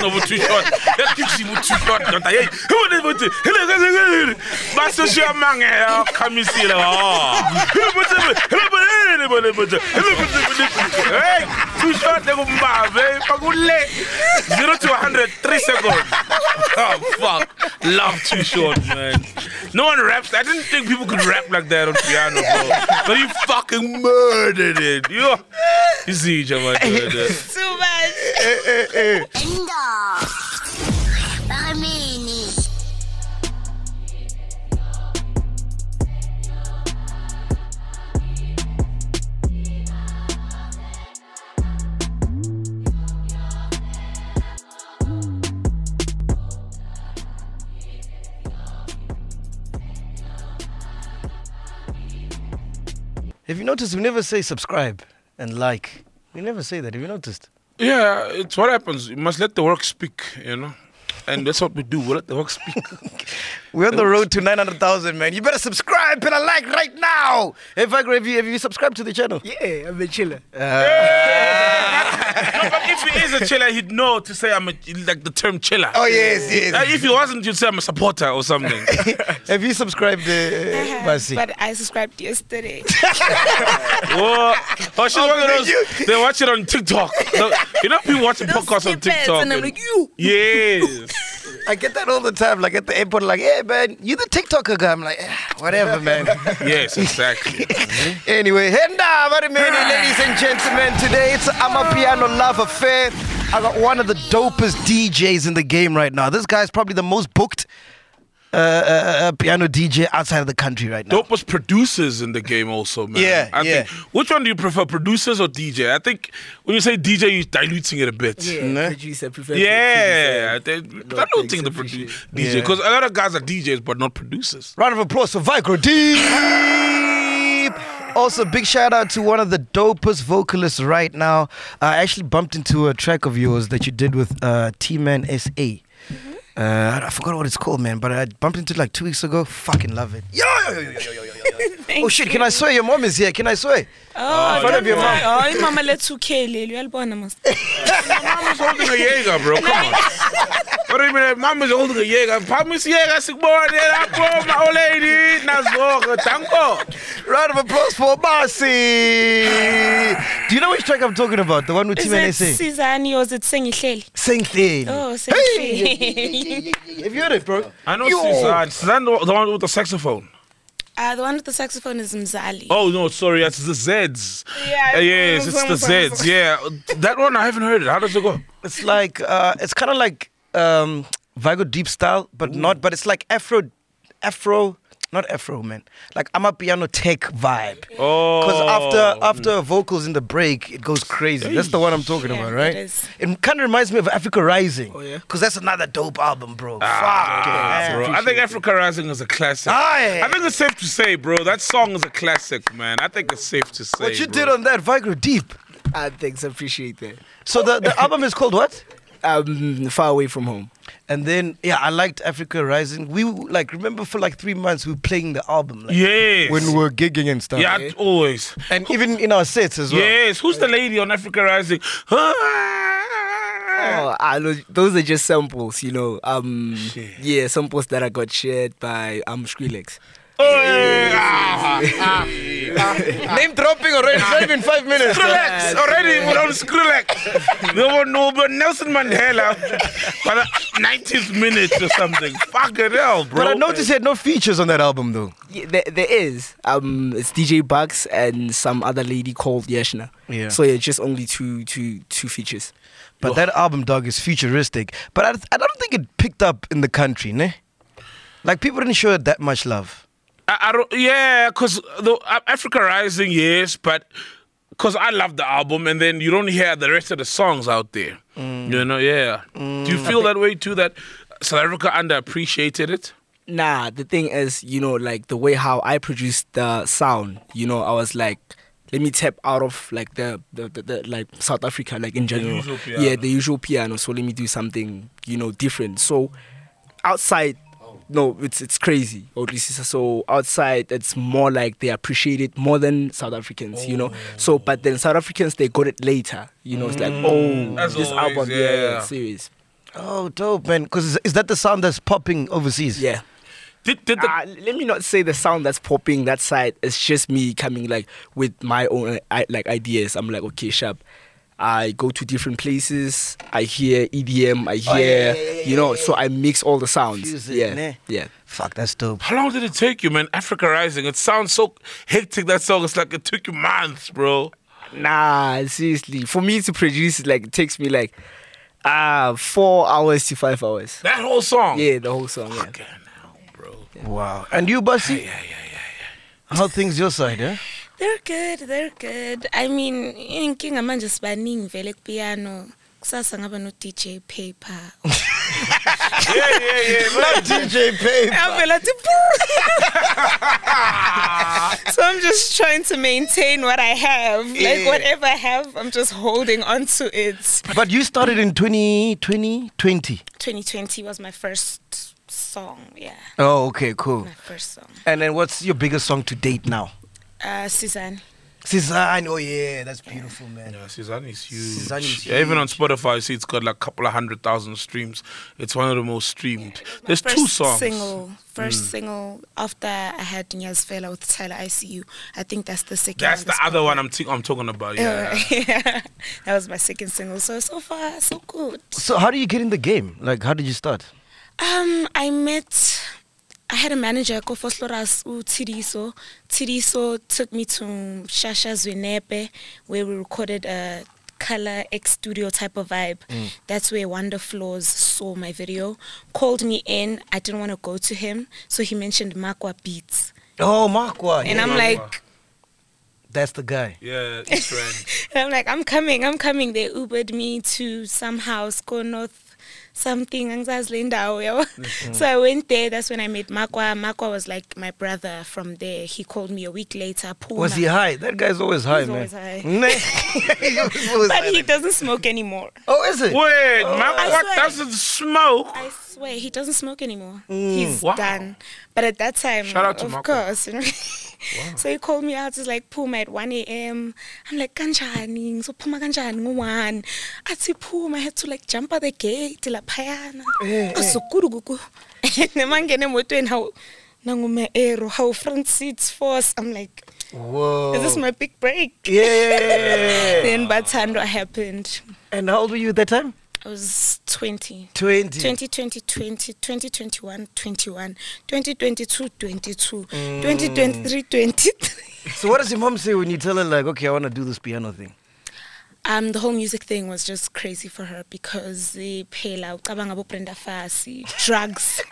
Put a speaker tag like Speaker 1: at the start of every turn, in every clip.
Speaker 1: non, vous touchez. Si vous touchez, dans ta gueule. Vous êtes votre. Bah, ce jeu à manger, comme ici, là. Hey, touchez, t'es comme marvé, pas goulé. 0 eh? to 100, 3 seconds. Oh, fuck. Love too short, man. No one raps. I didn't think people could rap like that on piano, bro. But you fucking murdered it. You, you see each other.
Speaker 2: Too much.
Speaker 3: 엔더 라미니
Speaker 4: If you notice, we never say subscribe and like. We never say that. Have you noticed?
Speaker 1: Yeah, it's what happens. You must let the work speak, you know. And that's what we do. We let the work speak.
Speaker 4: We're on the road to 900,000, man. You better subscribe and a like right now. Hey, Viagra, have you, have you subscribed to the channel?
Speaker 5: Yeah, I'm a chiller.
Speaker 1: no, but if he is a chiller, he'd know to say I'm a, like the term chiller.
Speaker 4: Oh, yes, yes.
Speaker 1: Uh, if he wasn't, you'd say I'm a supporter or something.
Speaker 4: have you subscribed, uh, Basi?
Speaker 2: Uh-huh. But I subscribed yesterday.
Speaker 1: Whoa. Oh, she's one of
Speaker 4: then
Speaker 1: those.
Speaker 4: you-
Speaker 1: They watch it on TikTok. The- you know, people watching
Speaker 2: Those
Speaker 1: podcasts on
Speaker 2: snippets,
Speaker 1: TikTok.
Speaker 2: and I'm like, you.
Speaker 1: Yes.
Speaker 4: I get that all the time. Like at the airport, like, hey, man, you the TikToker guy. I'm like, "Ah, whatever, man.
Speaker 1: yes, exactly.
Speaker 4: anyway, henda, what a minute, ladies and gentlemen. Today it's I'm a piano love affair. I got one of the dopest DJs in the game right now. This guy's probably the most booked uh, uh, uh, piano DJ outside of the country right now.
Speaker 1: Dopest producers in the game also, man.
Speaker 4: Yeah,
Speaker 1: I
Speaker 4: yeah.
Speaker 1: think which one do you prefer, producers or DJ? I think when you say DJ, you're diluting it a bit.
Speaker 5: Yeah,
Speaker 4: No.
Speaker 5: producer, prefer
Speaker 1: Yeah,
Speaker 5: producer.
Speaker 1: they-
Speaker 5: No,
Speaker 1: I don't
Speaker 5: thanks,
Speaker 1: think the
Speaker 5: appreciate
Speaker 1: produ-
Speaker 5: it.
Speaker 1: DJ because a lot of guys are DJs but not producers.
Speaker 4: Round of applause for Viagra Deep. Also, big shout out to one of the dopest vocalists right now. I actually bumped into a track of yours that you did with uh, T Man SA. Uh, I forgot what it's called, man, but I bumped into it like two weeks ago. Fucking love it. Yo, yo, yo, yo, yo, yo, yo, yo.
Speaker 2: Thank
Speaker 4: Oh shit,
Speaker 2: you.
Speaker 4: can I swear? Your mom is here. Can I swear?
Speaker 2: Oh,
Speaker 4: front of your Eh,
Speaker 2: don't worry. Oh, mama, let's okay, Lily. I'll born must.
Speaker 1: Mama's holding a Jaeger, bro. Come on. What do you mean? Mama's holding a Jaeger. Mama's Jaeger, sick boy. There I go, "Oh, my old lady. Nazor, thank God.
Speaker 4: Round of applause for Marcy. Do you know which track I'm talking about? The one with T
Speaker 2: Is
Speaker 4: Man
Speaker 2: it
Speaker 4: SA.
Speaker 2: Sizani or is it Sengihleli?
Speaker 4: Same thing.
Speaker 2: Oh,
Speaker 4: Hey!
Speaker 2: Sengihleli.
Speaker 4: Have you heard it, bro?
Speaker 1: I know
Speaker 4: Yo.
Speaker 1: Suzanne. Suzanne, the the one with the saxophone.
Speaker 2: Ah, the one with the saxophone is Mzali.
Speaker 1: Oh no, sorry, that's the Zeds.
Speaker 2: Yeah,
Speaker 1: Uh, yes, it's
Speaker 2: someone-
Speaker 1: the
Speaker 2: someone-
Speaker 1: Zeds. Yeah, that one I haven't heard it. How does it go?
Speaker 4: It's like uh, it's kind of like um, Vigo deep style, but not. But it's like Afro, Afro, not Afro, man. Like I'm a piano tech vibe.
Speaker 1: Oh, Mm.
Speaker 4: Because after after vocals in the break, it goes crazy. That's the one I'm talking
Speaker 2: Yeah,
Speaker 4: about,
Speaker 2: it
Speaker 4: right?
Speaker 2: is.
Speaker 4: kind of reminds me of Africa Rising.
Speaker 5: Oh, yeah?
Speaker 4: Because that's another dope album, bro. Fuck.
Speaker 1: Ah,
Speaker 4: yeah.
Speaker 1: bro. I think Africa Rising is a classic.
Speaker 4: Aye.
Speaker 1: I think it's safe to say, bro, that song is a classic, man. I think it's safe to say.
Speaker 4: What you
Speaker 1: bro.
Speaker 4: did on that Vigo deep.
Speaker 5: Ah, thanks, appreciate that.
Speaker 4: So the, the album is called what?
Speaker 5: Um, far away from home.
Speaker 4: And then yeah, I liked Africa Rising. We like remember for like three months we were playing the album. Like,
Speaker 1: Yes.
Speaker 4: When we were gigging and stuff.
Speaker 1: yeah, always.
Speaker 4: and even in our sets as well.
Speaker 1: Yes. Who's the lady on Africa Rising?
Speaker 5: Oh, ah, lo- those are just samples, you know. Um,
Speaker 1: Shit.
Speaker 5: yeah, samples that I got shared by um Skrillex.
Speaker 1: Hey, Oh, ah, ah,
Speaker 4: Name dropping already. It's not even five minutes.
Speaker 1: Skrillex already. We're on Skrillex. No one know but Nelson Mandela by the 19th minute or something. Fucking hell, bro.
Speaker 4: But I noticed he had no features on that album though.
Speaker 5: Yeah, there, there is. Um, it's DJ Bucks and some other lady called Yashna.
Speaker 4: Yeah.
Speaker 5: So yeah, just only two, two, two features.
Speaker 4: But that album, dog, is futuristic. But I, I don't think it picked up in the country, ne? Like people didn't show it that much love.
Speaker 1: I, I don't, yeah, because the uh, Africa Rising, yes, but because I love the album, and then you don't hear the rest of the songs out there.
Speaker 2: Mm.
Speaker 1: You know, yeah. Do you feel that way too? That South Africa underappreciated it.
Speaker 5: Nah, the thing is, you know, like the way how I produced the sound, you know, I was like, let me tap out of like the, the, the, the like South Africa, like in general.
Speaker 1: usual piano.
Speaker 5: yeah, the usual piano. So let me do something, you know, different. So outside, no, it's it's crazy. Or at least it's- so outside, it's more like they appreciate it more than South Africans, you know. So, but then South Africans they got it later, you know. It's like, oh,
Speaker 1: Mm. As
Speaker 5: this
Speaker 1: always,
Speaker 5: album, yeah,
Speaker 1: yeah.
Speaker 5: serious.
Speaker 4: Oh, dope, man. Because is, is that the sound that's popping overseas?
Speaker 5: Yeah.
Speaker 1: Did, did the,
Speaker 5: Ah, let me not say the sound that's popping that side. It's just me coming like with my own I, like ideas. I'm like, okay, sharp. I go to different places. I hear EDM. I hear,
Speaker 4: Oh, yeah, yeah, yeah, yeah,
Speaker 5: you know.
Speaker 4: yeah, eh?
Speaker 5: So I mix all the sounds.
Speaker 4: Fuse it,
Speaker 5: yeah,
Speaker 4: ne?
Speaker 5: yeah.
Speaker 4: Fuck, that's dope.
Speaker 1: how long did it take you, man? Africa Rising. It sounds so hectic. That song. It's like it took you months, bro.
Speaker 5: Nah, seriously. For me to produce, like, it takes me like uh four hours to five hours.
Speaker 1: That whole song.
Speaker 5: Yeah, the whole song. Yeah.
Speaker 1: Fucking hell, bro.
Speaker 4: Wow. And you, Bussy? Yeah, yeah, yeah, yeah. How things your side, eh?
Speaker 2: They're good, they're good. I mean, inkinga manje sibaningi vele piano. Kusasa ngaba no DJ Paper.
Speaker 1: Yeah, yeah, yeah. man.
Speaker 4: DJ Babe.
Speaker 2: Avela ti- So I'm just trying to maintain what I have. Like
Speaker 4: Yeah.
Speaker 2: whatever I have, I'm just holding on to it.
Speaker 4: But you started in 2020? 20.
Speaker 2: 2020 was my first song. Yeah,
Speaker 4: Oh, okay, cool.
Speaker 2: my first song.
Speaker 4: And then what's your biggest song to date now?
Speaker 2: Uh, Suzanne.
Speaker 4: Cezanne. Oh, yeah, that's beautiful, man.
Speaker 1: Yeah, Suzanne is huge.
Speaker 4: Suzanne is
Speaker 1: Yeah, even on Spotify, you see it's got like a couple of hundred thousand streams. It's one of the most streamed.
Speaker 2: My
Speaker 1: There's
Speaker 2: first
Speaker 1: two songs. Mm.
Speaker 2: Single, first single after I had Nyas Fela with Tyler ICU. I think that's the second.
Speaker 1: That's the
Speaker 2: one that's
Speaker 1: other one I'm t- I'm talking about. Yeah.
Speaker 2: Uh, yeah, that was my second single. So so far so good.
Speaker 4: So, how do you get in the game? Like, how did you start?
Speaker 2: Um, I met. I had a manager called Fosloras Tidiso. Tidiso took me to Shasha Zwinepe, where we recorded a color X studio type of vibe. That's where Wonder Floors saw my video, called me in. I didn't want to go to him, so he mentioned Makwa Beats,
Speaker 4: Oh, Markwa.
Speaker 2: and
Speaker 4: yeah.
Speaker 2: I'm like,
Speaker 4: That's the guy.
Speaker 1: Yeah, it's trend.
Speaker 2: And I'm like, I'm coming, I'm coming. They Ubered me to some house, go north, something. angizazile indawo,
Speaker 4: Mm-hmm.
Speaker 2: yabo. So I went there. That's when I met Makwa. Makwa was like my brother from there. He called me a week later. Puma.
Speaker 4: Was he high? That guy's always high,
Speaker 2: He's
Speaker 4: man.
Speaker 2: always high.
Speaker 4: high.
Speaker 2: But he doesn't smoke anymore.
Speaker 4: oh, is it?
Speaker 1: Wait, man,
Speaker 2: I
Speaker 1: what
Speaker 2: swear.
Speaker 1: doesn't smoke?
Speaker 2: I swear, he doesn't smoke anymore.
Speaker 4: Mm.
Speaker 2: He's
Speaker 1: Wow.
Speaker 2: done. But at that time,
Speaker 1: Shout out to
Speaker 2: of
Speaker 1: Makwa.
Speaker 2: course. You know, So he called me out. He's like, Puma at 1 a.m. I'm like, Kanjani. So Puma Kanjani, one. I see Puma. I had to like jump out the gate. La Oh, payana.
Speaker 4: Oh,
Speaker 2: Asukuruguku. And the man getting emotweni how. nangume ero how front seats force i'm like
Speaker 4: Whoa.
Speaker 2: is this my big break
Speaker 4: Oh. Yeah.
Speaker 2: then batando happened
Speaker 4: and how old were you at that time?
Speaker 2: i was 20
Speaker 4: 20.
Speaker 2: 2020, 20, 2021, 21, 2022, 22, 2023, 23.
Speaker 4: So what does your mom say when you tell her like, okay, I want to do this piano thing?
Speaker 2: Um, the whole music thing was just crazy for her because the pela, ucabanga bo Brenda Fassie, drugs.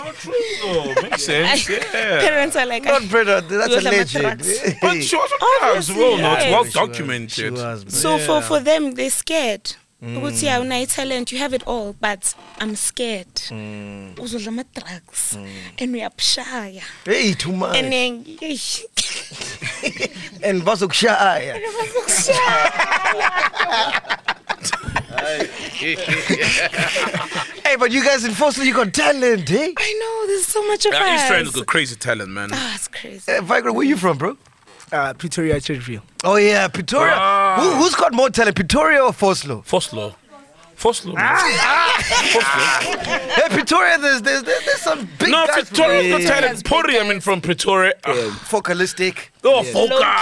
Speaker 1: Oh, true. though. Makes sense. Yeah.
Speaker 2: Parents are like,
Speaker 4: Not brother, that's a
Speaker 2: Those are my
Speaker 4: legend.
Speaker 2: drugs.
Speaker 1: But she was on drugs,
Speaker 2: Obviously,
Speaker 1: bro. No, it's
Speaker 2: yeah.
Speaker 1: well
Speaker 4: She was-
Speaker 1: documented.
Speaker 4: she was,
Speaker 2: so for, for them, they're scared. ukuthi yeah unayo talent you have it all but i'm scared uzodla ama-drugs and uyabushaya
Speaker 4: Hey, too much.
Speaker 2: and
Speaker 4: And,
Speaker 2: then eish.
Speaker 4: and Vasoksha. Hey, but you guys in Forceful, you got talent, eh?
Speaker 2: i know there's so much of
Speaker 1: Yeah, East
Speaker 2: us
Speaker 1: Trend's got crazy talent, man.
Speaker 2: Ah, it's crazy.
Speaker 4: Uh, Vigra, where you from, bro?
Speaker 5: Uh, Pretoria Churchville.
Speaker 4: Oh yeah, Pretoria.
Speaker 1: Ah.
Speaker 4: Who, who's got more talent, Pretoria or Foslo?
Speaker 1: First law. First law. man.
Speaker 4: hey, Pretoria, there's there's there's, there's some big
Speaker 1: No,
Speaker 4: guys from-
Speaker 1: Pretoria's got talent.
Speaker 2: Pretoria's big
Speaker 1: Pori, I mean, from Pretoria. Ah,
Speaker 4: Focalistic,
Speaker 1: Oh,
Speaker 2: Low
Speaker 1: focus.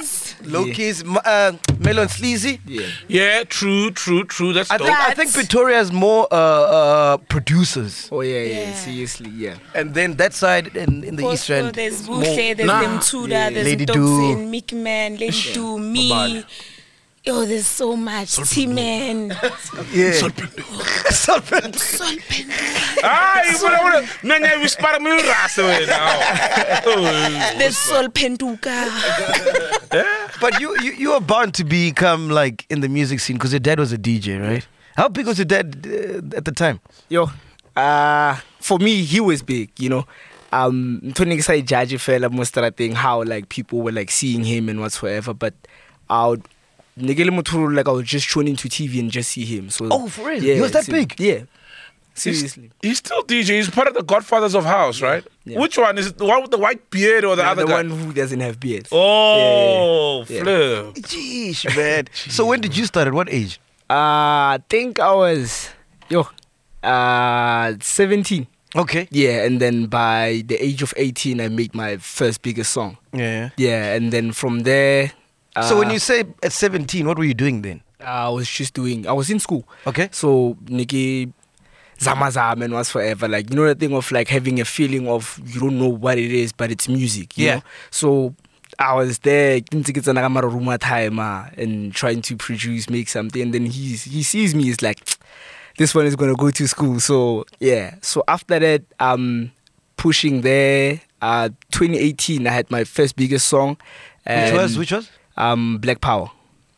Speaker 2: keys.
Speaker 4: low keys, m- uh, melon sleazy.
Speaker 5: Yeah.
Speaker 1: Yeah, true, true, true. That's
Speaker 4: I
Speaker 1: dope.
Speaker 4: think I
Speaker 2: That's-
Speaker 4: think Pretoria has more uh, uh, producers,
Speaker 5: Oh yeah, yeah,
Speaker 2: Yeah.
Speaker 5: Seriously, yeah.
Speaker 4: and then that side in, in the
Speaker 2: Also,
Speaker 4: East End.
Speaker 2: There's
Speaker 4: more-
Speaker 2: Buhle, there's
Speaker 1: Nah.
Speaker 2: Limtuda,
Speaker 5: Yeah.
Speaker 2: there's Lady
Speaker 4: Lady Do.
Speaker 2: Dobson, Mick Man, Lady Do, me. Oh, there's so much. T-Man.
Speaker 4: yeah. Solpent.
Speaker 1: Ah, you put on it. Man, yeah, we spot him in the ass away now. Oh,
Speaker 2: there's Sol Penduka.
Speaker 4: but you, you you were bound to become like in the music scene because your dad was a DJ, right? How big was your dad uh, at the time?
Speaker 5: Yo, uh, for me, he was big, you know. Um, Tony I judge fell most of thing how like people were like seeing him and whatsoever, but I would Nigel Muturu, like I would just tune into TV and just see him. So
Speaker 4: Oh, for real? He was that
Speaker 5: se-
Speaker 4: big?
Speaker 5: Yeah,
Speaker 1: He's,
Speaker 5: seriously.
Speaker 1: he's still DJ. He's part of the Godfathers of House, right?
Speaker 5: Yeah.
Speaker 1: Which one is it? The one with the white beard or the
Speaker 5: The
Speaker 1: other
Speaker 5: other
Speaker 1: guy?
Speaker 5: one who doesn't have beard.
Speaker 1: Oh,
Speaker 5: Yeah, yeah, yeah.
Speaker 1: flip.
Speaker 4: Jeez, man. so when did you start? At what age?
Speaker 5: Uh, I think I was yo, uh, seventeen.
Speaker 4: Okay.
Speaker 5: Yeah, and then by the age of eighteen, I made my first biggest song.
Speaker 4: Yeah.
Speaker 5: Yeah, and then from there. Uh,
Speaker 4: so when you say at 17, what were you doing then?
Speaker 5: I was just doing. I was in school.
Speaker 4: Okay.
Speaker 5: So Nikki Zamazam and was forever. Like you know the thing of like having a feeling of you don't know what it is, but it's music. You
Speaker 4: Yeah.
Speaker 5: Know? So I was there, rumor time ah, and trying to produce, make something, and then he's he sees me, he's like, This one is gonna go to school. So yeah. So after that, um pushing there, uh twenty eighteen I had my first biggest song.
Speaker 4: which was
Speaker 5: and,
Speaker 4: which was?
Speaker 5: um Black Power.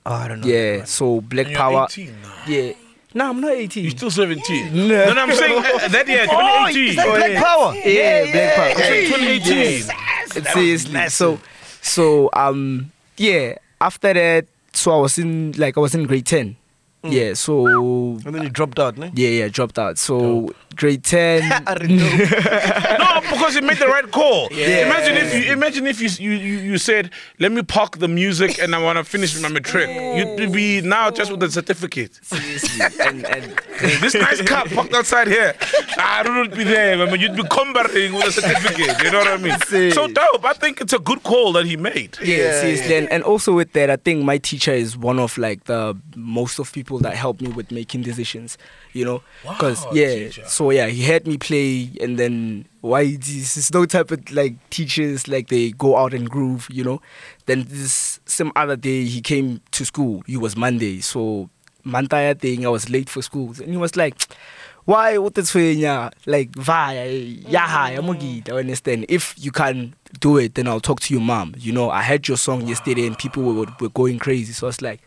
Speaker 4: Oh, I don't know.
Speaker 5: Yeah, so Black
Speaker 1: You're
Speaker 5: Power.
Speaker 1: 18 now.
Speaker 5: Yeah. No, I'm not 18.
Speaker 1: You're still 17. No, no, I'm saying uh, that year,
Speaker 5: Oh,
Speaker 1: 2018.
Speaker 4: Like Black Power.
Speaker 5: yeah, Black Power.
Speaker 1: I'm saying 2018.
Speaker 5: Seriously. So, so um, yeah. After that, so I was in like I was in grade ten.
Speaker 1: Mm.
Speaker 5: Yeah. So
Speaker 4: And then you dropped out, no?
Speaker 5: yeah, yeah, dropped out. So grade ten.
Speaker 4: I don't know.
Speaker 1: No, because you made the right call.
Speaker 5: Yeah.
Speaker 1: Imagine if you imagine if you, you you you said, "Let me park the music and I want to finish my matric." You'd be
Speaker 5: Oh.
Speaker 1: now just with a certificate.
Speaker 5: Seriously. and, and
Speaker 1: this nice car parked outside here. I wouldn't be there. I mean, you'd be combating with a certificate. You know what I mean?
Speaker 5: See.
Speaker 1: So dope. I think it's a good call that he made.
Speaker 5: yeah, seriously. And, and also with that, I think my teacher is one of like the most of people that helped me with making decisions. You know, because yeah, so yeah, he had me play, and then why this is no type of like teachers like they go out and groove. You know, then this some other day he came to school. It was Monday, so Monday thing I was late for school, and he was like. Why what the yeah like via yaha yamugita I understand if you can do it then I'll talk to your mom. You know, I heard your song yesterday and people were, were going crazy. So I was like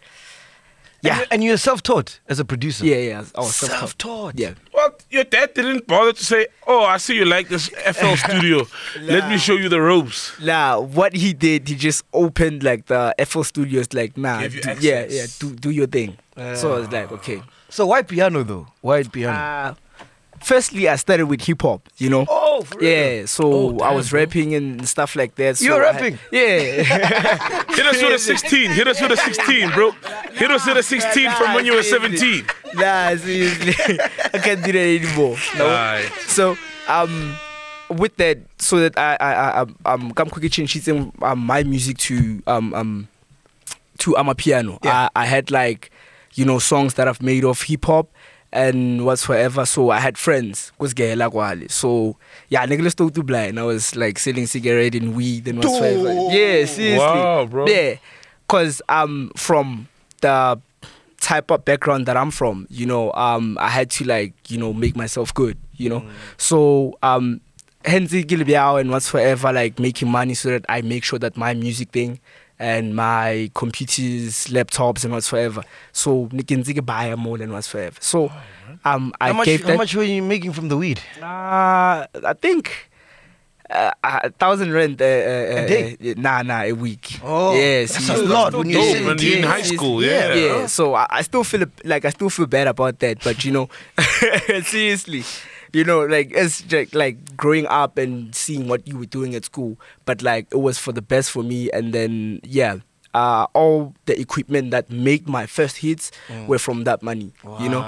Speaker 4: And, you- and you're self-taught as a producer.
Speaker 5: Yeah, yeah. I was self-taught.
Speaker 4: Self-taught.
Speaker 5: Yeah.
Speaker 1: Well, your dad didn't bother to say, "Oh, I see you like this FL studio. Let me show you the ropes."
Speaker 5: Nah, what he did, he just opened like the FL Studios, like nah,
Speaker 1: Gave you
Speaker 5: do- yeah,
Speaker 1: access.
Speaker 5: yeah, do do your thing. so I was like, okay.
Speaker 4: So why piano though? Why piano?
Speaker 5: Uh, firstly, I started with hip hop, you know.
Speaker 4: oh, for Oh,
Speaker 5: Yeah, so I was rapping and stuff like that. So
Speaker 4: You were
Speaker 5: I-
Speaker 4: rapping?
Speaker 5: yeah.
Speaker 1: Hit us with a 16. Hit us with a 16, bro. Hit us with a 16 from when you were 17.
Speaker 5: nah, seriously, I can't do that anymore. No.
Speaker 1: Right.
Speaker 5: so um with that so that i i i um, um come quickly change sheets and um, my music to um um to amapiano. piano I, I had like you know songs that i've made of hip-hop and whatsoever so i had friends was gay like Wale. so yeah nicholas to blind i was like selling cigarette and weed and whatsoever yeah seriously
Speaker 1: Wow, bro.
Speaker 5: yeah because um from the type of background that I'm from, you know, um, I had to like, you know, make myself good, you
Speaker 4: Mm.
Speaker 5: know. So um hence Gilbiao and whatsoever, like making money so that I make sure that my music thing and my computers, laptops and whatsoever. So Nikinzige buy a mall and whatsoever. So um I
Speaker 4: Oh, How much,
Speaker 5: gave
Speaker 4: how
Speaker 5: that
Speaker 4: much were you making from the weed?
Speaker 5: uh, I think uh, a thousand rand uh, uh, a
Speaker 4: day?
Speaker 5: nah, nah, a week.
Speaker 4: Oh,
Speaker 5: yes,
Speaker 4: that's a lot when you're
Speaker 1: Dope, when you're in high school, yeah.
Speaker 5: yeah.
Speaker 4: Oh.
Speaker 5: So I, I still feel like I still feel bad about that, but you know, seriously, you know, like it's just like growing up and seeing what you were doing at school, but like it was for the best for me, and then yeah. Uh, all the equipment that made my first hits
Speaker 4: Mm.
Speaker 5: were from that money, you know.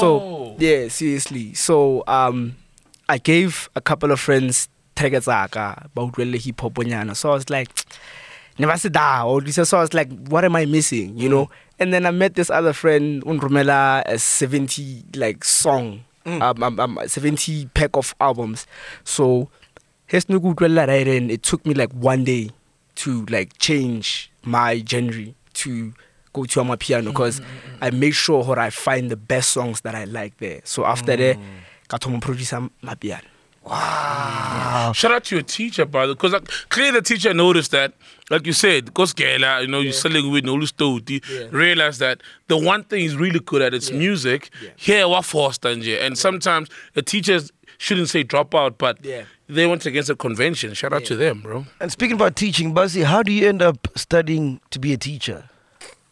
Speaker 5: So
Speaker 1: Whoa.
Speaker 5: yeah, seriously. So um, I gave a couple of friends Tegazaka about really hip hop bonyana. So I was like, never said that. Or this. So I was like, what am I missing? You know. And then I met this other friend, Unrumela, a seventy like song, um, um, um, seventy pack of albums. So his new good and it took me like one day to like change my genre to go to my piano because I make sure that I find the best songs that I like there. So after that, Katomo produce my piano.
Speaker 1: Shout out to your teacher, brother, because like, clearly the teacher noticed that, like you said, because Gela, you know, you're selling with no Stoti,
Speaker 5: Yeah.
Speaker 1: realized that the one thing he's really good at is music.
Speaker 5: Yeah.
Speaker 1: Here, what for stand here? And sometimes the teachers shouldn't say drop out, but
Speaker 5: Yeah.
Speaker 1: they went against the convention. Shout out to them, bro.
Speaker 4: And speaking about teaching, Buzzy, how do you end up studying to be a teacher?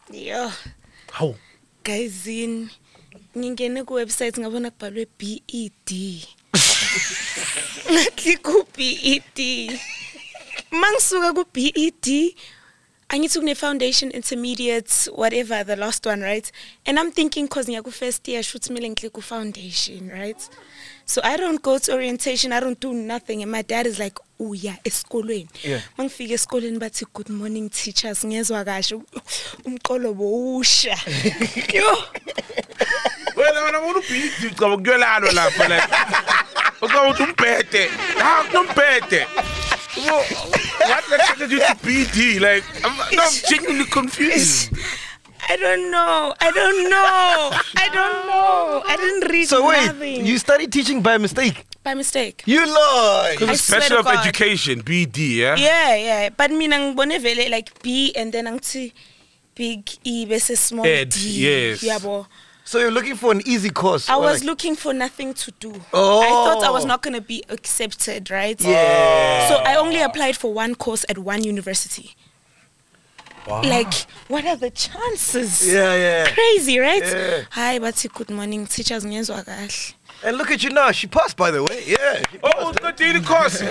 Speaker 2: Yeah.
Speaker 1: How?
Speaker 2: guys in ngingene kuwebsite ngabona kubhalwe E bed E ngathi ku-bed ma ngisuka ku-bed I need to foundation, intermediate, whatever, the last one, right? And I'm thinking, because Nyaku first year, shoot me link foundation, right? So I don't go to orientation, I don't do nothing. And my dad is like, oh yeah, esikolweni.
Speaker 4: Yeah.
Speaker 2: Mangifika esikolweni bathi good morning teachers, ngezwa kahle umqolo bowusha. Yo.
Speaker 1: Wena wena ubuphi ucaba kuyolalo lapha la. Ucaba ukuthi umbhede. Ha kunombhede. Wo- What attracted you to BD? Like, I'm, no, I'm genuinely confused.
Speaker 2: I don't know. I don't know. I don't know. I didn't read
Speaker 4: So wait,
Speaker 2: nothing.
Speaker 4: you studied teaching by mistake.
Speaker 2: By mistake.
Speaker 4: You lie.
Speaker 2: I swear
Speaker 1: Special
Speaker 2: to
Speaker 1: of
Speaker 2: God.
Speaker 1: Education, BD, yeah?
Speaker 2: Yeah, yeah. But mina ngibone vele like B and then angithi big E bese small
Speaker 1: Ed,
Speaker 2: D.
Speaker 1: yes.
Speaker 2: Yabo.
Speaker 4: So you're looking for an easy course.
Speaker 2: I
Speaker 4: or
Speaker 2: was
Speaker 4: like-
Speaker 2: looking for nothing to do.
Speaker 4: Oh.
Speaker 2: I thought I was not going to be accepted, right?
Speaker 4: Yeah.
Speaker 2: So I only applied for one course at one university. Like, what are the chances?
Speaker 4: Yeah, yeah.
Speaker 2: Crazy, right?
Speaker 4: Yeah.
Speaker 2: Hi, Bati, good morning. Teachers, ngiyezwa kahle.
Speaker 4: And look at you now. She passed, by the way. Yeah. she
Speaker 1: Oh,
Speaker 4: passed.
Speaker 1: uqedile ikhosi.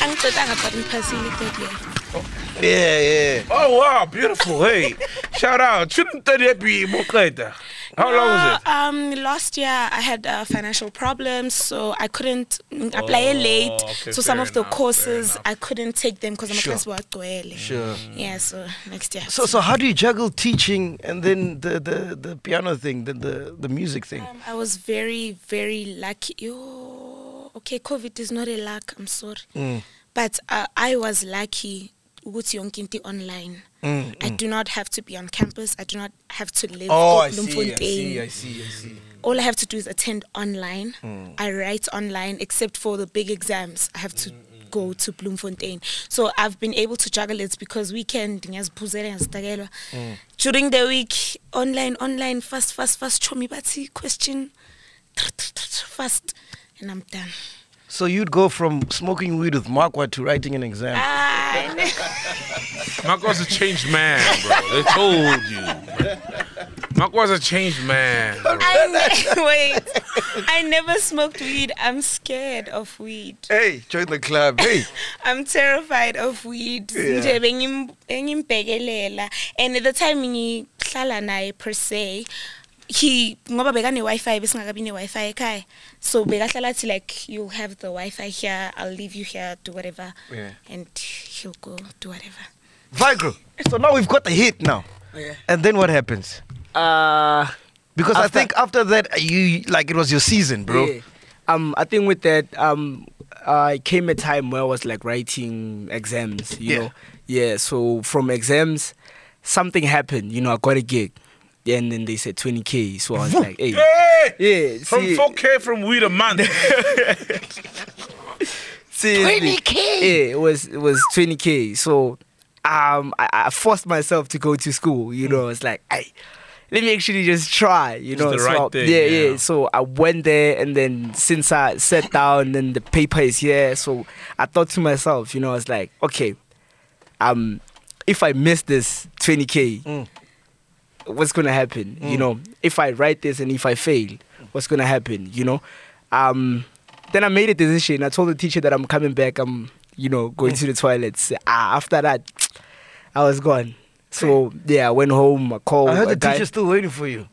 Speaker 2: Angiqedanga but ngiphasile i-third year.
Speaker 4: Yeah, yeah.
Speaker 1: Oh, wow, beautiful. Hey, shout out. Shouldn't that be Mokeda? How long was it?
Speaker 2: Um, last year I had uh, financial problems, so I couldn't mm, apply late.
Speaker 1: Oh, okay,
Speaker 2: so some
Speaker 1: fair
Speaker 2: of the
Speaker 1: enough, fair
Speaker 2: courses
Speaker 1: enough.
Speaker 2: I couldn't take them because I'm
Speaker 4: Sure.
Speaker 2: a class work
Speaker 4: Sure.
Speaker 2: Yeah, so next year.
Speaker 4: So, so how do you juggle teaching and then the, the, the piano thing, the, the, the music thing?
Speaker 2: Um, I was very, very lucky. Yo, okay, COVID is not a luck. I'm sorry,
Speaker 1: Mm.
Speaker 2: but uh, I was lucky. ukuthi yonke into online.
Speaker 1: Mm,
Speaker 2: I do not have to be on campus. I do not have to live
Speaker 1: Oh,
Speaker 5: Oh,
Speaker 2: in Bloemfontein.
Speaker 5: see, I see.
Speaker 2: All I have to do is attend online. I write online, except for the big exams. I have to go to Bloemfontein. So I've been able to juggle it because weekend ngiyazibuzela, ngiyazitakelwa. during the week online, online, fast, fast, fast. Chomi bati question, fast, and I'm done.
Speaker 4: So you'd go from smoking weed with Markwa to writing an exam.
Speaker 5: um,
Speaker 2: Ah, ne-
Speaker 1: Marco's a changed man, bro. They told you. Marco's a changed man. bro.
Speaker 2: I ne- wait. I never smoked weed. I'm scared of weed.
Speaker 4: Hey, join the club. Hey.
Speaker 2: I'm terrified of weed. Nje bengim- bengimbhekelela and at the time ngihlala naye per se he ngoba bekane Wi-Fi besingakabi ne Wi-Fi ekhaya. So bekahlala athi like you'll have the Wi-Fi here, I'll leave you here, do whatever.
Speaker 4: Yeah.
Speaker 2: And he'll go do whatever.
Speaker 4: Vigro. So now we've got the hit now.
Speaker 5: Okay.
Speaker 4: And then what happens?
Speaker 5: Uh,
Speaker 4: Because I
Speaker 5: After-
Speaker 4: think after that, uh, you like it was your season, bro.
Speaker 5: Yeah. Um, I think with that, um, I came a time where I was like writing exams, you
Speaker 4: Yeah.
Speaker 5: know. Yeah. So from exams, something happened. You know, I got a gig, and then they said 20k. So I was like, hey,
Speaker 1: Hey!
Speaker 5: yeah,
Speaker 1: From
Speaker 5: see-
Speaker 1: 4K from weed a month.
Speaker 5: Seriously.
Speaker 4: 20K?
Speaker 5: Yeah, it was it was 20k. So um I, I forced myself to go to school, you know, it's like hey, let me actually just try, you
Speaker 1: It's
Speaker 5: know.
Speaker 1: the
Speaker 5: so
Speaker 1: right
Speaker 5: I-
Speaker 1: thing,
Speaker 5: yeah,
Speaker 1: yeah.
Speaker 5: yeah, So I went there and then since I sat down and the paper is here, so I thought to myself, you know, it's like, okay, um if I miss this 20k,
Speaker 4: Mm.
Speaker 5: what's gonna happen? You know, if I write this and if I fail, what's gonna happen? You know, um, then I made a decision. I told the teacher that I'm coming back. I'm, you know, going
Speaker 4: Mm.
Speaker 5: to the toilets. Ah, after that, I was gone. So yeah, I went home. I called.
Speaker 4: I heard
Speaker 5: a
Speaker 4: the
Speaker 5: guy-
Speaker 4: teacher's still waiting for you.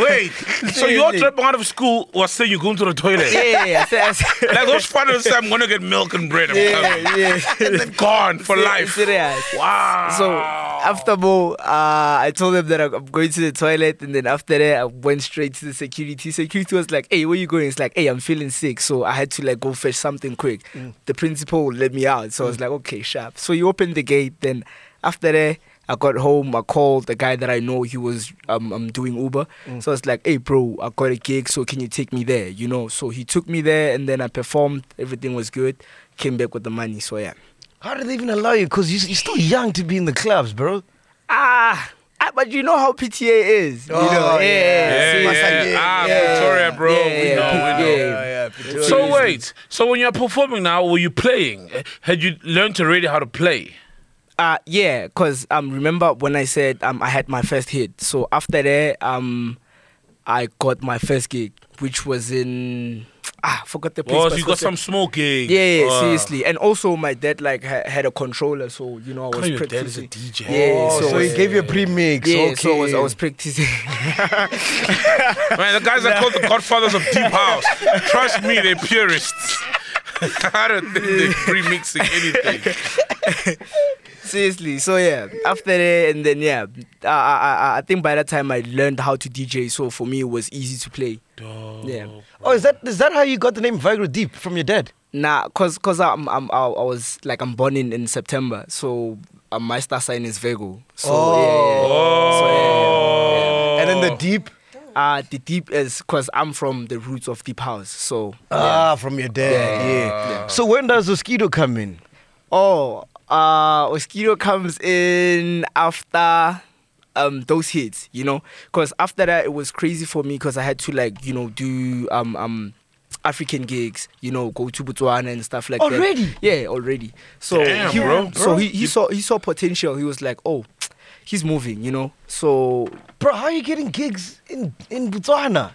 Speaker 1: Wait, so your
Speaker 5: Seriously.
Speaker 1: trip out of school was saying you're going to the toilet.
Speaker 5: Yeah, yeah, yeah. I said-
Speaker 4: oh,
Speaker 1: Like those fathers say, I'm going to get milk and bread. I'm coming.
Speaker 5: yeah, yeah.
Speaker 1: And then gone for
Speaker 5: Se-
Speaker 1: life.
Speaker 5: serious.
Speaker 1: Wow.
Speaker 5: So after Mo, uh, I told them that I'm I'm going to the toilet, and then after that, I went straight to the security. Security was like, "Hey, where you going?" It's like, "Hey, I'm feeling sick, so I had to like go fetch something quick." The principal let me out, so I was like, "Okay, sharp." So you opened the gate. Then after that, I got home. I called the guy that I know. He was um, um doing Uber, so I was like, "Hey, bro, I got a gig, so can you take me there?" You know. So he took me there, and then I performed. Everything was good. Came back with the money. So yeah.
Speaker 4: How did they even allow you? Because you, you're still young to be in the clubs, bro.
Speaker 5: Ah, ah, but you know how PTA is. You
Speaker 4: Oh,
Speaker 5: know, yeah.
Speaker 4: yeah.
Speaker 1: yeah,
Speaker 5: see,
Speaker 1: yeah,
Speaker 4: Masangeni.
Speaker 1: Ah,
Speaker 5: Yeah.
Speaker 1: Pretoria, bro.
Speaker 4: Oh,
Speaker 5: Yeah,
Speaker 1: we know,
Speaker 5: yeah,
Speaker 1: we know.
Speaker 5: yeah.
Speaker 1: So wait, so when you're performing now, were you playing? Eh, Had you learned already how to play?
Speaker 5: Uh, yeah, because um, remember when I said um, I had my first hit. So after that, um, I got my first gig, which was in ah, I forgot the place.
Speaker 1: Oh,
Speaker 5: but
Speaker 1: so you
Speaker 5: it's
Speaker 1: got
Speaker 5: close to-
Speaker 1: some smoking.
Speaker 5: Yeah, yeah,
Speaker 1: Uh,
Speaker 5: seriously. And also, my dad like ha- had a controller, so you know I was.
Speaker 1: your dad is a
Speaker 5: practicing.
Speaker 1: DJ.
Speaker 5: Yeah,
Speaker 4: Oh, so,
Speaker 5: so,
Speaker 4: he gave you a pre-mix.
Speaker 5: yeah,
Speaker 4: okay.
Speaker 5: so I was, I was practicing.
Speaker 1: Man, the guys are called the godfathers of Deep House. Trust me, they're purists. I don't think they're pre-mixing anything.
Speaker 5: Seriously, so yeah. After that, and then yeah, I, I I- I think by that time I learned how to DJ, so for me it was easy to play. Yeah.
Speaker 4: oh, is that is that how you got the name Viagra Deep from your dad?
Speaker 5: Nah, cause cause I'm I'm I, I was like I'm born in, in September, so uh, my star sign is Virgo. So yeah, yeah, yeah. So, yeah, yeah, yeah.
Speaker 4: And then the Deep
Speaker 5: Uh, the deep is cause I'm from the roots of deep house. So
Speaker 4: ah from your dad. Yeah. So when does Oskido come in?
Speaker 5: oh, uh, Oskido comes in after um those hits, you know, cause after that it was crazy for me cause I had to like you know do um um. African gigs, you know, go to Botswana and stuff like
Speaker 4: Already?
Speaker 5: that. Already? Yeah, already. So
Speaker 1: Damn,
Speaker 5: he,
Speaker 1: bro.
Speaker 5: so he, he saw he saw potential. He was like, oh, he's moving, you know. So
Speaker 4: Bro, how are you getting gigs in in Botswana?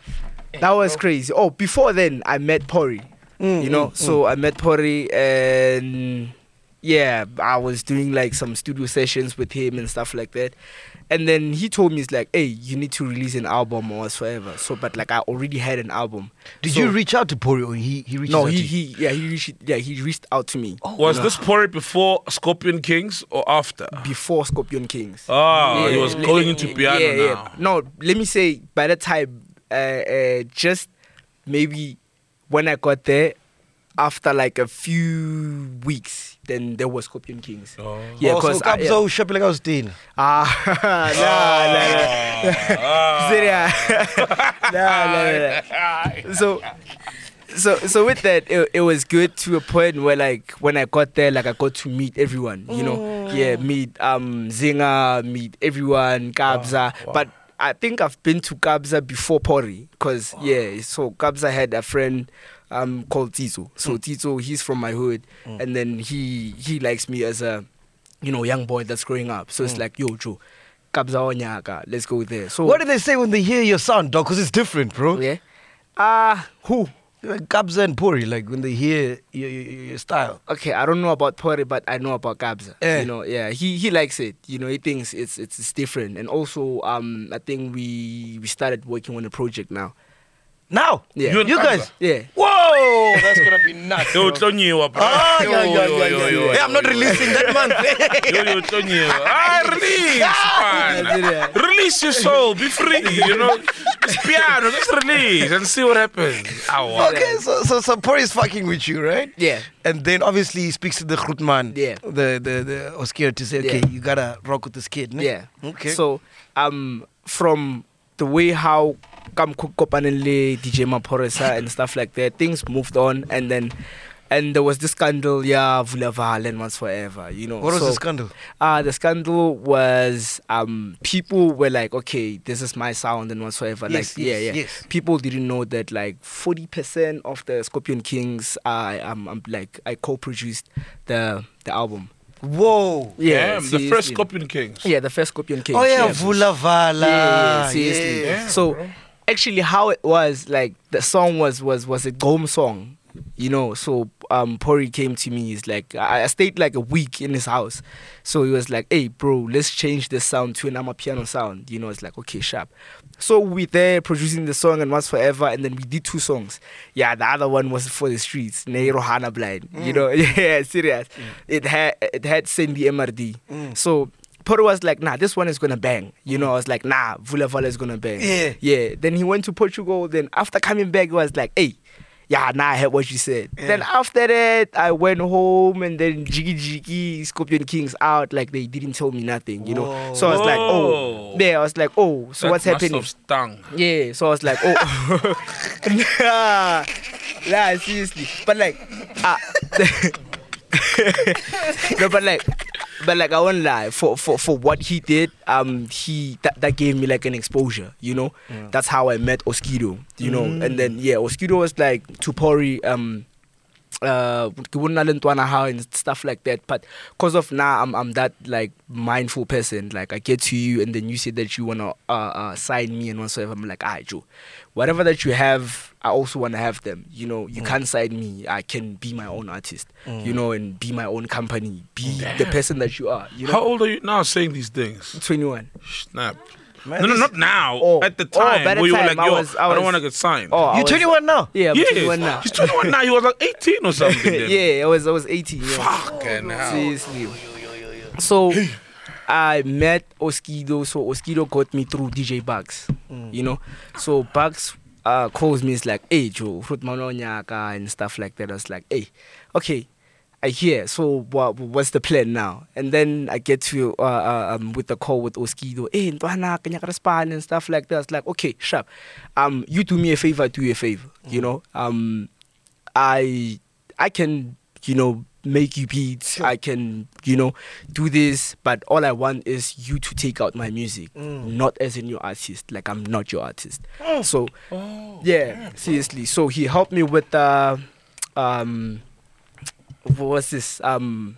Speaker 5: That was crazy. Oh, before then I met Pori.
Speaker 4: Mm,
Speaker 5: you know, so I met Pori and yeah, I was doing like some studio sessions with him and stuff like that. And then he told me it's like, hey, you need to release an album or whatsoever. So but like I already had an album.
Speaker 4: Did
Speaker 5: So-
Speaker 4: you reach out to Pori or he he reached
Speaker 5: No,
Speaker 4: out
Speaker 5: he
Speaker 4: to you?
Speaker 5: he yeah, he reached yeah, he reached out to me.
Speaker 4: Oh.
Speaker 1: Was this Pori before Scorpion Kings or after?
Speaker 5: Before Scorpion Kings.
Speaker 1: Oh, he was
Speaker 5: le-
Speaker 1: going
Speaker 5: le-
Speaker 1: into piano
Speaker 5: yeah, yeah.
Speaker 1: now.
Speaker 5: No, let me say by the time, uh, uh, just maybe when I got there, after like a few weeks, then there was Scorpion Kings.
Speaker 1: Oh.
Speaker 5: Yeah,
Speaker 4: oh,
Speaker 5: because
Speaker 4: so comes out shopping like I was doing.
Speaker 5: ah,
Speaker 1: Oh.
Speaker 5: nah, nah, nah. Serious. Nah, nah, nah, nah. So. So, so with that, it, it was good to a point where, like, when I got there, like, I got to meet everyone, you know, yeah, meet um Zinga, meet everyone, Kabza. But I think I've been to Kabza before Pori, cause yeah, so Kabza had a friend um called Tito. So Tito, he's from my hood, and then he he likes me as a, you know, young boy that's growing up. So it's like, yo, Joe, Kabza Onyaka, let's go there. So
Speaker 4: What do they say when they hear your sound, dog? Because it's different, bro.
Speaker 5: yeah, ah, who?
Speaker 4: Like Kabza and Pori, like when they hear your, your, your style.
Speaker 5: okay, I don't know about Pori, but I know about Kabza.
Speaker 4: Eh.
Speaker 5: You know, yeah, he he likes it. You know, he thinks it's it's, it's different. And also, um, I think we we started working on a project now.
Speaker 4: Now,
Speaker 5: Yeah.
Speaker 4: you,
Speaker 1: and
Speaker 5: You
Speaker 1: Kabza.
Speaker 4: guys.
Speaker 5: Yeah.
Speaker 4: Whoa, that's gonna be nuts.
Speaker 1: Yo,
Speaker 4: bro.
Speaker 1: Tonyewa, bro.
Speaker 4: Ah,
Speaker 1: Yo,
Speaker 4: yeah, yeah,
Speaker 1: yo,
Speaker 4: yeah,
Speaker 1: yo,
Speaker 4: yeah,
Speaker 1: yo,
Speaker 4: yeah. Hey, I'm not
Speaker 1: yo, yo.
Speaker 4: releasing that month.
Speaker 1: Yo, yo, Tonyewa. Ah, release, man. Release your soul. Be free, you know. It's piano. Just release and see what happens. Ah, Ow.
Speaker 4: okay, so so so Pori is fucking with you, right?
Speaker 5: Yeah.
Speaker 4: And then obviously he speaks to the Grootman,
Speaker 5: Yeah.
Speaker 4: the the the Oscar to say, okay,
Speaker 5: Yeah.
Speaker 4: you gotta rock with this kid, ne?
Speaker 5: Yeah.
Speaker 4: Okay.
Speaker 5: So, um, from the way how Kam Kopanele, DJ Maporesa, and stuff like that, things moved on, and then. And there was this scandal, yeah, Vulaval and once forever, you know.
Speaker 4: what was the
Speaker 5: so-
Speaker 4: scandal?
Speaker 5: Uh, the scandal was um, people were like, okay, this is my sound and whatsoever.
Speaker 4: Yes,
Speaker 5: like,
Speaker 4: yes,
Speaker 5: yeah, yeah.
Speaker 4: yes.
Speaker 5: People didn't know that like 40% of the Scorpion Kings, I um, I'm like I co-produced the the album.
Speaker 4: Whoa.
Speaker 5: Yeah,
Speaker 1: Damn, the first
Speaker 5: seriously.
Speaker 1: Scorpion Kings.
Speaker 5: Yeah, the first Scorpion Kings.
Speaker 4: Oh yeah,
Speaker 5: yeah.
Speaker 4: Vulavala.
Speaker 5: Yeah, yeah, seriously.
Speaker 4: yeah.
Speaker 1: Damn,
Speaker 5: so
Speaker 1: bro.
Speaker 5: actually how it was like the song was was was a Gom song. You know, so um Pori came to me, he's like I I stayed like a week in his house. So he was like, Hey bro, let's change the sound to an Amapiano piano sound. You know, it's like okay, sharp. So we there producing the song and once forever and then we did two songs. Yeah, the other one was for the streets, Ne Rohana Blind. You know, yeah, serious. It had it had Sandy MRD. So Poro was like, nah, this one is gonna bang. You know, I was like, nah, Vula Vula is gonna bang.
Speaker 4: Yeah.
Speaker 5: Yeah. Then he went to Portugal. Then after coming back, he was like, hey, yeah, nah, I heard what you said. Then after that, I went home and then Jiggy Jiggy, Scorpion Kings out. Like they didn't tell me nothing, you know. So I was like,
Speaker 1: Whoa.
Speaker 5: oh, yeah, I was like, oh, so
Speaker 1: That must
Speaker 5: what's happening?
Speaker 1: have stung.
Speaker 5: Yeah, so I was like, oh, nah, nah, seriously. But like, ah, no, but like, but like, I won't lie. For for for what he did, um, he that that gave me like an exposure. You know, that's how I met Oskido. You know, and then yeah, Oskido was like Tupori, um, uh how and stuff like that but because of now I'm, I'm that like mindful person like i get to you and then you say that you want to uh, uh sign me and whatsoever i'm like ah joe whatever that you have i also want to have them you know you can't sign me i can be my own artist you know and be my own company be the person that you are you know
Speaker 1: How old are you now saying these things?
Speaker 5: 21
Speaker 1: Snap.
Speaker 4: Man,
Speaker 1: no, no,
Speaker 4: this-
Speaker 1: not now.
Speaker 5: Oh.
Speaker 1: At the
Speaker 5: Oh, by
Speaker 1: time,
Speaker 5: the
Speaker 1: where you
Speaker 5: time,
Speaker 1: were like,
Speaker 5: I
Speaker 1: yo, I,
Speaker 5: was- I
Speaker 1: don't
Speaker 5: was-
Speaker 1: want to get signed.
Speaker 5: oh I
Speaker 4: You're
Speaker 5: was-
Speaker 4: 21 now.
Speaker 5: yeah I'm
Speaker 1: yeah.
Speaker 5: 21 now
Speaker 1: He's 21 now. He was like 18 or something. then.
Speaker 5: yeah i was i was 18 yeah.
Speaker 1: Fucking hell.
Speaker 5: Seriously. So I met Oskido. So Oskido got me through DJ Bugs. You know? So Bugs uh, calls me, it's like, hey Joe, Fruit Manonyaka and stuff like that. I was like, hey, okay. I hear. So what, what's the plan now? And then I get to uh, uh, um, with the call with Oskido. Hey, Ntwana, can you respond and stuff like that? It's like, okay, sharp. Um, you do me a favor, I do you a favor. You know, um, I I can, you know, make you beats. I can, you know, do this, but all I want is you to take out my music,
Speaker 4: Mm.
Speaker 5: not as a new artist. Like I'm not your artist.
Speaker 4: Oh.
Speaker 5: So, yeah, seriously. So he helped me with uh, um, what was this um.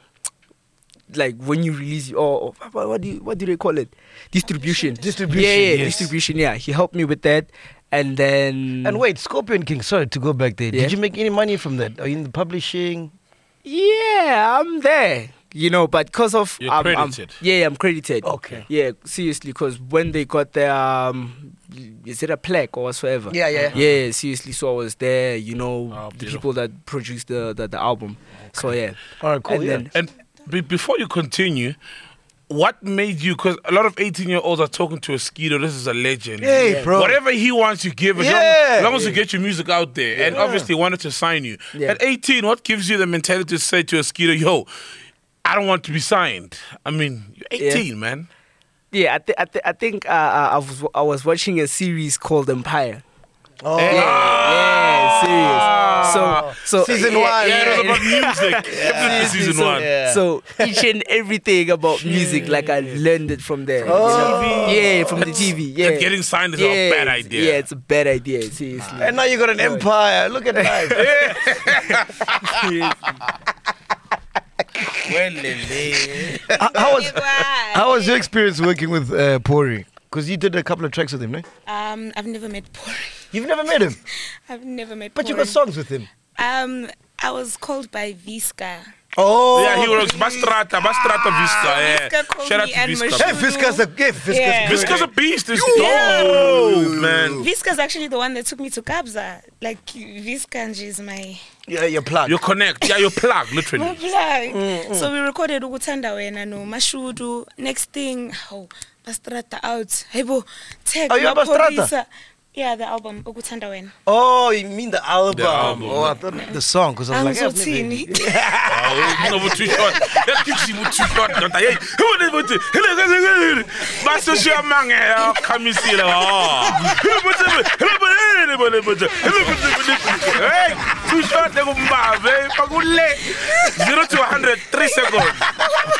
Speaker 5: Like when you release, or or what what do you, what do they call it? Distribution.
Speaker 4: Distribution,
Speaker 5: Yeah, yeah,
Speaker 4: yes.
Speaker 5: distribution. Yeah, he helped me with that, and then
Speaker 4: And wait, Scorpion King, sorry to go back there.
Speaker 5: Mm. Yeah.
Speaker 4: Did you make any money from that? Are you in the publishing?
Speaker 5: Yeah, I'm there. You know, but because of
Speaker 1: You're
Speaker 5: I'm- I'm-
Speaker 1: credited.
Speaker 5: yeah, I'm credited.
Speaker 4: Okay.
Speaker 5: Yeah, seriously, because when they got their, um, is it a plaque or whatsoever?
Speaker 4: Yeah, yeah,
Speaker 5: Yeah, seriously. So I was there. You know,
Speaker 1: Oh,
Speaker 5: the
Speaker 1: beautiful.
Speaker 5: people that produced the the, the album. So yeah.
Speaker 4: All right, cool.
Speaker 5: And
Speaker 4: yeah.
Speaker 5: then-
Speaker 1: And be- before you continue, what made you? Because a lot of 18 year olds are talking to a Skeeter. This is a legend.
Speaker 4: Hey, bro.
Speaker 1: Whatever he wants, you give. As long-
Speaker 4: Yeah.
Speaker 1: as long as you get your music out there. And obviously, he wanted to sign you.
Speaker 5: Yeah.
Speaker 1: At 18, what gives you the mentality to say to a Skeeter, yo, I don't want to be signed? I mean, you're 18, man.
Speaker 5: Yeah, I, th- I, th- I think uh, uh, I was I was watching a series called Empire.
Speaker 4: Oh,
Speaker 5: Yeah, yeah, serious. So so
Speaker 4: Season
Speaker 5: yeah,
Speaker 4: one,
Speaker 1: Yeah, it was
Speaker 5: yeah,
Speaker 1: about music. Definitely
Speaker 5: Seriously,
Speaker 1: season
Speaker 5: so,
Speaker 1: one.
Speaker 4: Yeah.
Speaker 5: So each and everything about music, like I learned it from there.
Speaker 4: Oh.
Speaker 5: Yeah, from the TV. Yeah,
Speaker 1: And getting signed is a bad
Speaker 5: it's-
Speaker 1: idea.
Speaker 5: Yeah, it's a bad idea. Seriously.
Speaker 4: And now you got an empire. Look at life. how, how was how was your experience working with uh, Pori? Because you did a couple of tracks with him, no?
Speaker 2: Um, I've never met Pori.
Speaker 4: You've never met him,
Speaker 2: I've never met
Speaker 4: but you
Speaker 2: Pori.
Speaker 4: got songs with him.
Speaker 2: Um, I was called by Visca.
Speaker 4: Oh,
Speaker 1: Yeah, he was Bastrata, Bastrata Visca. Yeah.
Speaker 2: Visca called
Speaker 1: Shout out
Speaker 2: me
Speaker 1: to
Speaker 2: and
Speaker 1: Visca.
Speaker 4: Hey,
Speaker 1: man.
Speaker 2: Michelle.
Speaker 4: Fisca's a yeah, Fisca's
Speaker 2: Yeah.
Speaker 4: good.
Speaker 1: Visca's a beast. Is
Speaker 4: Yo.
Speaker 1: oh, man.
Speaker 2: Visca's actually the one that took me to Kabza. Like Visca and she's my
Speaker 4: yeah, your plug.
Speaker 1: You connect. Yeah, you plug,
Speaker 2: my
Speaker 1: literally.
Speaker 2: plug.
Speaker 4: Mm,
Speaker 2: So we recorded Ukutanda Wena no Mashudu. Next thing, oh, Bastrata out. Hey, bo, tag
Speaker 4: Oh, you are Bastrata?
Speaker 2: mapolisa. Yeah, the album Ukutanda Wena.
Speaker 4: Oh, you mean the album?
Speaker 1: The album.
Speaker 4: Oh, I thought the song because I
Speaker 2: I'm
Speaker 4: was
Speaker 2: so
Speaker 4: like, yeah, I've never-
Speaker 2: teeny.
Speaker 1: Oh, no, but too short. That keeps you too short. don't I? Hey, who would ever do- Hello, guys, hello, hello. Master Shia Mang, eh, oh, come and see it. Oh. Hello, but- hello, but- hello, but- eh, hello, but- hello, but- hello, but- hello, but- Hey, too short, they go mad, eh. Fuck, we late. Zero to 100, three seconds.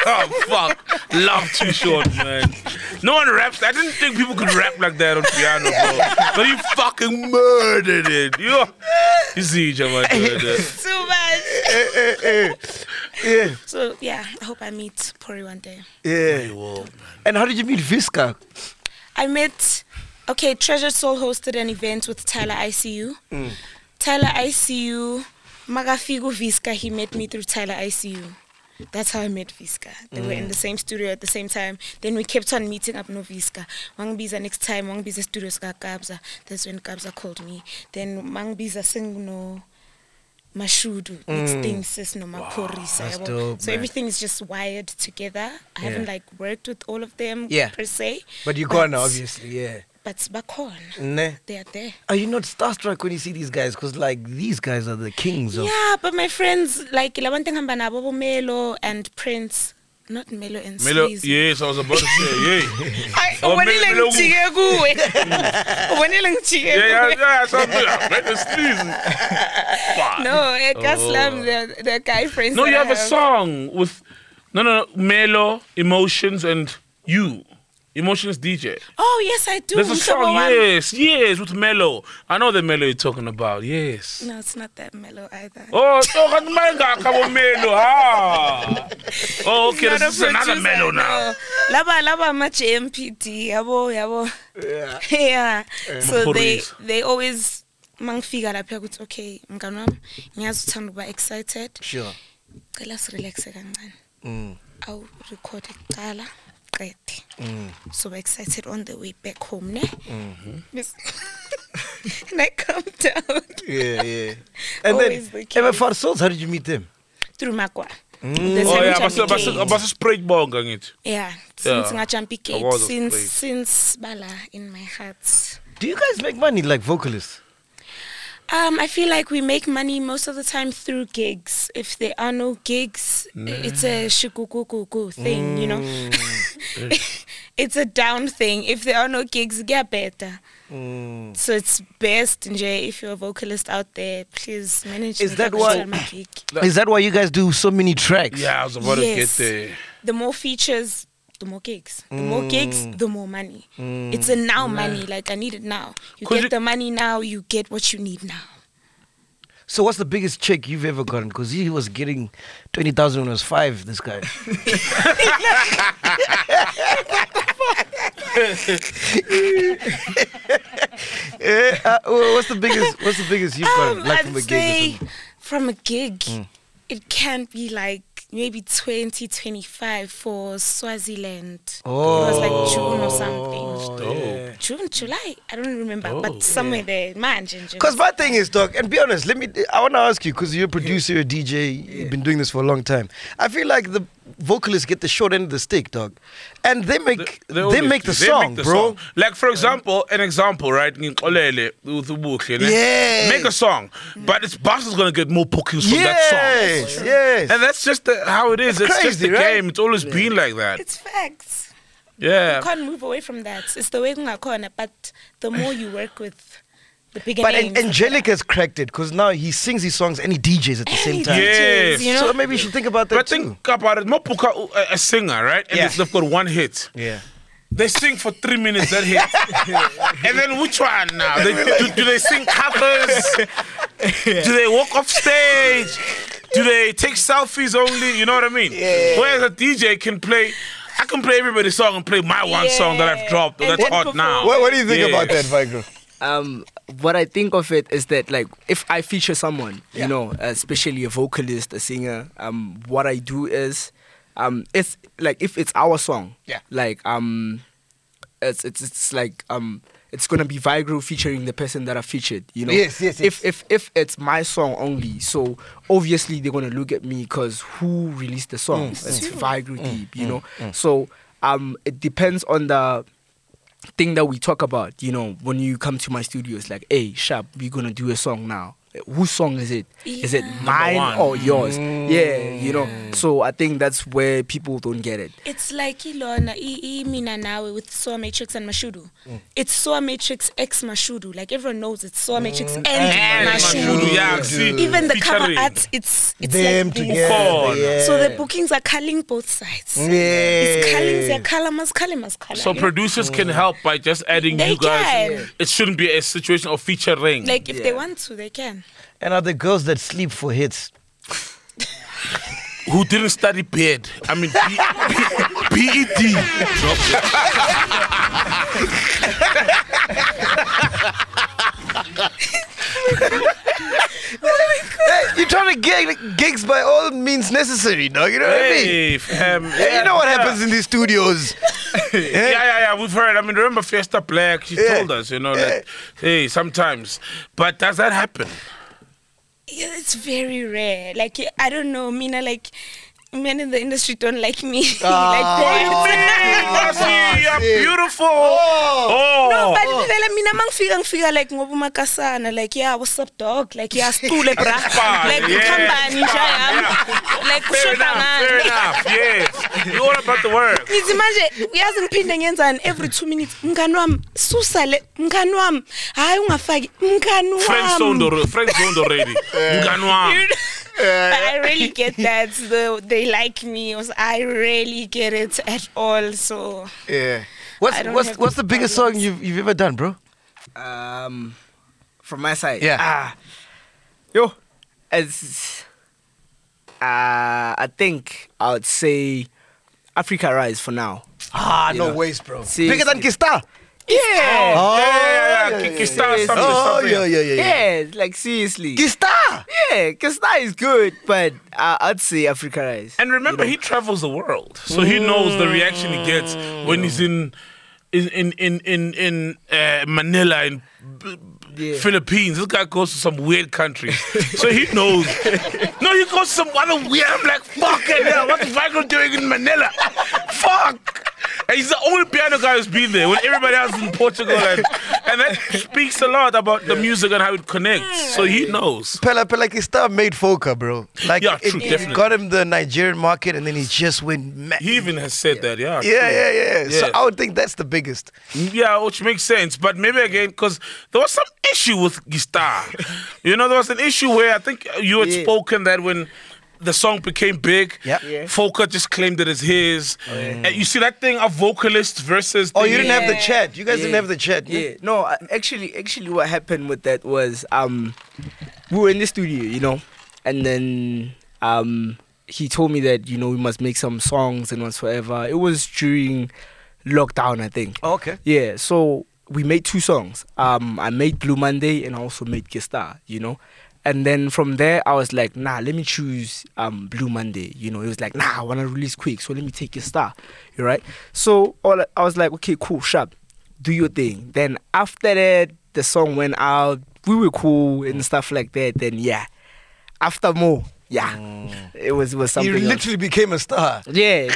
Speaker 1: Oh, fuck. Love too short, man. No one raps. I didn't think people could rap like that on piano, bro. But he fucking murdered it. Yo. You see, Jamal.
Speaker 2: Too much.
Speaker 4: Eh, eh, eh.
Speaker 2: So yeah, I hope I meet Pori one day.
Speaker 4: Yeah, yeah. And how did you meet Visca?
Speaker 2: I met, okay, Treasure Soul hosted an event with Tyler ICU.
Speaker 4: Mm.
Speaker 2: Tyler ICU, Magafigu Visca, he met me through Tyler ICU. That's how I met Visca. They were
Speaker 4: Mm.
Speaker 2: in the same studio at the same time. Then we kept on meeting up no Visca. Mangbiza next time, Mangbiza Studios ka Kabza. That's when Kabza called me. Then Mangbiza sing no Mashudu. Next thing sis no Makorisa.
Speaker 4: Mm. that's
Speaker 2: yabo.
Speaker 4: dope,
Speaker 2: so
Speaker 4: man.
Speaker 2: everything is just wired together. I haven't like worked with all of them
Speaker 4: Yeah.
Speaker 2: per se.
Speaker 4: But you gone, obviously, yeah.
Speaker 2: But bakhona.
Speaker 4: Nah.
Speaker 2: They are there.
Speaker 4: Are you not starstruck when you see these guys? Because like these guys are the kings of.
Speaker 2: Yeah, but my friends like Labante Hambana, Bobo Melo and Prince. Not Melo and
Speaker 1: Melo,
Speaker 2: Sleazy.
Speaker 1: yes, I was about to say, yeah.
Speaker 2: Ay,
Speaker 1: Oh,
Speaker 2: ubonile
Speaker 1: Melo-
Speaker 2: ngijike kuwe. Ubonile ngijike
Speaker 1: Yeah, yeah,
Speaker 2: kuwe.
Speaker 1: yeah. So I'm like, let us please. Fuck.
Speaker 2: No, at Gaslam, the, the guy friends.
Speaker 1: Oh. No,
Speaker 2: that
Speaker 1: you
Speaker 2: I
Speaker 1: have a song with no, no, no Melo, emotions, and you. Emotions DJ.
Speaker 2: Oh yes, I do.
Speaker 1: There's a
Speaker 2: Mhlobo
Speaker 1: song,
Speaker 2: wami.
Speaker 1: yes, yes, with Mellow. I know the Mellow you're talking about, yes.
Speaker 2: No, it's not that mellow either.
Speaker 1: Oh, so got my guy, come on, Mellow. Ah. Oh, okay,
Speaker 2: Not a
Speaker 1: this is another
Speaker 2: producer,
Speaker 1: Mellow now.
Speaker 2: no. uh, Laba laba much MPD, yabo yabo. Yeah. yeah.
Speaker 1: Eh,
Speaker 2: So they
Speaker 1: Maphorisa.
Speaker 2: they always mangifika lapha ukuthi okay mngani wami ngiyazi uthanda ukuba excited
Speaker 4: Sure.
Speaker 2: cela sirelaxe kancane
Speaker 4: Mm.
Speaker 2: awu record kuqala qede
Speaker 4: mm.
Speaker 2: so we're excited on the way back home ne
Speaker 1: Mhm.
Speaker 2: Bes- and I come down
Speaker 4: Yeah, yeah. And
Speaker 2: Always the
Speaker 4: then,
Speaker 2: case.
Speaker 4: Ever for Souls, how did you meet them?
Speaker 2: through Magua.
Speaker 1: Oh, yeah, basi- basi- basi spray bonga ngithi.
Speaker 2: yeah, since ngajump
Speaker 1: I was
Speaker 2: gate,
Speaker 1: a
Speaker 2: since
Speaker 1: slave.
Speaker 2: since Bala in my heart.
Speaker 4: Do you guys make money like vocalists?
Speaker 2: Um, I feel like we make money most of the time through gigs. If there are no gigs, it's a shukukukuku thing, you know. it's a down thing. If there are no gigs, get better. So it's best, Njay, if you're a vocalist out there, please manage.
Speaker 4: Is
Speaker 2: me
Speaker 4: that
Speaker 2: to
Speaker 4: why-
Speaker 2: sell my gig.
Speaker 4: Is that why you guys do so many tracks?
Speaker 1: Yeah, I was about
Speaker 2: Yes.
Speaker 1: to get there.
Speaker 2: the more features, the more gigs. The more gigs, the more money. It's a now money. Like I need it now. You
Speaker 1: Could
Speaker 2: get
Speaker 1: you-
Speaker 2: the money now. You get what you need now.
Speaker 4: So what's the biggest check you've ever gotten? Because he was getting twenty thousand when he was five. This guy. Eh, uh, wha- what's the biggest? What's the biggest you've gotten?
Speaker 2: Um,
Speaker 4: like
Speaker 2: I'd
Speaker 4: from a gig or
Speaker 2: say
Speaker 4: something? Mm.
Speaker 2: from a gig, it can be like maybe 20, 25 for Swaziland. It was like June or
Speaker 4: Oh,
Speaker 2: something.
Speaker 1: Dope.
Speaker 2: June, July, I don't remember,
Speaker 1: Oh.
Speaker 2: but somewhere there. Man,
Speaker 4: Because my thing is, dog, and be honest, let me. I want to ask you, because you're a producer, you're a DJ, you've been doing this for a long time. I feel like the vocalists get the short end of the stick, dog, and they make they,
Speaker 1: always
Speaker 4: make
Speaker 1: do.
Speaker 4: the song, bro.
Speaker 1: song. Like for example, an example, right? Ngixolele with Ubuhle, ne?
Speaker 4: Yeah.
Speaker 1: Make a song, but its boss is gonna get more bookings from that song.
Speaker 4: Yes, yes.
Speaker 1: And that's just the, how it is. It's, just
Speaker 4: crazy,
Speaker 1: the
Speaker 4: right?
Speaker 1: game. It's always been like that.
Speaker 2: it's facts.
Speaker 1: Yeah.
Speaker 2: You can't move away from that. It's the way corner, but the more you work with, the bigger
Speaker 4: But
Speaker 2: names.
Speaker 4: An- Angelica's cracked it because now he sings his songs and he DJs at the same time.
Speaker 1: Yeah.
Speaker 2: Yes. You know?
Speaker 4: So maybe you should think about that
Speaker 1: But
Speaker 4: too.
Speaker 1: think about it. Mopuka, a- a singer, right? And
Speaker 4: Yeah.
Speaker 1: it's- they've got one hit.
Speaker 4: yeah.
Speaker 1: They sing for three minutes that hit, and then which one now? They, do, do they sing covers? Do they walk off stage? Do they take selfies only? You know what I mean? Whereas a DJ can play, I can play everybody's song and play my one song that I've
Speaker 2: Yeah.
Speaker 1: dropped
Speaker 2: And
Speaker 1: that's
Speaker 2: then
Speaker 1: hot now.
Speaker 2: perform. What-
Speaker 4: do you
Speaker 1: think about that,
Speaker 4: Vigro?
Speaker 5: um, what I think of it is that like if I feature someone, you know, uh, especially a vocalist, a singer, um, what I do is, um, it's like if it's our song,
Speaker 4: Yeah.
Speaker 5: like um, it's it's, it's like um. It's gonna be Vigro featuring the person that I featured, you know.
Speaker 4: Yes, yes, yes.
Speaker 5: If if if it's my song only, so obviously they're gonna look at me because who released the
Speaker 4: Mm.
Speaker 5: song? It's Vigro Deep, you know. So um, it depends on the thing that we talk about, you know, when you come to my studio, it's like, hey, Sharp, we're gonna do a song now. Whose song is it? Is it
Speaker 2: Yeah.
Speaker 5: mine
Speaker 1: one.
Speaker 5: or yours? Yeah, you know. So I think that's where people don't get it.
Speaker 2: It's like Ilona, I, I, Mina Nawe with Soa Matrix and Mashudu. It's Soa Matrix X Mashudu. Like everyone knows it's Soa Matrix and,
Speaker 1: And
Speaker 2: Mashudu.
Speaker 1: Mashudu, yeah, see,
Speaker 2: Even the cover
Speaker 1: featuring.
Speaker 2: art, it's it's
Speaker 4: Them
Speaker 2: like this.
Speaker 4: together.
Speaker 1: Ukhona.
Speaker 4: Yeah.
Speaker 2: So the bookings are culling both sides.
Speaker 4: yeah.
Speaker 2: It's culling, they're color, must color, must color.
Speaker 1: So producers can help by just adding
Speaker 2: They
Speaker 1: you guys.
Speaker 2: can.
Speaker 1: It shouldn't be a situation of featuring.
Speaker 2: like if they
Speaker 5: Yeah.
Speaker 2: want to, they can.
Speaker 4: And are the girls that sleep for hits?
Speaker 1: who didn't study bed. I mean, E B- B- BED. Dropped it.
Speaker 4: Hey, you're trying to get gigs by all means necessary, dog. You know what I mean?
Speaker 1: Hey, um, fam.
Speaker 4: Hey, you know what happens in these studios.
Speaker 1: Yeah, yeah, yeah. We've heard. I mean, remember Fiesta Black? She
Speaker 4: Yeah.
Speaker 1: told us, you know, that hey, sometimes. But does that happen?
Speaker 2: Yeah, It's very rare. Like I don't know, Mina. Like men in the industry don't like me. like
Speaker 4: Oh,
Speaker 2: that.
Speaker 1: Hey, you're
Speaker 4: shit.
Speaker 1: beautiful. Oh,
Speaker 2: No, but vele mina mangifika ngifika like ngoba umakasana like yeah what's up dog like yeah stule bra
Speaker 1: Fine,
Speaker 2: like
Speaker 1: yeah,
Speaker 2: ukhambani nje
Speaker 1: fine,
Speaker 2: yami
Speaker 1: yeah.
Speaker 2: like
Speaker 1: fair
Speaker 2: kushoda
Speaker 1: enough. Fair
Speaker 2: ngani
Speaker 1: enough. Yes, you're all about the work.
Speaker 2: ngithi manje uyazi ngiphinde ngenzani every two minutes mngani wami susa le mngani wami hhayi ungafaki mngani
Speaker 1: Friend zoned
Speaker 2: wami
Speaker 1: already. Friend zoned already.
Speaker 2: Um. You
Speaker 1: Mganwa.
Speaker 2: know? But I really get that. So they like me. I really get it at all. So
Speaker 4: Yeah. What's
Speaker 2: I don't
Speaker 4: what's
Speaker 2: have
Speaker 4: what's the
Speaker 2: these
Speaker 4: biggest song
Speaker 2: problems.
Speaker 4: you've you've ever done, bro?
Speaker 5: Um, from my side.
Speaker 4: Yeah.
Speaker 5: Ah, yo, as uh, I think I would say Africa Rise for now.
Speaker 4: Ah,
Speaker 5: no
Speaker 4: ways, bro.
Speaker 5: See,
Speaker 4: Bigger than Kista.
Speaker 5: Yeah.
Speaker 4: Oh,
Speaker 1: yeah, yeah, yeah. Kick- kickstart
Speaker 5: yeah.
Speaker 1: something,
Speaker 4: Oh,
Speaker 1: something.
Speaker 4: yeah, yeah, yeah. yeah.
Speaker 5: Yeah, like seriously.
Speaker 4: Kista.
Speaker 5: Yeah, cause that is good, but uh, I'd say Africa Rise.
Speaker 1: And remember, he travels the world, so he knows the reaction he gets when he's in in in in in, in uh, Manila in b- b-
Speaker 5: Yeah.
Speaker 1: Philippines. This guy goes to some weird country, so he knows. no, he goes to some other weird. I'm like, fucking hell, what's Michael doing in Manila? Fuck. And he's the only piano guy who's been there when everybody else is in Portugal, and, and that speaks a lot about the music and how it connects. So he knows.
Speaker 4: Pella Pella Kista made Foka, bro. Like
Speaker 1: Yeah,
Speaker 4: it,
Speaker 1: true,
Speaker 4: it
Speaker 1: definitely.
Speaker 4: got him the Nigerian market, and then he just went mad.
Speaker 1: He even has said that, yeah.
Speaker 4: yeah, yeah, yeah, So
Speaker 1: Yeah.
Speaker 4: I would think that's the biggest.
Speaker 1: Yeah, which makes sense. But maybe again, because there was some issue with Gista. you know, there was an issue where I think you had
Speaker 5: Yeah.
Speaker 1: spoken that when the song became big,
Speaker 4: Yep.
Speaker 5: Yeah.
Speaker 1: Folker just claimed it as his. And you see that thing of vocalist versus.
Speaker 4: Oh,
Speaker 1: thing?
Speaker 4: you didn't have the
Speaker 2: Yeah.
Speaker 4: chat. You guys didn't
Speaker 5: Yeah.
Speaker 4: have the chat.
Speaker 5: Yeah, no, I- actually, actually, what happened with that was um, we were in the studio, you know, and then um, he told me that you know we must make some songs and whatsoever. It was during lockdown, I think.
Speaker 4: Oh, okay.
Speaker 5: Yeah, so we made two songs. Um, I made Blue Monday and I also made Gesta, you know. And then from there, I was like, nah, let me choose um, Blue Monday. You know, it was like, nah, I want to release quick, so let me take Gesta, you right? So all, I was like, okay, cool, sharp, do your thing. Then after that, the song went out, we were cool
Speaker 4: Mm.
Speaker 5: and stuff like that. Then yeah, after more, yeah, it was it was
Speaker 4: Mm. He
Speaker 5: something. else.
Speaker 4: literally became a star.
Speaker 5: Yeah.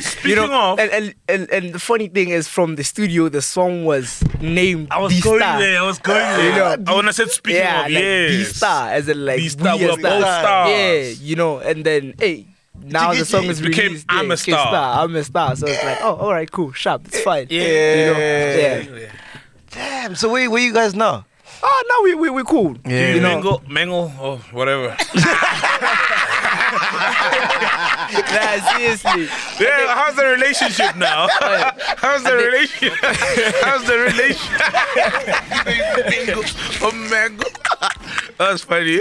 Speaker 5: Speaking
Speaker 1: of-
Speaker 5: and, and and and the funny thing is, from the studio, the song was named.
Speaker 1: I was
Speaker 5: The
Speaker 1: going
Speaker 5: Star.
Speaker 1: there. I was going
Speaker 5: You
Speaker 1: there.
Speaker 5: know,
Speaker 1: I when I said speaking
Speaker 5: yeah,
Speaker 1: of,
Speaker 5: like
Speaker 1: yes.
Speaker 5: The star, as in like
Speaker 1: The Star,
Speaker 5: we are
Speaker 1: we're both stars.
Speaker 5: Yeah, you know, and then hey. Now the
Speaker 4: Jiggy
Speaker 5: song
Speaker 4: Jiggy.
Speaker 5: is
Speaker 1: It became
Speaker 5: released.
Speaker 1: I'm a
Speaker 5: yeah,
Speaker 1: Star.
Speaker 5: K-Star, I'm a star. So it's like, oh, all right, cool, sharp, it's fine.
Speaker 4: Yeah.
Speaker 5: You know? yeah.
Speaker 4: Damn. So where where you guys now?
Speaker 5: Oh, now we we we cool.
Speaker 4: Yeah.
Speaker 5: You know,
Speaker 1: Mangle, mangle, or whatever.
Speaker 5: nah, seriously.
Speaker 1: Yeah, how's the relationship now? how's the relationship? how's the relationship? oh man, that's funny.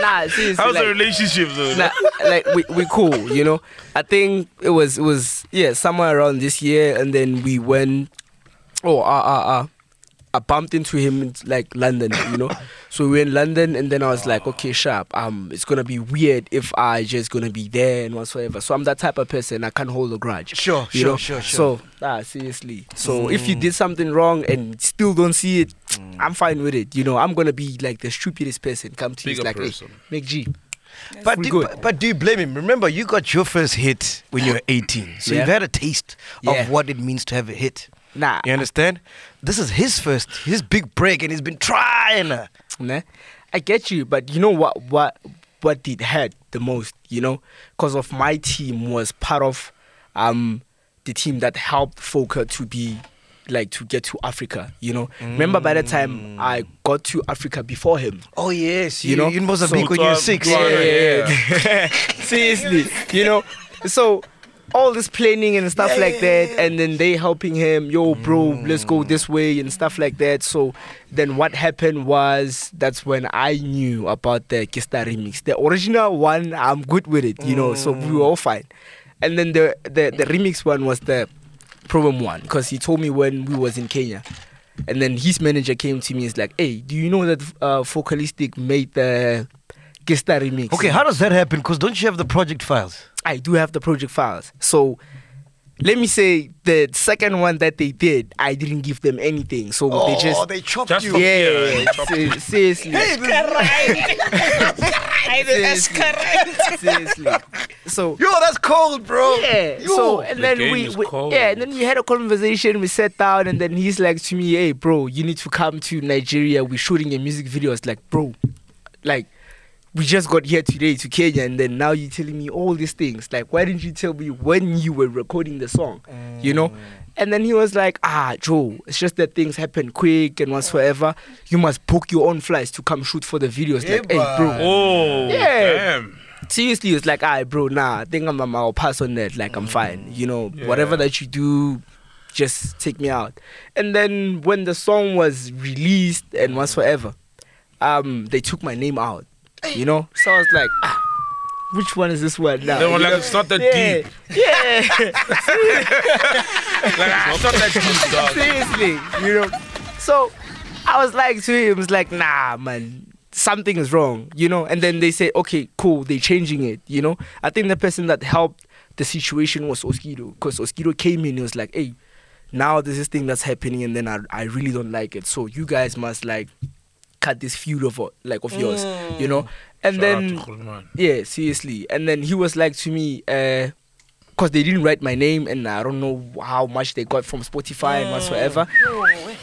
Speaker 5: Nah, seriously.
Speaker 1: How's
Speaker 5: like-
Speaker 1: the relationship though?
Speaker 5: like, like we we cool, you know. I think it was it was yeah somewhere around this year, and then we went. Oh ah ah ah. I bumped into him in like London, you know. so we were in London, and then I was like, okay, sharp. Um, it's gonna be weird if I just gonna be there and whatsoever. So I'm that type of person. I can't hold a grudge.
Speaker 4: Sure,
Speaker 5: you
Speaker 4: sure,
Speaker 5: know?
Speaker 4: sure, Mm.
Speaker 5: So ah, seriously. So if you did something wrong and still don't see it, I'm fine with it. You know, I'm gonna be like the stupidest person. Come to you
Speaker 1: Bigger
Speaker 5: it's like, hey,
Speaker 1: person.
Speaker 5: make G.
Speaker 4: But
Speaker 5: pretty
Speaker 4: do,
Speaker 5: good.
Speaker 4: but, but do you blame him? Remember, you got your first hit when you were 18, so
Speaker 5: Yeah.
Speaker 4: you've had a taste
Speaker 5: Yeah.
Speaker 4: of what it means to have a hit.
Speaker 5: Nah.
Speaker 4: You understand? This is his first, his big break, and he's been trying. uh,
Speaker 5: Nah, I get you, but you know what? What what did hurt the most? You know, because of my team was part of um the team that helped Foker to be like to get to Africa. You know, remember by the time I got to Africa before him.
Speaker 4: Oh yes,
Speaker 5: You know?
Speaker 4: in Mozambique
Speaker 5: So-
Speaker 4: when you were
Speaker 1: So,
Speaker 4: six.
Speaker 1: yeah, yeah, yeah.
Speaker 5: Seriously, you know, so. All this planning and stuff like that, and then they helping him, yo, bro, let's go this way and stuff like that. So then what happened was that's when I knew about the Kista remix. The original one, I'm good with it, you know, so we were all fine. And then the the, the remix one was the problem one because he told me when we was in Kenya. And then his manager came to me and is like, hey, do you know that uh, Focalistic made the Gesta remix?
Speaker 4: Okay, how does that happen? Because don't you have the project files?
Speaker 5: I do have the project files. So let me say the second one that they did, I didn't give them anything. So they just
Speaker 4: Oh, they chopped
Speaker 1: Just
Speaker 4: you.
Speaker 1: for-
Speaker 5: yeah,
Speaker 1: Yeah,
Speaker 5: se- seriously,
Speaker 2: That's correct.
Speaker 5: seriously. So
Speaker 4: Yo, that's cold, bro.
Speaker 5: yeah,
Speaker 4: Yo.
Speaker 5: so and
Speaker 1: The
Speaker 5: then
Speaker 1: game
Speaker 5: we,
Speaker 1: is
Speaker 5: we-
Speaker 1: cold.
Speaker 5: yeah, and then we had a conversation. We sat down, and then he's like to me, "Hey, bro, you need to come to Nigeria. We're shooting a music video." It's like, bro, like we just got here today to Kenya, and then now you're telling me all these things. Like, why didn't you tell me when you were recording the song? You know.
Speaker 4: Mm.
Speaker 5: And then he was like, "Ah, Joe, it's just that things happen quick and whatsoever. You must book your own flights to come shoot for the videos." Like, hey, bro,
Speaker 1: Oh,
Speaker 5: Yeah.
Speaker 1: damn.
Speaker 5: seriously it's
Speaker 1: Mm.
Speaker 5: like all right bro nah i think i'm, I'm i'll pass on that like i'm fine you know whatever that you do just take me out. And then when the song was released and was forever, um, they took my name out. You know, so I was like, ah, which one is this one now?
Speaker 1: They were
Speaker 5: You
Speaker 1: like,
Speaker 5: know?
Speaker 1: "It's not that
Speaker 5: yeah,
Speaker 1: deep."
Speaker 5: Yeah.
Speaker 1: Like, ah, it's not that deep, dog.
Speaker 5: Seriously, you know. So I was like to him, it's like, nah, man, something is wrong, you know. And then they said, okay, cool, they're changing it, you know. I think the person that helped the situation was Oskido, because Oskido came in and was like, hey, now there's this thing that's happening, and then I, I really don't like it. So you guys must like cut this feud of like of yours, you know. And
Speaker 1: Shout
Speaker 5: then
Speaker 1: out to Khulman.
Speaker 5: yeah, seriously. And then he was like to me, uh, because they didn't write my name, and I don't know how much they got from Spotify and whatsoever.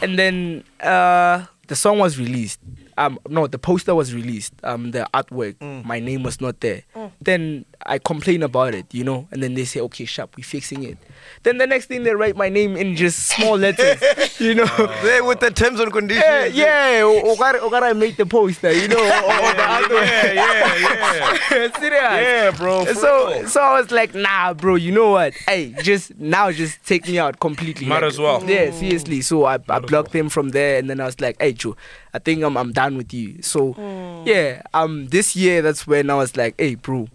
Speaker 5: And then uh, the song was released. Um, no, the poster was released. Um, the artwork, my name was not there. Then I complain about it, you know, and then they say, okay, sharp, we fixing it. Then the next thing they write my name in just small letters, you know.
Speaker 4: They with the terms and conditions.
Speaker 5: Yeah, yeah, or, I make the poster, you know, or, or the artwork.
Speaker 1: Yeah, yeah, yeah.
Speaker 5: Serious.
Speaker 1: Yeah, bro. for
Speaker 5: So
Speaker 1: real.
Speaker 5: so I was like, nah, bro, you know what? Hey, just now just take me out completely.
Speaker 1: Might
Speaker 5: Like,
Speaker 1: as well.
Speaker 5: Yeah, seriously. So I, I blocked him from there and then I was like, hey Joe, I think I'm I'm done with you. So yeah, um this year that's when I was like, hey bro.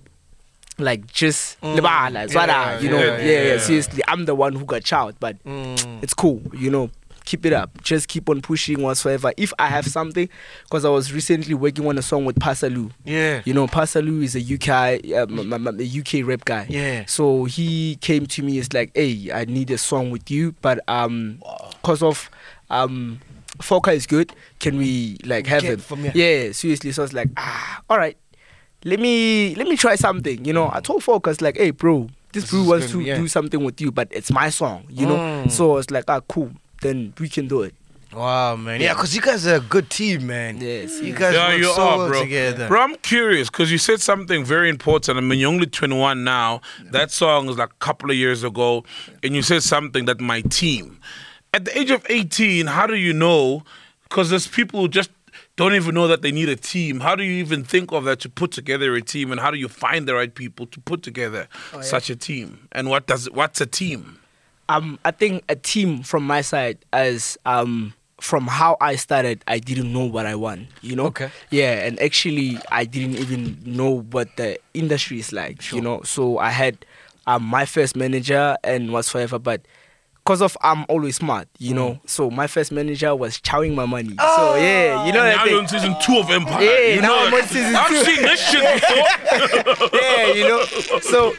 Speaker 5: Like just lebala,
Speaker 1: Hmm. Yeah,
Speaker 5: zwala, you know,
Speaker 1: yeah,
Speaker 5: yeah, yeah,
Speaker 1: yeah. Hmm.
Speaker 5: Seriously, I'm the one who got chout, but
Speaker 4: Mm.
Speaker 5: it's cool, you know. Keep it up. Just keep on pushing whatsoever. If I have something, because I was recently working on a song with Pasalu.
Speaker 4: Yeah.
Speaker 5: You know, Pasalu is a UK uh, m- m- m- UK rap guy.
Speaker 4: Yeah.
Speaker 5: So he came to me. It's like, hey, I need a song with you, but um, cause of um, Foka is good. Can we like have
Speaker 4: Get
Speaker 5: him?
Speaker 4: from here.
Speaker 5: Yeah. Seriously. So I was like, ah, all right. Let me let me try something. You know, I told Focus like, hey, bro, this,
Speaker 4: This
Speaker 5: bro
Speaker 4: is
Speaker 5: wants
Speaker 4: gonna
Speaker 5: to
Speaker 4: be- yeah.
Speaker 5: do something with you, but it's my song. You know.
Speaker 4: Mm.
Speaker 5: So I was like, ah, cool. Then we can do it.
Speaker 4: Wow, man. Yeah, because you guys are a good team, man.
Speaker 5: Yes.
Speaker 4: You guys
Speaker 1: Yeah,
Speaker 4: work
Speaker 1: you
Speaker 4: so
Speaker 1: are,
Speaker 4: well
Speaker 1: bro.
Speaker 4: together.
Speaker 1: Bro, I'm curious because you said something very important. I mean, you're only 21 now. That song was like a couple of years ago, and you said something that my team. At the age of 18, how do you know? Because there's people who just don't even know that they need a team. How do you even think of that to put together a team, and how do you find the right people to put together
Speaker 5: Oh,
Speaker 1: such a team? And what does what's a team?
Speaker 5: um, I think a team from my side as um from how I started, I didn't know what I want, you know.
Speaker 4: Okay.
Speaker 5: Yeah, and actually, I didn't even know what the industry is like, you know. So I had um my first manager and whatsoever, but. Cause of I'm always smart, you know. So my first manager was chowing my money. so yeah, you know that
Speaker 1: now
Speaker 5: thing
Speaker 1: you're on season two of Empire.
Speaker 5: Yeah,
Speaker 1: you
Speaker 5: now
Speaker 1: know,
Speaker 5: I'm on season
Speaker 1: I've
Speaker 5: two.
Speaker 1: seen this shit before.
Speaker 5: yeah, you know. So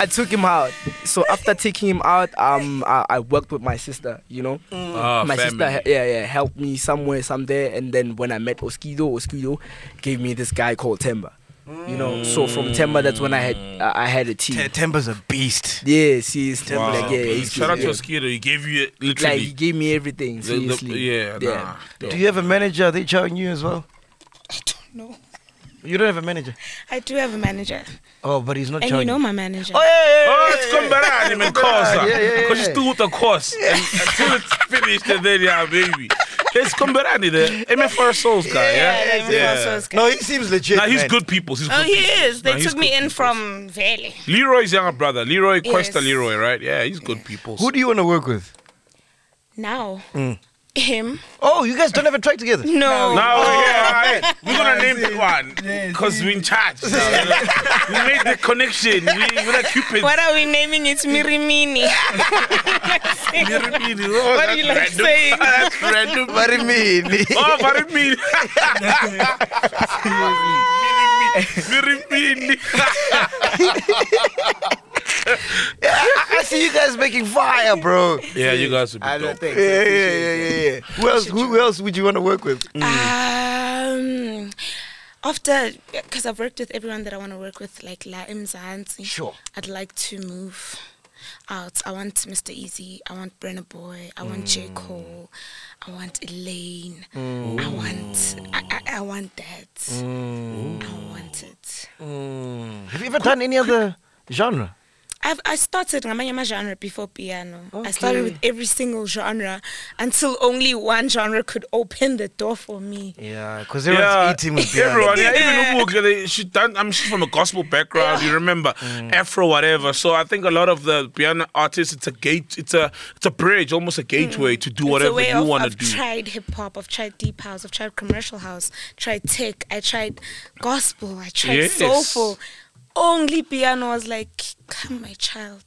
Speaker 5: I took him out. So after taking him out, um, I, I worked with my sister. You know,
Speaker 1: Ah,
Speaker 5: my sister,
Speaker 1: family.
Speaker 5: he- yeah, yeah, helped me somewhere, someday. And then when I met Oskido, Oskido gave me this guy called Temba. You know, so from Temba, that's when I had
Speaker 1: Mm.
Speaker 5: I I had a team.
Speaker 4: T- Temba's a beast.
Speaker 5: yeah, seriously,
Speaker 4: Temba.
Speaker 5: like yeah, he's
Speaker 1: Shout out
Speaker 5: yeah.
Speaker 1: to Skidder. He gave you it
Speaker 5: Like
Speaker 1: literally.
Speaker 5: he gave me everything.
Speaker 1: The- the-
Speaker 5: Seriously,
Speaker 1: yeah, nah.
Speaker 4: Do you have a manager? Are they charging you as well?
Speaker 2: I don't know.
Speaker 4: You don't have a manager.
Speaker 2: I do have a manager,
Speaker 4: Oh, but he's not
Speaker 2: and you
Speaker 4: charging.
Speaker 2: know my manager.
Speaker 1: Oh, it's Combarani, man, Cosa.
Speaker 4: Yeah, yeah, yeah.
Speaker 1: Because you're still with the course. And until it's finished, and then, yeah, baby. It's Combarani, the MFR Souls guy, yeah?
Speaker 2: Yeah, that's also his guy.
Speaker 4: No, he seems legit.
Speaker 1: Nah, he's
Speaker 4: man.
Speaker 1: good people. He's good
Speaker 2: Oh, he
Speaker 1: people.
Speaker 2: is. They
Speaker 1: Nah, he's
Speaker 2: took me
Speaker 1: good
Speaker 2: in
Speaker 1: people.
Speaker 2: from Valley.
Speaker 1: Leroy's younger brother, Leroy Cuesta
Speaker 2: Yes.
Speaker 1: Leroy, right? Yeah, he's good people.
Speaker 4: Who do you want to work with?
Speaker 2: Now,
Speaker 4: Mm.
Speaker 2: him.
Speaker 4: Oh, you guys don't have a track together.
Speaker 2: No.
Speaker 1: now we're here, all right. We're gonna name that one because we're in charge. now, you know. we made the connection. We, we're like Cupid.
Speaker 2: What are we naming it? Mirimini.
Speaker 1: What are
Speaker 2: you like saying?
Speaker 1: Ah, That's random.
Speaker 4: What do you mean?
Speaker 1: Oh, what it mean? Very mean.
Speaker 4: I see you guys making fire, bro.
Speaker 1: Yeah, you guys would be dope.
Speaker 4: Yeah, yeah, yeah, yeah, yeah. Who else? Who else would you want to work with?
Speaker 1: Mm.
Speaker 2: Um, after, because I've worked with everyone that I want to work with, like La Mzansi.
Speaker 4: Sure.
Speaker 2: I'd like to move out. I want Mr. Easy. I want Brenna Boy. I want
Speaker 1: Mm.
Speaker 2: J. Cole. I want Elaine. I want. I, I, I want that.
Speaker 1: Mm.
Speaker 2: I want it.
Speaker 4: Hmm. Have you ever done any other genre?
Speaker 2: I've I started Ngamanyama genre before piano. I
Speaker 4: Okay.
Speaker 2: started with every single genre until only one genre could open the door for me.
Speaker 4: Yeah, because everyone's eating with beer.
Speaker 1: Everyone, yeah,
Speaker 2: Yeah.
Speaker 1: even Ubu, they- she done, I mean, she's from a gospel background. You remember
Speaker 2: Mm.
Speaker 1: Afro, whatever. So I think a lot of the piano artists, it's a gate, it's a, it's a bridge, almost a gateway to do
Speaker 2: Mm. It's a
Speaker 1: whatever
Speaker 2: way
Speaker 1: you
Speaker 2: of-
Speaker 1: want to
Speaker 2: I've
Speaker 1: do.
Speaker 2: tried hip hop, I've tried deep house, I've tried commercial house, tried tech, I tried gospel, I tried
Speaker 1: Yes.
Speaker 2: soulful. Only piano was like, come my child.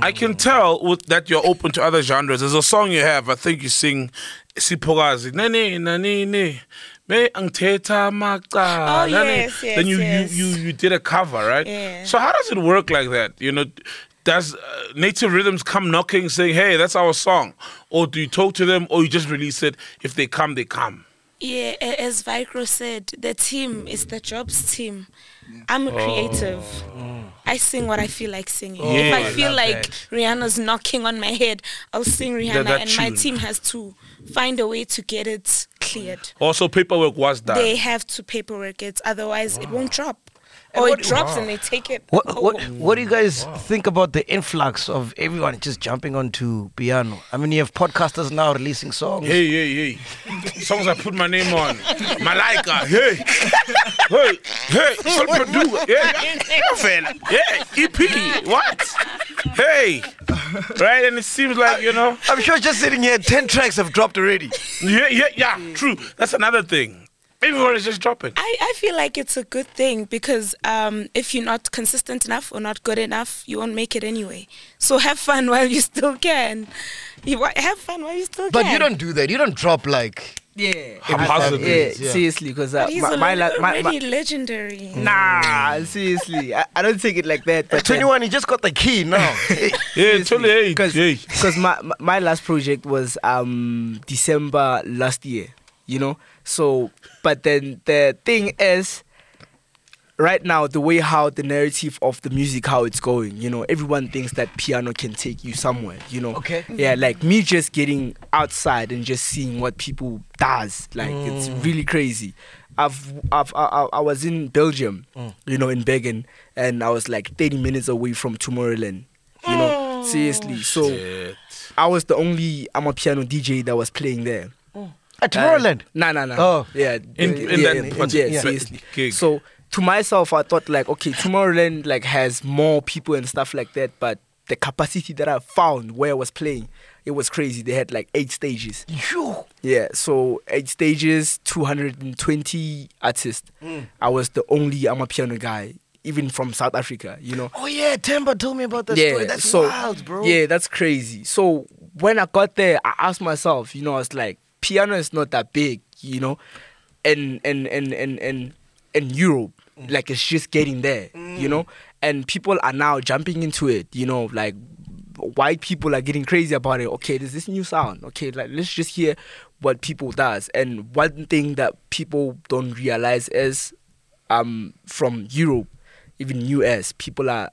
Speaker 1: I can tell with that you're open to other genres. There's a song you have. I think you sing Sipogazi. Nani nani ne. Me angithetha macala,
Speaker 2: Oh,
Speaker 1: nani."
Speaker 2: yes, yes,
Speaker 1: Then you,
Speaker 2: yes.
Speaker 1: you you you did a cover, right?
Speaker 2: Yeah.
Speaker 1: So how does it work like that? You know, does uh, native rhythms come knocking, saying, "Hey, that's our song," or do you talk to them, or you just release it? If they come, they come.
Speaker 2: Yeah, a- as Vicro said, the team is the jobs team. I'm
Speaker 4: Oh.
Speaker 2: a creative. I sing what I feel like singing. if I
Speaker 1: I
Speaker 2: feel
Speaker 4: love
Speaker 2: like
Speaker 4: that.
Speaker 2: Rihanna's knocking on my head, I'll sing Rihanna,
Speaker 1: that
Speaker 2: and my
Speaker 1: tune.
Speaker 2: team has to find a way to get it cleared.
Speaker 1: Also, paperwork was done.
Speaker 2: They have to paperwork it, otherwise it won't drop. Or
Speaker 4: what-
Speaker 2: it drops and they take it.
Speaker 4: What, what
Speaker 2: Oh.
Speaker 4: what do you guys think about the influx of everyone just jumping onto piano? I mean, you have podcasters now releasing songs.
Speaker 1: Hey, hey, hey. Songs I put my name on. Malaika. Hey. Hey. Hey. Solpadu. Yeah. Yeah, fella. Yeah. EP. What? Hey. Right? And it seems like, you know.
Speaker 4: I'm sure just sitting here, ten tracks have dropped already.
Speaker 1: Yeah, yeah, yeah. True. That's another thing. Everyone is just dropping.
Speaker 2: I, I feel like it's a good thing because um, if you're not consistent enough or not good enough, you won't make it anyway. So have fun while you still can. You wa- have fun while you still
Speaker 4: But
Speaker 2: can.
Speaker 4: you don't do that. You don't drop like.
Speaker 5: Yeah.
Speaker 1: Haphazardly.
Speaker 5: Yeah,
Speaker 4: Yeah.
Speaker 5: seriously, because uh,
Speaker 2: But he's
Speaker 5: my, my, la-
Speaker 2: already,
Speaker 5: my, my,
Speaker 2: already legendary.
Speaker 5: Nah, seriously, I, I don't take it like that. But Eh,
Speaker 4: Twenty one, he just got the key now.
Speaker 1: Yeah, 28. Hey.
Speaker 5: because my my- my last project was um December last year, you know. So, but then the thing is, right now the way how the narrative of the music how it's going, you know, everyone thinks that piano can take you somewhere, you know.
Speaker 4: Okay.
Speaker 5: Yeah, like me just getting outside and just seeing what people does, like it's really crazy. I've, I've I, I- I was in Belgium, you know, in Bergen, and I was like 30 minutes away from Tomorrowland, you know. Seriously, so I was the only I'm a piano DJ that was playing there.
Speaker 4: At
Speaker 5: Uh,
Speaker 4: Tomorrowland.
Speaker 5: No, no, no.
Speaker 4: Oh.
Speaker 5: yeah.
Speaker 1: In-
Speaker 5: yeah,
Speaker 1: in
Speaker 5: yeah,
Speaker 1: that
Speaker 5: yeah,
Speaker 1: particular
Speaker 5: yeah, seriously.
Speaker 1: gig.
Speaker 5: So to myself, I thought like, okay, Tomorrowland like has more people and stuff like that, but the capacity that I found where I was playing, it was crazy. They had like eight stages.
Speaker 4: Phew.
Speaker 5: Yeah, so eight stages, 220 artists.
Speaker 1: Mm.
Speaker 5: I was the only I'm a piano guy, even from South Africa, you know
Speaker 4: Oh yeah, Temba told me about that story. That's wild, bro.
Speaker 5: yeah, that's crazy. So when I got there, I asked myself, you know, I was like, piano is not that big, you know, and and and and and in Europe,
Speaker 4: Mm.
Speaker 5: like it's just getting there, you know, and people are now jumping into it, you know, like white people are getting crazy about it. Okay, there's this new sound. Okay, like let's just hear what people does. And one thing that people don't realize is, um, from Europe, even US, people are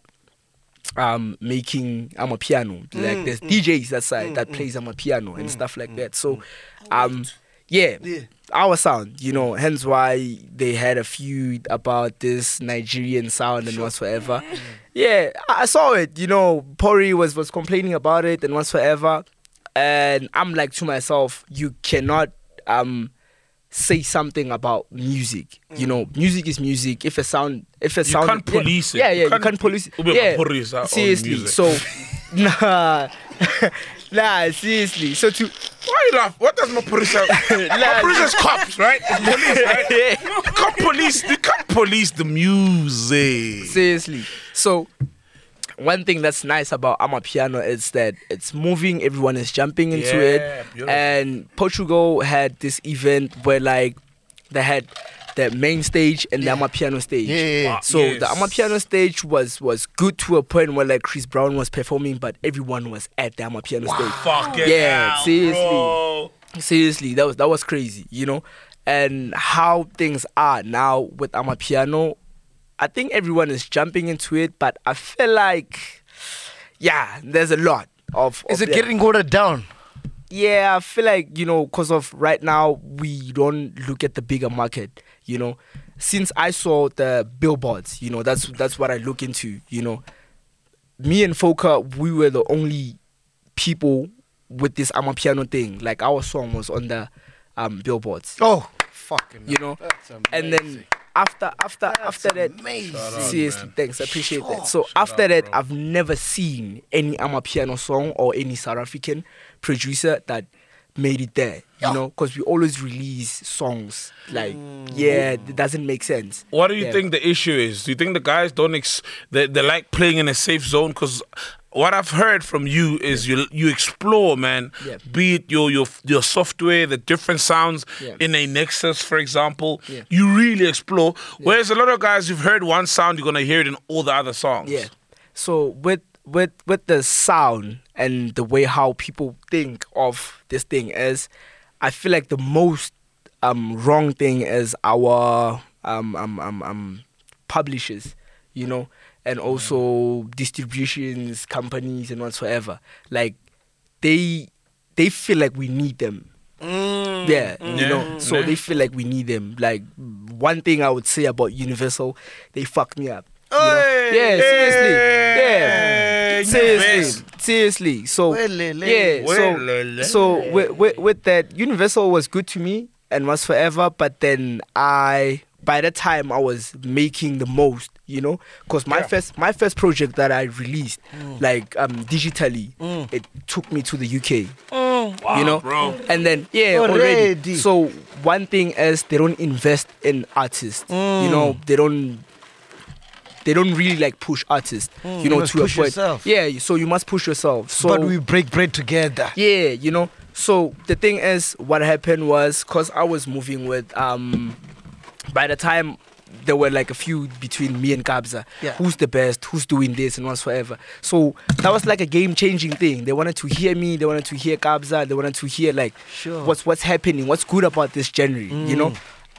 Speaker 5: um making I'm a piano. Like there's DJs that side that plays I'm a piano and stuff like that. So um yeah, our sound, you know, hence why they had a feud about this Nigerian sound and whatsoever. Yeah, I I saw it, you know, Pori was was complaining about it and whatsoever. And I'm like to myself, you cannot um say something about music. You know, music is music. If a sound if a
Speaker 1: Mm. You
Speaker 5: sound
Speaker 1: can't
Speaker 5: yeah,
Speaker 1: police it.
Speaker 5: Yeah,
Speaker 1: You
Speaker 5: yeah, you can't,
Speaker 1: can't-
Speaker 5: police it.
Speaker 1: Ube
Speaker 5: yeah,
Speaker 1: police our own
Speaker 5: seriously.
Speaker 1: uh, music.
Speaker 5: So nah Nah, seriously. So to
Speaker 1: Why you laugh? What does my police have? my
Speaker 5: Nah.
Speaker 1: police is cops, right? Police, right? Cop police. You can't police the music.
Speaker 5: seriously. So one thing that's nice about Ama Piano is that it's moving, everyone is jumping into
Speaker 1: Yeah,
Speaker 5: it.
Speaker 1: beautiful.
Speaker 5: And Portugal had this event where like they had the main stage and the Ama Piano stage.
Speaker 4: Yeah, yeah, yeah.
Speaker 1: Wow.
Speaker 5: So the
Speaker 1: Yes.
Speaker 5: Amapiano stage was was good to a point where like Chris Brown was performing, but everyone was at the Amapiano stage.
Speaker 1: Fuck it
Speaker 5: Yeah,
Speaker 1: out,
Speaker 5: seriously.
Speaker 1: bro.
Speaker 5: Seriously, that was that was crazy, you know. And how things are now with Amapiano, I think everyone is jumping into it, but I feel like, yeah, there's a lot of.
Speaker 4: Is
Speaker 5: of
Speaker 4: it
Speaker 5: that.
Speaker 4: getting watered down?
Speaker 5: Yeah, I feel like, you know, because of right now, we don't look at the bigger market, you know. Since I saw the billboards, you know, that's that's what I look into, you know. me and Foka, we were the only people with this Amapiano thing. Like our song was on the um, billboards.
Speaker 4: Oh, fucking.
Speaker 5: you know
Speaker 4: That's
Speaker 5: and then after after after that
Speaker 4: amazing. Shout
Speaker 1: out,
Speaker 5: seriously
Speaker 1: man.
Speaker 5: thanks i appreciate that
Speaker 4: Sure.
Speaker 5: so after
Speaker 1: out,
Speaker 5: that
Speaker 1: bro.
Speaker 5: i've never seen any amapiano song or any south african producer that made it there you know because we always release songs like
Speaker 1: Mm.
Speaker 5: yeah it doesn't make sense
Speaker 1: What do you
Speaker 5: Yeah.
Speaker 1: think the issue is? Do you think the guys don't ex- they, they like playing in a safe zone? Because what I've heard from you is you you explore, man.
Speaker 5: Yeah.
Speaker 1: Be it your your your software, the different sounds
Speaker 5: Yeah.
Speaker 1: in a Nexus, for example.
Speaker 5: Yeah.
Speaker 1: You really explore. Whereas a lot of guys, you've heard one sound, you're gonna hear it in all the other songs.
Speaker 5: Yeah. So with with with the sound and the way how people think of this thing is, I feel like the most um wrong thing is our um um um, um publishers, you know, and also
Speaker 1: Mm.
Speaker 5: distributions companies and whatsoever. Like they they feel like we need them. Yeah, you know, so
Speaker 1: Mm. Yeah.
Speaker 5: they feel like we need them. Like one thing I would say about Universal, they fuck me up. you know?
Speaker 4: Hey!
Speaker 5: yeah, seriously,
Speaker 1: Hey,
Speaker 5: yeah, seriously,
Speaker 1: Universal.
Speaker 5: seriously. So
Speaker 4: Welele.
Speaker 5: yeah, so
Speaker 1: Welele.
Speaker 5: so with, with, with that, Universal was good to me and was forever. But then I, by the time I was making the most, you know, because my first my first project that I released,
Speaker 4: Mm.
Speaker 5: like um digitally, it took me to the UK you know
Speaker 1: bro.
Speaker 5: and then yeah already.
Speaker 4: Mm. Already.
Speaker 5: so one thing is they don't invest in artists
Speaker 4: Mm.
Speaker 5: you know they don't they don't really like push artists you
Speaker 4: Mm. You
Speaker 5: know
Speaker 4: must
Speaker 5: to
Speaker 4: push
Speaker 5: a point
Speaker 4: yourself.
Speaker 5: yeah so you must push yourself so
Speaker 4: but we break bread together.
Speaker 5: yeah you know so the thing is what happened was because i was moving with um by the time there were like a feud between me and Kabza.
Speaker 4: Yeah.
Speaker 5: Who's the best? Who's doing this and whatsoever. So that was like a game changing thing. They wanted to hear me. They wanted to hear Kabza. They wanted to hear like
Speaker 4: Sure.
Speaker 5: what's what's happening. What's good about this genre? You know.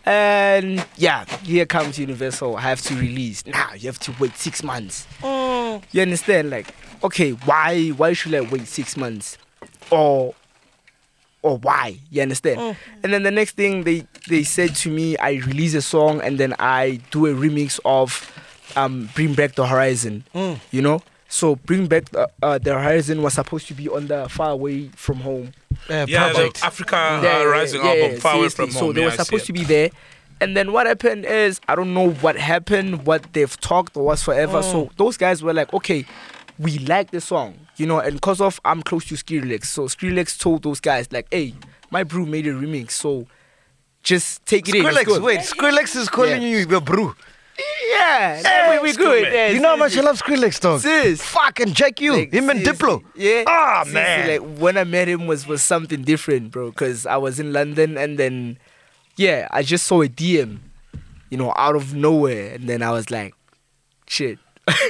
Speaker 5: And yeah, here comes Universal. I have to release. Nah, you have to wait six months. You understand? Like, okay, why why should I wait six months? Or or why? You understand? And then the next thing they they said to me, I release a song and then I do a remix of um Bring Back the Horizon. You know? So Bring Back the, uh, the Horizon was supposed to be on the Far Away From Home
Speaker 4: Uh,
Speaker 1: Yeah, the
Speaker 4: project.
Speaker 1: Africa uh, Rising album, far away
Speaker 5: seriously.
Speaker 1: from
Speaker 5: So
Speaker 1: home.
Speaker 5: they
Speaker 1: yeah,
Speaker 5: were
Speaker 1: I see
Speaker 5: supposed
Speaker 1: it.
Speaker 5: to be there. And then what happened is I don't know what happened, what they've talked or whatsoever.
Speaker 4: Mm.
Speaker 5: So those guys were like, okay, we like the song, you know, and because of I'm close to Skrillex, so Skrillex told those guys like, hey, my brew made a remix, so just take it in. it's
Speaker 4: Skrillex,
Speaker 5: good."
Speaker 4: wait, Skrillex is calling you your brew.
Speaker 5: yeah, we we good.
Speaker 1: Skrillex.
Speaker 5: Yeah,
Speaker 4: You know how much I
Speaker 5: seriously.
Speaker 4: love Skrillex, dog.
Speaker 5: Sis.
Speaker 4: Fucking check you,
Speaker 5: Like,
Speaker 4: him and
Speaker 5: seriously,
Speaker 4: Diplo.
Speaker 5: Yeah.
Speaker 4: Ah,
Speaker 5: Seriously,
Speaker 4: man.
Speaker 5: Like when I met him was was something different, bro. Cause I was in London and then, yeah, I just saw a DM, you know, out of nowhere, and then I was like, shit.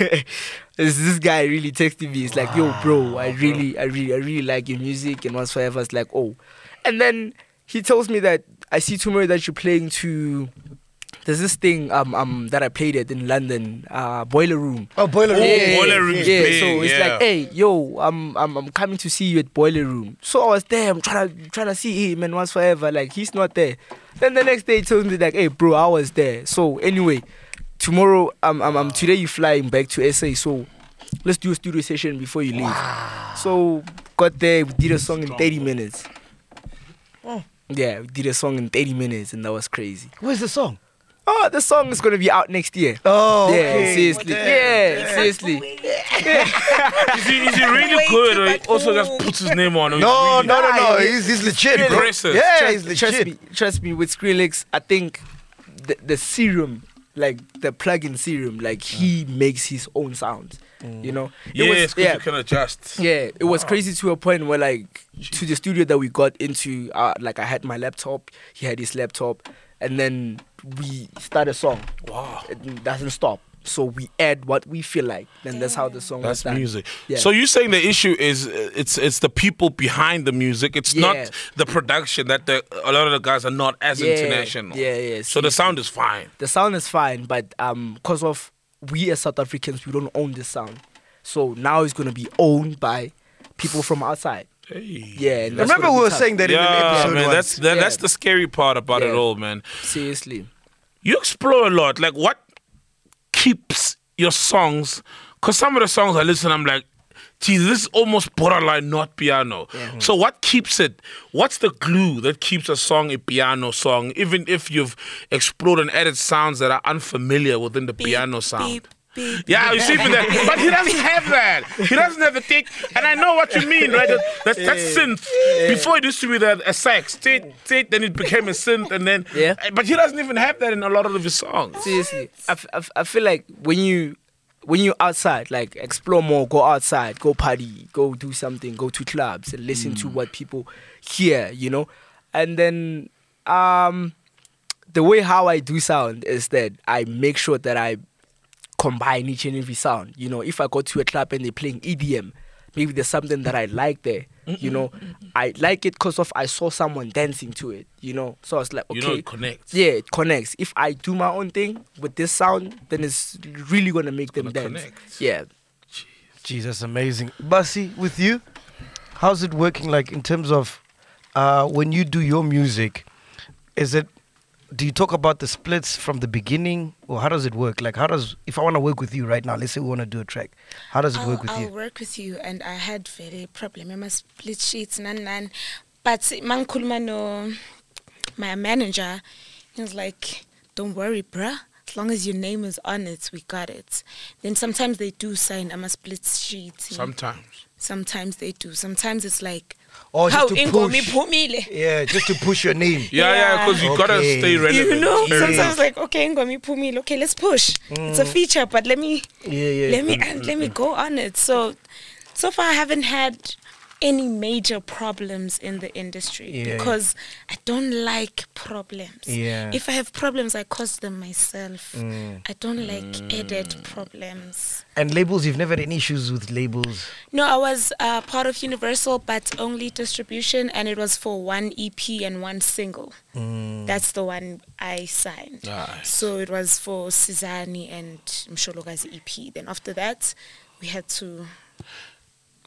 Speaker 5: this, this guy really texted me. He's like, yo, bro, I really, I really, I really like your music and whatsoever. It's like, oh, and then he tells me that I see tomorrow that you're playing to. There's this thing um um that I played at in London, uh, Boiler Room.
Speaker 4: Oh, boiler room.
Speaker 1: Yeah. Boiler Room's
Speaker 5: Yeah,
Speaker 1: big,
Speaker 5: so it's
Speaker 1: yeah.
Speaker 5: like, hey, yo, I'm, I'm I'm coming to see you at Boiler Room. So I was there, I'm trying to trying to see him and once forever, like he's not there. Then the next day he told me like, hey, bro, I was there. So anyway, tomorrow, um, um, um today you flying back to SA, so let's do a studio session before you leave. So got there, we did a song in 30 minutes. Oh. Yeah, we did a song in 30 minutes, and that was crazy.
Speaker 4: Where's the song?
Speaker 5: Oh, the song is gonna be out next year.
Speaker 4: Oh,
Speaker 5: yeah,
Speaker 4: okay.
Speaker 5: seriously. Yeah, seriously.
Speaker 1: Is he, is he really
Speaker 2: Wait,
Speaker 1: good or he
Speaker 2: but
Speaker 1: also just
Speaker 2: who?
Speaker 1: puts his name on it?
Speaker 4: No,
Speaker 1: Really-
Speaker 4: no, no, no.
Speaker 5: Nah,
Speaker 4: He's, he's legit, bro.
Speaker 1: Impressive.
Speaker 4: Yeah, he's
Speaker 5: trust, trust me,
Speaker 4: legit.
Speaker 5: trust me. With Skrillex, I think the, the serum, like the plug-in serum, like he makes his own sounds. You know, It was-
Speaker 1: Yes, because you can adjust.
Speaker 5: yeah, it was crazy to a point where like to the studio that we got into, uh, like I had my laptop, he had his laptop, and then we start a song.
Speaker 1: Wow.
Speaker 5: It doesn't stop. So we add what we feel like, and that's how the song. was
Speaker 1: That's
Speaker 5: done.
Speaker 1: music.
Speaker 5: Yeah.
Speaker 1: So you're saying the issue is uh, it's it's the people behind the music. It's
Speaker 5: Yeah.
Speaker 1: not the production that the, a lot of the guys are not as
Speaker 5: Yeah,
Speaker 1: international.
Speaker 5: yeah, yeah,
Speaker 1: So the sound is fine.
Speaker 5: the sound is fine, but um, cause of we as South Africans, we don't own the sound. So now it's gonna be owned by people from outside. Yeah. and that's
Speaker 4: Remember,
Speaker 5: gonna
Speaker 4: we
Speaker 5: be
Speaker 4: were
Speaker 5: tough.
Speaker 4: saying that in an
Speaker 1: Yeah,
Speaker 4: episode
Speaker 1: man,
Speaker 4: once.
Speaker 1: that's that,
Speaker 5: Yeah.
Speaker 1: that's the scary part about it
Speaker 5: Yeah.
Speaker 1: all, man.
Speaker 5: seriously.
Speaker 1: You explore a lot. Like what keeps your songs Because some of the songs I listen, I'm like, geez, this is almost borderline not piano. So what keeps it? What's the glue that keeps a song a piano song, even if you've explored and added sounds that are unfamiliar within the piano sound?
Speaker 2: Beep, beep.
Speaker 1: Yeah, you see me there. But he doesn't have that. He doesn't have the tick. And I know what you mean, right? That- That's, that's synth. Before it used to be that a sax. Tick, tick, then it became a synth. And then. eh,
Speaker 5: Yeah.
Speaker 1: But he doesn't even have that in a lot of his songs.
Speaker 5: seriously, I, f- I f- I feel like when you when you outside, like explore more, go outside, go party, go do something, go to clubs, and listen
Speaker 1: Mm.
Speaker 5: to what people hear, you know, and then um, the way how I do sound is that I make sure that I combine each and every sound. You know, if I go to a club and they're playing EDM, maybe there's something that I like there. You know, I like it because of I saw someone dancing to it. You know, so I was like, okay,
Speaker 1: You know, it connects.
Speaker 5: yeah, it connects. If I do my own thing with this sound, then it's really gonna make them
Speaker 1: Gonna
Speaker 5: dance.
Speaker 1: connect.
Speaker 5: Yeah.
Speaker 4: Jesus, amazing. Basi, with you, how's it working? Like in terms of uh, when you do your music, is it? Do you talk about the splits from the beginning, or how does it work? Like, how does if I want to work with you right now? Let's say we want to do a track. How does it
Speaker 2: I'll,
Speaker 4: work with
Speaker 2: I'll
Speaker 4: you?
Speaker 2: work with you, and I had very problem. I must split sheets, nan nan. But mankulma no, my manager, he was like, "Don't worry, bruh. As long as your name is on it, we got it." Then sometimes they do sign. I'm a split sheet.
Speaker 1: Sometimes.
Speaker 2: sometimes they do. Sometimes it's like,
Speaker 4: Or just
Speaker 2: how
Speaker 4: Oh, to
Speaker 2: ingomi
Speaker 4: push.
Speaker 2: phumile."
Speaker 4: Yeah, just to push your name.
Speaker 1: Yeah, yeah, because you gotta
Speaker 4: Okay.
Speaker 1: stay relevant.
Speaker 2: You know,
Speaker 1: Very
Speaker 2: sometimes
Speaker 1: relevant.
Speaker 2: like okay, Ngomi Pumil, okay, let's push. It's
Speaker 4: Mm.
Speaker 2: a feature, but let me
Speaker 4: Yeah, yeah.
Speaker 2: let me and let me go on it. So so far I haven't had any major problems in the industry
Speaker 4: Yeah.
Speaker 2: because I don't like problems.
Speaker 4: Yeah. Mm.
Speaker 2: If I have problems I cause them myself. I don't like added problems.
Speaker 4: And labels, you've never had any issues with labels.
Speaker 2: No, I was uh, part of Universal, but only distribution, and it was for one EP and one single.
Speaker 4: Mm.
Speaker 2: That's the one I signed.
Speaker 1: Nice.
Speaker 2: So it was for Sizani and Mshologa's EP. Then after that, we had to.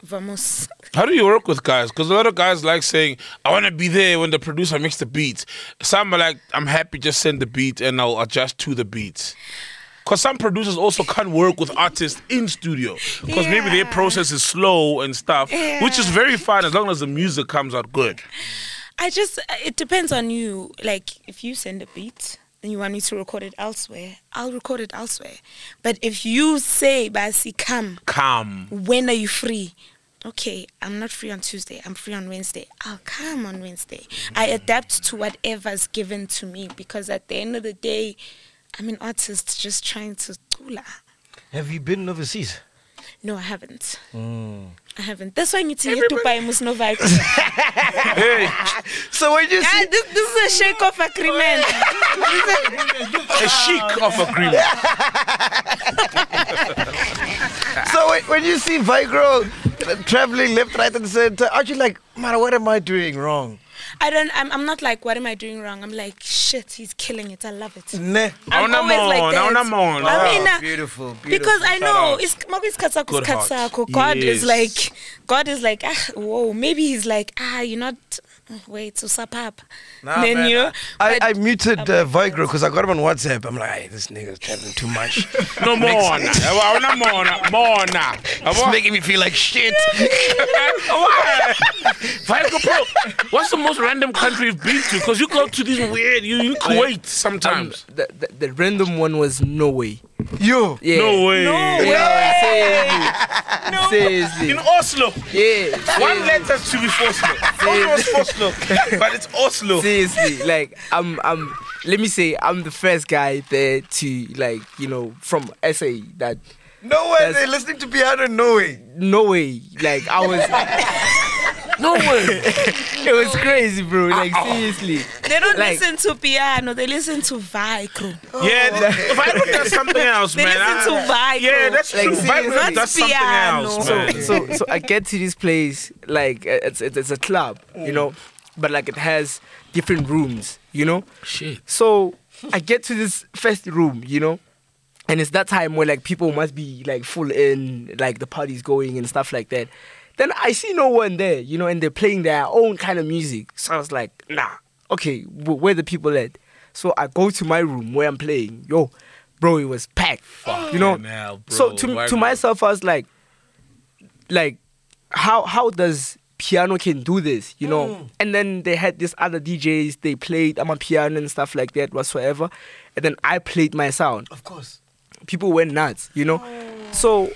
Speaker 2: Vamos.
Speaker 1: How do you work with guys? Because a lot of guys like saying, I want to be there when the producer makes the beats. Some are like, I'm happy, just send the beat and I'll adjust to the beats. Because some producers also can't work with artists in studio. Because maybe their
Speaker 2: Yeah.
Speaker 1: process is slow and stuff, which is very fine as long as the music comes out good.
Speaker 2: I just. It depends on you. Like, if you send a beat and you want me to record it elsewhere, I'll record it elsewhere. But if you say, Basi, come,
Speaker 1: Calm.
Speaker 2: when are you free? Okay, I'm not free on Tuesday. I'm free on Wednesday. I'll come on Wednesday. I adapt to whatever's given to me because at the end of the day, I'm an artist just trying to tula.
Speaker 4: Have you been overseas?
Speaker 2: No, I haven't. I haven't. That's why I'm eating to buy Musnovak.
Speaker 1: Hey,
Speaker 4: So when you
Speaker 2: ah,
Speaker 4: see,
Speaker 2: this, this is a shake off agreement.
Speaker 1: a chic of agreement.
Speaker 4: so when, when you see Vigro traveling left, right, and center, aren't you like, man, what am I doing wrong?
Speaker 2: I don't, I'm, I'm not like, what am I doing wrong? I'm like, shit, he's killing it. I love it.
Speaker 4: Nah.
Speaker 2: I'm
Speaker 1: Awuna
Speaker 2: always like
Speaker 1: mono,
Speaker 2: that.
Speaker 1: awuna mono.
Speaker 2: I mean, uh,
Speaker 4: beautiful,
Speaker 2: because I know it's maybe it's katsako,
Speaker 1: Good
Speaker 2: it's
Speaker 1: heart.
Speaker 2: katsako. God
Speaker 1: Yes.
Speaker 2: is like, God is like, ah, whoa. Maybe he's like, ah, you're not. Wait, so sup up. then you know,
Speaker 4: I,
Speaker 2: but
Speaker 4: I muted
Speaker 2: I'm
Speaker 4: uh,
Speaker 2: like,
Speaker 4: Vigro because I got him on WhatsApp. I'm like, hey, this nigga's traveling too much.
Speaker 1: No, Mona. Awuna Mona. Mona.
Speaker 4: it's making me feel like shit.
Speaker 1: Why? Viagra Pro. What's the most random country you've been to? Because you go to these weird, you in Kuwait
Speaker 5: Um,
Speaker 1: sometimes.
Speaker 5: the, the, the random one was Norway.
Speaker 4: Yo,
Speaker 5: Yeah.
Speaker 1: No way.
Speaker 5: Yeah, seriously. Seriously.
Speaker 1: In Oslo,
Speaker 5: Yeah.
Speaker 1: one letter to be Oslo. Oslo is Oslo, but it's Oslo.
Speaker 5: Seriously. Like I'm I'm let me say I'm the first guy there to like, you know, from SA that
Speaker 4: no way
Speaker 5: That's-
Speaker 4: they're listening to piano, no way.
Speaker 5: Norway. Like I was
Speaker 1: No way.
Speaker 5: it was crazy, bro. Like seriously.
Speaker 2: They don't
Speaker 5: like-
Speaker 2: listen to piano. They listen to Vicro.
Speaker 1: Yeah, Viagra does something else,
Speaker 2: They
Speaker 1: man.
Speaker 2: listen to
Speaker 1: I-
Speaker 2: Vicro.
Speaker 1: Yeah, that's
Speaker 5: Like,
Speaker 1: true. Viagra
Speaker 5: seriously.
Speaker 1: does something
Speaker 2: Piano.
Speaker 1: else,
Speaker 5: so,
Speaker 1: man.
Speaker 5: so so I get to this place like uh, it's it's, it's a club, you know, but like it has different rooms, you know.
Speaker 1: Shit.
Speaker 5: So I get to this first room, you know, and it's that time where like people must be like full in, like the party's going and stuff like that. Then I see no one there, you know, and they're playing their own kind of music. So I was like, nah, okay, w- where the people at? So I go to my room where I'm playing. Yo, bro, it was packed. you know.
Speaker 1: Fucking hell,
Speaker 5: so
Speaker 1: bro.
Speaker 5: to
Speaker 1: Why
Speaker 5: to
Speaker 1: not?
Speaker 5: myself, I was like, like, how how does piano can do this? You know.
Speaker 1: Mm.
Speaker 5: And then they had these other DJs. They played I'm a piano and stuff like that whatsoever. And then I played my sound.
Speaker 4: Of course.
Speaker 5: People went nuts. You know. So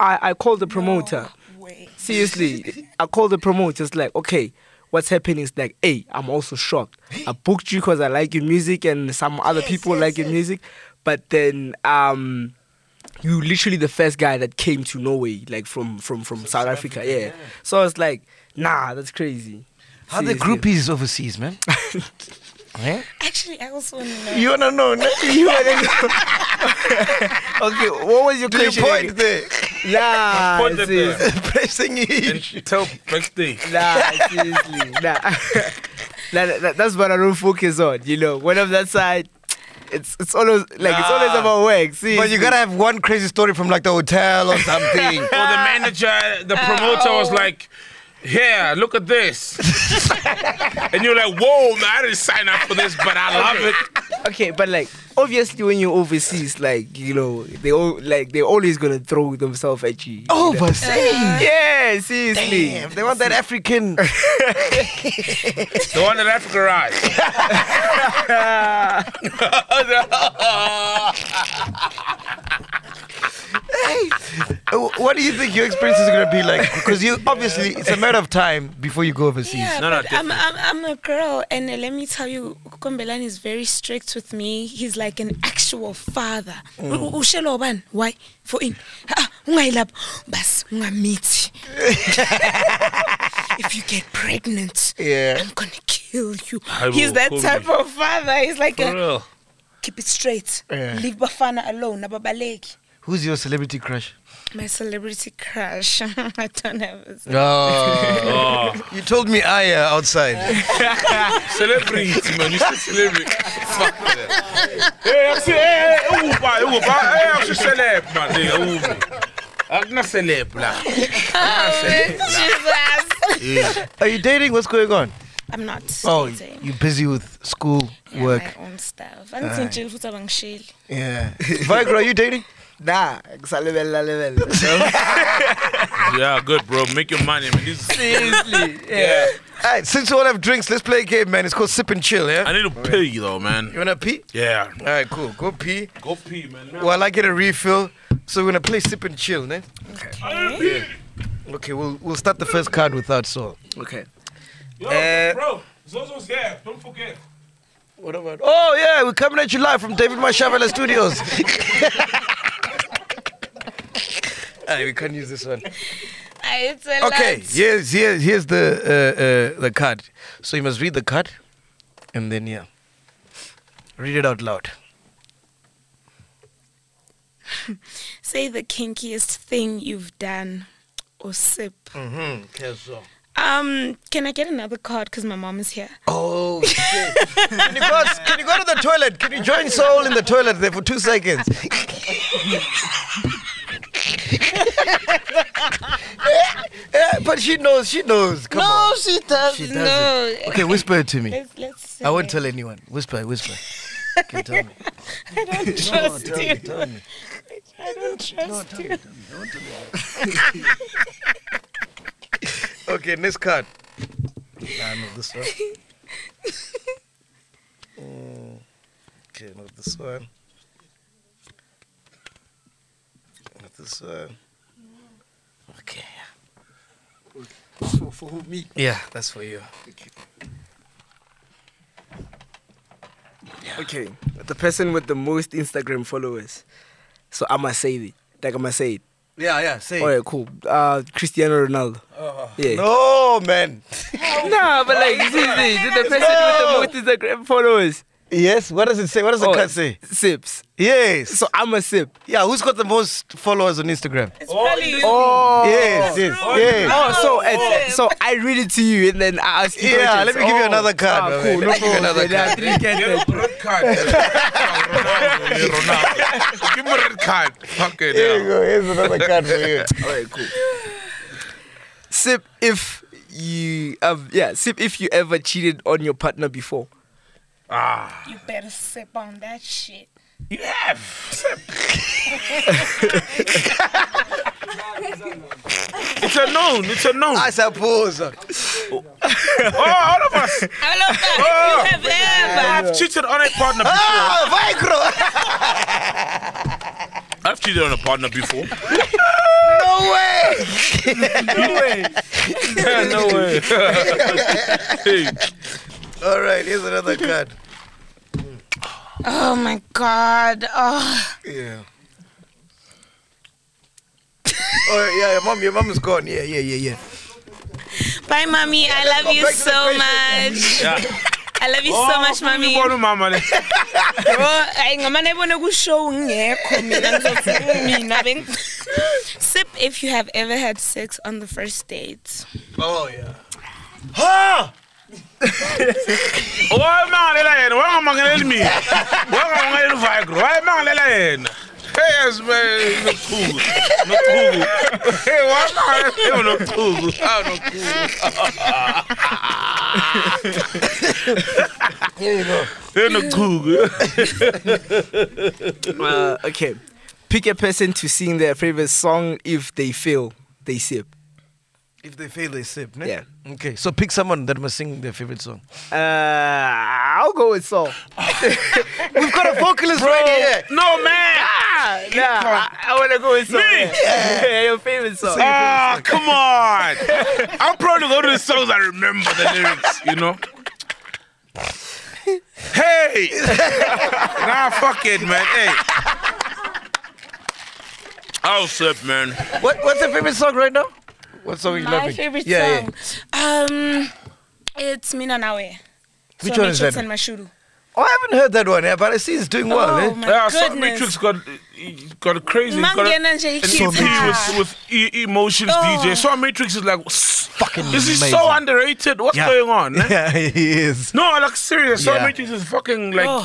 Speaker 5: I I called the promoter
Speaker 2: Wait.
Speaker 5: seriously, I called the promoter. It's like, okay, what's happening is like, hey, I'm also shocked. I booked you because I like your music and some other people like your music, but then um, you literally the first guy that came to Norway, like from from from South, Africa, yeah. So I was like, nah, that's crazy.
Speaker 4: How the
Speaker 5: Seriously.
Speaker 4: groupies overseas, man? Eh?
Speaker 2: Actually, I also know.
Speaker 4: You wanna know? no?
Speaker 5: You are the- okay, what was your
Speaker 4: Do you
Speaker 5: question?
Speaker 4: point there?
Speaker 5: Nah,
Speaker 1: Point at
Speaker 5: seriously.
Speaker 1: them.
Speaker 4: Pressing
Speaker 1: And
Speaker 4: it.
Speaker 1: tell backstage.
Speaker 5: Nah, seriously. Nah. Nah, that- that- that's what I don't focus on. You know, when I'm that side, it's it's always like it's always
Speaker 1: Nah.
Speaker 5: about work. See,
Speaker 4: But you gotta have one crazy story from like the hotel or something.
Speaker 1: Or the manager, the promoter was like, "Yeah, look at this," and you're like, "Whoa, man, I didn't sign up for this, but I love it."
Speaker 5: okay, but like obviously when you're overseas, like you know, they all like they're always gonna throw themselves at you. you know?
Speaker 4: Overseas.
Speaker 5: Yeah, seriously.
Speaker 4: Oh, Damn, they want that African.
Speaker 1: The one that Africa rides.
Speaker 4: Uh, what do you think your experience is gonna be like? Because you obviously it's a matter of time before you go overseas.
Speaker 2: Yeah,
Speaker 1: No, no,
Speaker 2: but I'm, I'm, I'm a girl, and uh, let me tell you, Kumbelan is very strict with me. He's like an actual father. U- u- ushelo ubani? Why? For in. Ah, ungayilapha. Bas, ungamithi. If you get pregnant,
Speaker 4: Yeah.
Speaker 2: I'm gonna kill you.
Speaker 1: Hayi
Speaker 2: He's
Speaker 1: bo,
Speaker 2: that
Speaker 1: Kumbi.
Speaker 2: type of father. He's like,
Speaker 1: For
Speaker 2: a,
Speaker 1: real.
Speaker 2: keep it straight.
Speaker 4: Yeah.
Speaker 2: Leave Bafana alone. Ababaleki.
Speaker 4: Who's your celebrity crush?
Speaker 2: My celebrity crush. I don't have a
Speaker 4: Oh,
Speaker 1: Oh,
Speaker 4: you told me Aya outside.
Speaker 1: celebrity, man. You said celebrity. Fuck that. Hey, I'm saying, hey, hey, hey, Uba, Uba. Hey, I'm just celeb, man. Nigga, Uba. I'm not celeb, lah.
Speaker 2: Jesus.
Speaker 1: Yeah.
Speaker 4: Are you dating? What's going on?
Speaker 2: I'm not.
Speaker 4: Oh,
Speaker 2: dating.
Speaker 4: you busy with school,
Speaker 2: Yeah,
Speaker 4: work.
Speaker 2: my own stuff anditshintshile futhi abangishili
Speaker 4: Yeah. Viagra, are you dating?
Speaker 5: Nah, ngisalibela lebela, you know?
Speaker 1: yeah, good, bro. Make your money, man. This is,
Speaker 5: seriously.
Speaker 1: yeah.
Speaker 4: Alright, since you all have drinks, let's play a game, man. It's called Sip and Chill, yeah?
Speaker 1: I need to pee, though,
Speaker 4: You
Speaker 1: man.
Speaker 4: wanna pee?
Speaker 1: Yeah.
Speaker 4: Alright, cool. Go pee.
Speaker 1: Go pee, man.
Speaker 4: While I get a refill. So we're gonna play Sip and Chill, ne?
Speaker 1: Okay.
Speaker 4: Okay, we'll we'll start the first card without Saul.
Speaker 5: Okay.
Speaker 1: Yo,
Speaker 4: Eh.
Speaker 1: bro. Zozo's there. Don't forget.
Speaker 4: What about? Oh yeah, we're coming at you live from David Mashavala Studios. Aye, we can't use this one. Okay, here's here's here's the uh, uh, the card. So you must read the card, and then yeah, read it out loud.
Speaker 2: say the kinkiest thing you've done or sip
Speaker 4: Mm-hmm.
Speaker 2: um can i get another card because my mom is here
Speaker 4: Oh shit! can, you go, can you go to the toilet? Can you join Soul in the toilet there for two seconds? Eh, eh, but she knows. She knows. Come on.
Speaker 2: she does
Speaker 4: She doesn't. Okay, whisper it to me.
Speaker 2: let's, let's
Speaker 4: I won't tell anyone. Whisper, whisper. Okay, tell me.
Speaker 2: i don't trust
Speaker 4: Tell me,
Speaker 2: you
Speaker 4: tell me.
Speaker 2: i don't trust you
Speaker 4: Okay, next card. Nah, not this one. Mm, Okay, not this one. Not this one. Okay.
Speaker 5: For, for who, me?
Speaker 4: Yeah, that's for you.
Speaker 5: Okay. The person with the most Instagram followers. So I'ma say it. Like I'ma say it.
Speaker 4: Yeah, yeah, say.
Speaker 5: All
Speaker 4: it. Oh,
Speaker 5: right, cool. Uh, Cristiano Ronaldo. yeah.
Speaker 4: No, man.
Speaker 5: Nah, but like, see, see, see, the person with the most Instagram followers.
Speaker 4: Yes, what does it say? What does the
Speaker 5: Oh,
Speaker 4: card say?
Speaker 5: Sips.
Speaker 4: Yes.
Speaker 5: So I'm a sip.
Speaker 4: yeah, who's got the most followers on Instagram?
Speaker 2: it's probably
Speaker 5: Oh.
Speaker 4: yes, yes, yes.
Speaker 5: Oh, so it's, so I read it to you and then I ask you.
Speaker 4: Yeah, let
Speaker 5: questions.
Speaker 4: me give you
Speaker 5: Oh.
Speaker 4: another card,
Speaker 5: Ah,
Speaker 4: my
Speaker 5: cool.
Speaker 4: man. Let me
Speaker 5: No
Speaker 4: give you
Speaker 5: problem.
Speaker 4: another
Speaker 5: Yeah, I
Speaker 4: card.
Speaker 5: didn't get
Speaker 1: Give
Speaker 5: that.
Speaker 1: him red card. Ronaldo, yeah, Ronaldo. Give him a red card. Fuck it.
Speaker 4: Here you
Speaker 1: yeah.
Speaker 4: go. Here's another card for you.
Speaker 5: All right, cool. Sip if you have yeah sip if you ever cheated on your partner before.
Speaker 1: Ah,
Speaker 2: you better sip on that shit
Speaker 1: You have. it's a known. It's a known.
Speaker 4: I suppose.
Speaker 1: Oh, all of us.
Speaker 2: I love
Speaker 1: Oh.
Speaker 2: that. If you have ever.
Speaker 1: I've cheated on a partner before.
Speaker 4: Ah,
Speaker 1: I've cheated on a partner before.
Speaker 4: Vicro! No way!
Speaker 1: no way. hey,
Speaker 4: All right, here's another card.
Speaker 2: Oh my god. Oh.
Speaker 4: Yeah. oh yeah, your mom, your mom is gone. Yeah, yeah, yeah, yeah.
Speaker 2: Bye, mommy. I love you
Speaker 4: back to the
Speaker 2: so much.
Speaker 1: yeah.
Speaker 2: I love you so much, mommy.
Speaker 1: Oh, mama.
Speaker 2: bro hayi ngamane ebone kushow ngekho mina ngizothi mina beng sip if you have ever had sex on the first date
Speaker 4: Oh yeah.
Speaker 1: Ha! wayemangalela yena wayengamangaleli mina wayengamangaleli uvigro wayemangalela yena yes man nochuku nochuku hey wayemangalela nochuku ah nochuku
Speaker 4: Here you go.
Speaker 1: hey nochuku
Speaker 5: Uh, okay. Pick a person to sing their favorite song. If they fail, they sip.
Speaker 4: If they fail, they sip. Ne?
Speaker 5: Yeah.
Speaker 4: Okay, so pick someone that must sing their favorite song.
Speaker 5: Uh, I'll go with Saul.
Speaker 4: We've got a vocalist right here.
Speaker 1: no man
Speaker 5: Ah, nah, I, I want to go with Saul.
Speaker 1: Me?
Speaker 5: Yeah. your favorite song.
Speaker 1: ah come on I'm proud to go to the songs I remember the lyrics you know hey nah fuck it man hey I'll slip man
Speaker 4: What, what's your favorite song right now? What song you
Speaker 2: my
Speaker 4: loving?
Speaker 2: favorite
Speaker 4: yeah,
Speaker 2: song
Speaker 4: Yeah.
Speaker 2: um it's mina nawe
Speaker 4: Which one is that?
Speaker 2: and Mashuru.
Speaker 4: Oh, I haven't heard that one, yeah, but I see it's doing well.
Speaker 2: oh
Speaker 4: eh?
Speaker 2: my
Speaker 1: Yeah, so Matrix
Speaker 2: goodness
Speaker 1: got got crazy. He's got
Speaker 2: mangena nje
Speaker 1: and so
Speaker 2: ikhitha
Speaker 1: with, with e- emotions
Speaker 2: Oh.
Speaker 1: DJ. So Matrix is like fucking. This is
Speaker 4: amazing.
Speaker 1: so underrated. What's
Speaker 4: Yeah.
Speaker 1: going on? eh?
Speaker 4: Yeah, he is.
Speaker 1: No, like serious. So
Speaker 4: Yeah.
Speaker 1: Matrix is fucking like. oh,
Speaker 2: Oh.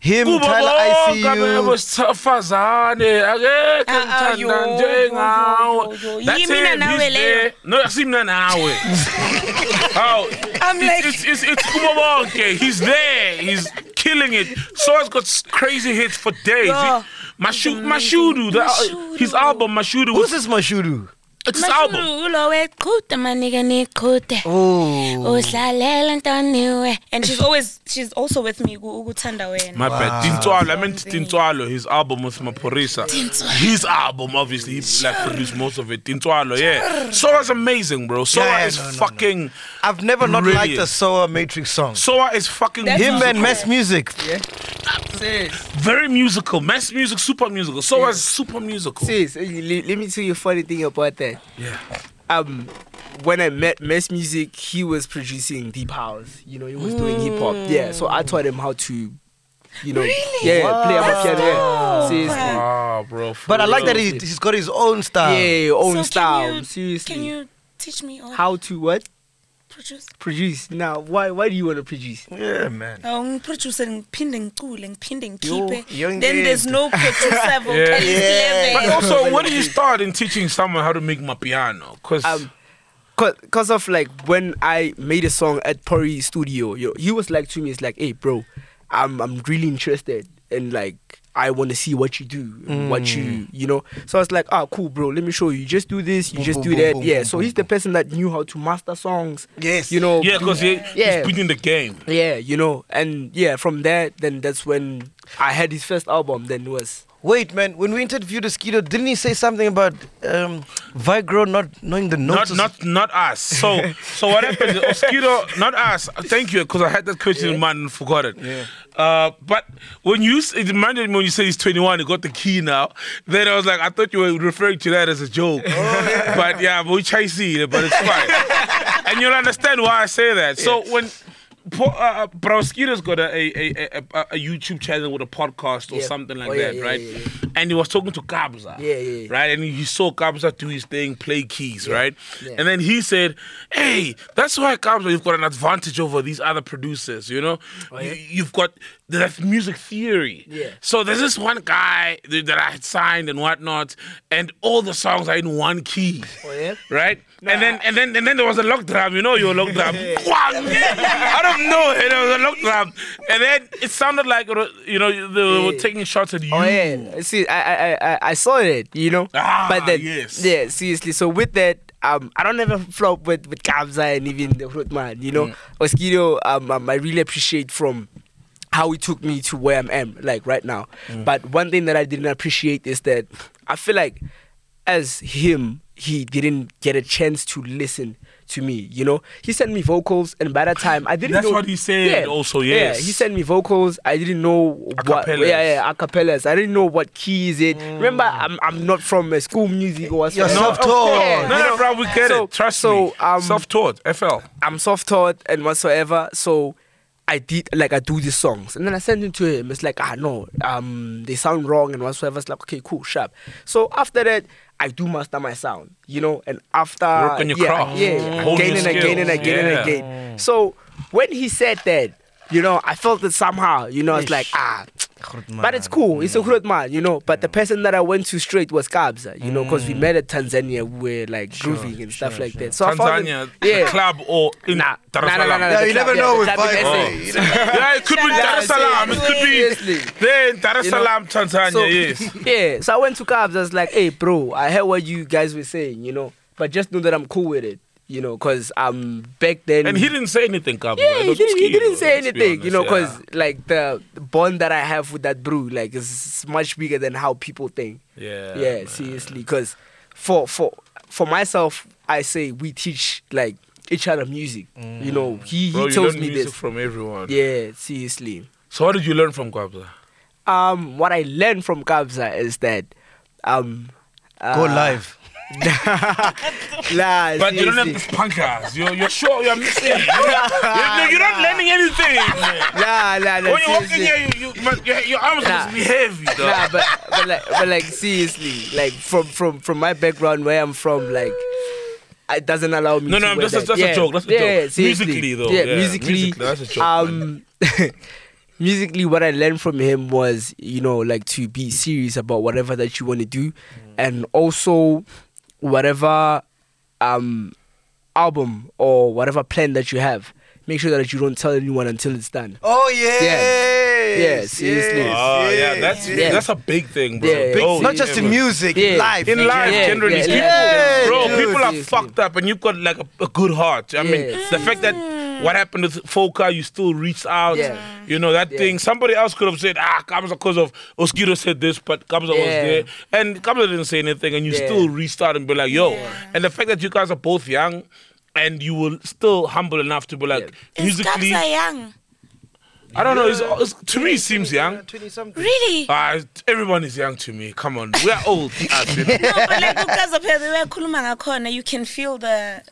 Speaker 4: Him,
Speaker 1: Kuba
Speaker 4: Tyler,
Speaker 1: bonke
Speaker 4: ICU.
Speaker 1: abesifazane, akekho
Speaker 2: Ah, ah, Uh, yo,
Speaker 1: engithanda
Speaker 2: yo, yo,
Speaker 1: njengawe.
Speaker 2: yo, yo.
Speaker 1: That's
Speaker 2: Yimina
Speaker 1: him,
Speaker 2: nawe
Speaker 1: he's
Speaker 2: leyo.
Speaker 1: there. No, asimina nawe. How?
Speaker 2: I'm like-
Speaker 1: it's, it's, it's Kuba bonke. He's there. He's killing it. Soul's got s- crazy hits for days.
Speaker 2: Yo.
Speaker 1: He- Mashu, Mashudu, the,
Speaker 2: Oh. Mashudu.
Speaker 1: his album Mashudu was
Speaker 4: Who's this Mashudu?
Speaker 1: it's his
Speaker 2: Mashuru,
Speaker 1: album.
Speaker 2: ulo weqhude manika niqhude
Speaker 4: Oh.
Speaker 2: uhlalela ntoniwe and she's always she's also with me ku- ukuthanda wena
Speaker 1: My bad. Tintualo. I meant Tintualo. His album with Maporisa. His album, obviously, he like, produced most of it. Tintualo, yeah. Soa is amazing, bro. Soa
Speaker 4: Yeah, yeah,
Speaker 1: is
Speaker 4: no, no, no.
Speaker 1: fucking.
Speaker 4: I've never not liked a
Speaker 1: Brilliant.
Speaker 4: Soa Matrix song.
Speaker 1: Soa is fucking
Speaker 2: That's
Speaker 4: Him
Speaker 1: musical.
Speaker 4: and Mass Music.
Speaker 5: Sis,
Speaker 1: very musical. Mass music, super musical. Soa is super musical.
Speaker 5: sis, le- let me tell you a funny thing about that.
Speaker 1: Yeah.
Speaker 5: um when I met Mess Music, he was producing deep house. You know, he was doing hip hop.
Speaker 2: Mm.
Speaker 5: Yeah, so I taught him how to, you know, yeah, play about piano. Yeah. Seriously.
Speaker 1: Ah, bro. for
Speaker 4: But I like
Speaker 1: real.
Speaker 4: that he, he's got his own style.
Speaker 5: yeah, your
Speaker 2: So
Speaker 5: own
Speaker 2: can
Speaker 5: style.
Speaker 2: you-
Speaker 5: Seriously.
Speaker 2: can you teach me or
Speaker 5: how to what
Speaker 2: produce
Speaker 5: produce? Now, why why do you want to produce?
Speaker 4: Yeah, man.
Speaker 2: Oh, ngiproduce ngiphinde ngicule ngiphinde ngikhiphe
Speaker 4: yonke
Speaker 2: then there's
Speaker 4: into.
Speaker 2: no producer vocalist
Speaker 5: Yeah.
Speaker 1: But
Speaker 2: level
Speaker 1: also, when did you start in teaching someone how to make my piano? Because
Speaker 5: Um, because of like when I made a song at Pori Studio, you know, he was like to me, it's like, hey, bro, I'm I'm really interested and like I want to see what you do, and what you you know. So I was like, ah, cool, bro. Let me show you. You just do this,
Speaker 4: Mm.
Speaker 5: you
Speaker 4: Boom,
Speaker 5: just
Speaker 4: boom,
Speaker 5: do
Speaker 4: boom,
Speaker 5: that.
Speaker 4: boom,
Speaker 5: yeah.
Speaker 4: boom,
Speaker 5: so
Speaker 4: boom,
Speaker 5: he's the person that knew how to master songs.
Speaker 4: Yes.
Speaker 5: You know.
Speaker 1: yeah, because he,
Speaker 5: Yeah.
Speaker 1: he's beating the game.
Speaker 5: Yeah, you know, and yeah, from there, then that's when I had his first album. Then it was
Speaker 4: Wait, man. When we interviewed Esquito, didn't he say something about um, Vigro not knowing the notes?
Speaker 1: Not,
Speaker 4: or
Speaker 1: not, not us. So, so what happened? is Oskido, not us. Thank you, because I had that question in mind and forgot it. Uh, but when you, s- it reminded me when you said he's 21, he got the key now. Then I was like, I thought you were referring to that as a joke.
Speaker 5: Oh,
Speaker 1: But yeah, but we chase it, but it's fine. and you'll understand why I say that. So when. Po- uh, Broskido's got a a, a, a a YouTube channel with a podcast or
Speaker 5: Yeah.
Speaker 1: something like
Speaker 5: Oh, yeah,
Speaker 1: that,
Speaker 5: yeah,
Speaker 1: right?
Speaker 5: yeah, yeah.
Speaker 1: and he was talking to Kabza.
Speaker 5: Yeah, yeah, yeah.
Speaker 1: Right? And he saw Kabza do his thing, play keys, right?
Speaker 5: yeah.
Speaker 1: And then he said, Hey, that's why Kabza, you've got an advantage over these other producers, you know?
Speaker 5: Oh, yeah?
Speaker 1: you, have got that music theory.
Speaker 5: Yeah.
Speaker 1: So there's this one guy th- that I had signed and whatnot, and all the songs are in one key.
Speaker 5: oh yeah.
Speaker 1: Right? and then and then and then there was a lock drum, you know your lock drum. Whang! Out of no, it was a lock grab. And then it sounded like, it was- you know, they were
Speaker 5: Yeah.
Speaker 1: taking shots at you.
Speaker 5: Oh yeah, see, I I I- I, I saw it, you know.
Speaker 1: Ah,
Speaker 5: but then,
Speaker 1: yes.
Speaker 5: yeah, seriously. So with that, um, I don't ever flop with with Kabza and even the Hood man, you know.
Speaker 1: Mm.
Speaker 5: Oskido, um, um, I really appreciate from how he took me to where I am, like right now.
Speaker 1: Mm.
Speaker 5: But one thing that I didn't appreciate is that I feel like as him, he didn't get a chance to listen to me, you know. He sent me vocals, and by that time, I didn't.
Speaker 1: That's
Speaker 5: know-
Speaker 1: what he said also, yes.
Speaker 5: yeah. He sent me vocals. I didn't know what. Yeah,
Speaker 1: Acapellas.
Speaker 5: yeah acapellas. I didn't know what key is it. Remember, I'm, I'm not from uh, school music or
Speaker 4: You're
Speaker 5: something.
Speaker 4: self-taught.
Speaker 5: Yeah,
Speaker 1: No,
Speaker 5: you
Speaker 1: no,
Speaker 5: know,
Speaker 1: bro, we get
Speaker 5: so-
Speaker 1: it. Trust
Speaker 5: so,
Speaker 1: me.
Speaker 5: um,
Speaker 1: Self-taught, FL.
Speaker 5: I'm self-taught and whatsoever. So I did like I do these songs, and then I send them to him. It's like ah no, um, they sound wrong and whatsoever. It's like okay, cool, sharp. So after that, I do master my sound, you know. And after
Speaker 1: Work on your
Speaker 5: yeah,
Speaker 1: craft.
Speaker 5: yeah,
Speaker 1: Hone
Speaker 5: again
Speaker 1: your
Speaker 5: and again
Speaker 1: skills.
Speaker 5: and again
Speaker 1: Yeah.
Speaker 5: and again. So when he said that, you know, I felt it somehow. You know, it's like ah. But it's cool. It's a good man, you know. But the person that I went to straight was Kabza, you know, because
Speaker 1: Mm.
Speaker 5: we met at Tanzania. We were like grooving and stuff like that. So I found him-
Speaker 1: Tanzania,
Speaker 5: yeah,
Speaker 1: the club or in
Speaker 5: Nah,
Speaker 1: Dar
Speaker 5: nah,
Speaker 1: es
Speaker 5: nah, nah,
Speaker 1: Salaam. Oh.
Speaker 5: nah,
Speaker 4: Yeah,
Speaker 5: the
Speaker 4: you
Speaker 5: club,
Speaker 4: never
Speaker 5: yeah,
Speaker 4: know
Speaker 5: the
Speaker 4: with
Speaker 5: club in
Speaker 4: Vice.
Speaker 5: SA.
Speaker 4: eh?
Speaker 1: Yeah, it could be
Speaker 2: Shout
Speaker 1: Dar
Speaker 2: out
Speaker 1: es Salaam. It could be
Speaker 5: Seriously.
Speaker 1: there in Dar es
Speaker 5: You know?
Speaker 1: Salaam, Tanzania.
Speaker 5: So-
Speaker 1: yes.
Speaker 5: yeah, so I went to Cubs. I was like, hey, bro, I heard what you guys were saying, you know, but just know that I'm cool with it, you know, because um, back then.
Speaker 1: And he didn't say anything, Kabul.
Speaker 5: yeah, he didn't, he didn't say anything, you know, because like the the bond that I have with that brew, like, is much bigger than how people think.
Speaker 1: Yeah,
Speaker 5: yeah,
Speaker 1: man.
Speaker 5: seriously, because for for for myself, I say we teach like each other music. You know, he,
Speaker 1: Mm. Bro,
Speaker 5: he
Speaker 1: you learn
Speaker 5: tells me
Speaker 1: music
Speaker 5: this.
Speaker 1: from everyone.
Speaker 5: yeah, seriously.
Speaker 1: So what did you learn from Kabza?
Speaker 5: um, what I learned from Kabza is that um,
Speaker 4: Go live.
Speaker 5: la,
Speaker 1: But you don't have
Speaker 5: seriously.
Speaker 1: this punk ass. You're, you're sure you're missing. You're not, you're, you're not learning anything. man.
Speaker 5: la, la, la,
Speaker 1: when you walk in
Speaker 5: seriously.
Speaker 1: here, you, you, man, your, your arms
Speaker 5: Nah.
Speaker 1: must be heavy, dog.
Speaker 5: Nah, but, but like but like seriously, like from from from my background where I'm from, like it doesn't allow me.
Speaker 1: No, no,
Speaker 5: to wear
Speaker 1: that's a-
Speaker 5: that.
Speaker 1: that's a
Speaker 5: yeah.
Speaker 1: joke, that's a
Speaker 5: yeah,
Speaker 1: joke.
Speaker 5: Yeah, seriously.
Speaker 1: Musically, though,
Speaker 5: Yeah,
Speaker 1: yeah,
Speaker 5: musically.
Speaker 1: musically, that's a joke,
Speaker 5: Um, musically, what I learned from him was, you know, like to be serious about whatever that you want to
Speaker 1: Mm.
Speaker 5: do, and also whatever um album or whatever plan that you have, make sure that you don't tell anyone until it's done.
Speaker 4: Oh yes.
Speaker 5: Yeah, seriously.
Speaker 4: yes,
Speaker 1: Oh, yeah,
Speaker 4: yes,
Speaker 1: that's
Speaker 5: yeah.
Speaker 1: that's a big thing, bro.
Speaker 5: Yeah, yeah.
Speaker 1: Big
Speaker 5: Oh,
Speaker 4: Not just in music,
Speaker 5: Yeah.
Speaker 4: in life.
Speaker 1: In life,
Speaker 5: Yeah,
Speaker 1: generally
Speaker 5: yeah,
Speaker 1: speaking,
Speaker 4: yeah.
Speaker 1: bro,
Speaker 4: Yeah,
Speaker 1: people are
Speaker 5: dude.
Speaker 1: fucked up, and you've got like a, a good heart. I mean,
Speaker 5: Yeah.
Speaker 1: the fact that what happened with Foka, you still reached out.
Speaker 5: Yeah.
Speaker 1: You know that
Speaker 5: Yeah.
Speaker 1: thing. Somebody else could have said, "Ah, Kamza, because of Oskido said this," but Kamza was
Speaker 5: Yeah.
Speaker 1: there, and Kamza didn't say anything, and you
Speaker 5: Yeah.
Speaker 1: still reached out and be like, "Yo," and the fact that you guys are both young. And you were still humble enough to be like,
Speaker 2: Is
Speaker 1: musically,
Speaker 2: Kabza young?
Speaker 1: I don't know. It's, it's, to me, it seems young.
Speaker 4: Twenty something.
Speaker 2: Really?
Speaker 1: Ah, everyone is young to me. Come on, we are old. us, you know?
Speaker 2: no, but like ukaza phela the way akhuluma ngakhona, you can feel the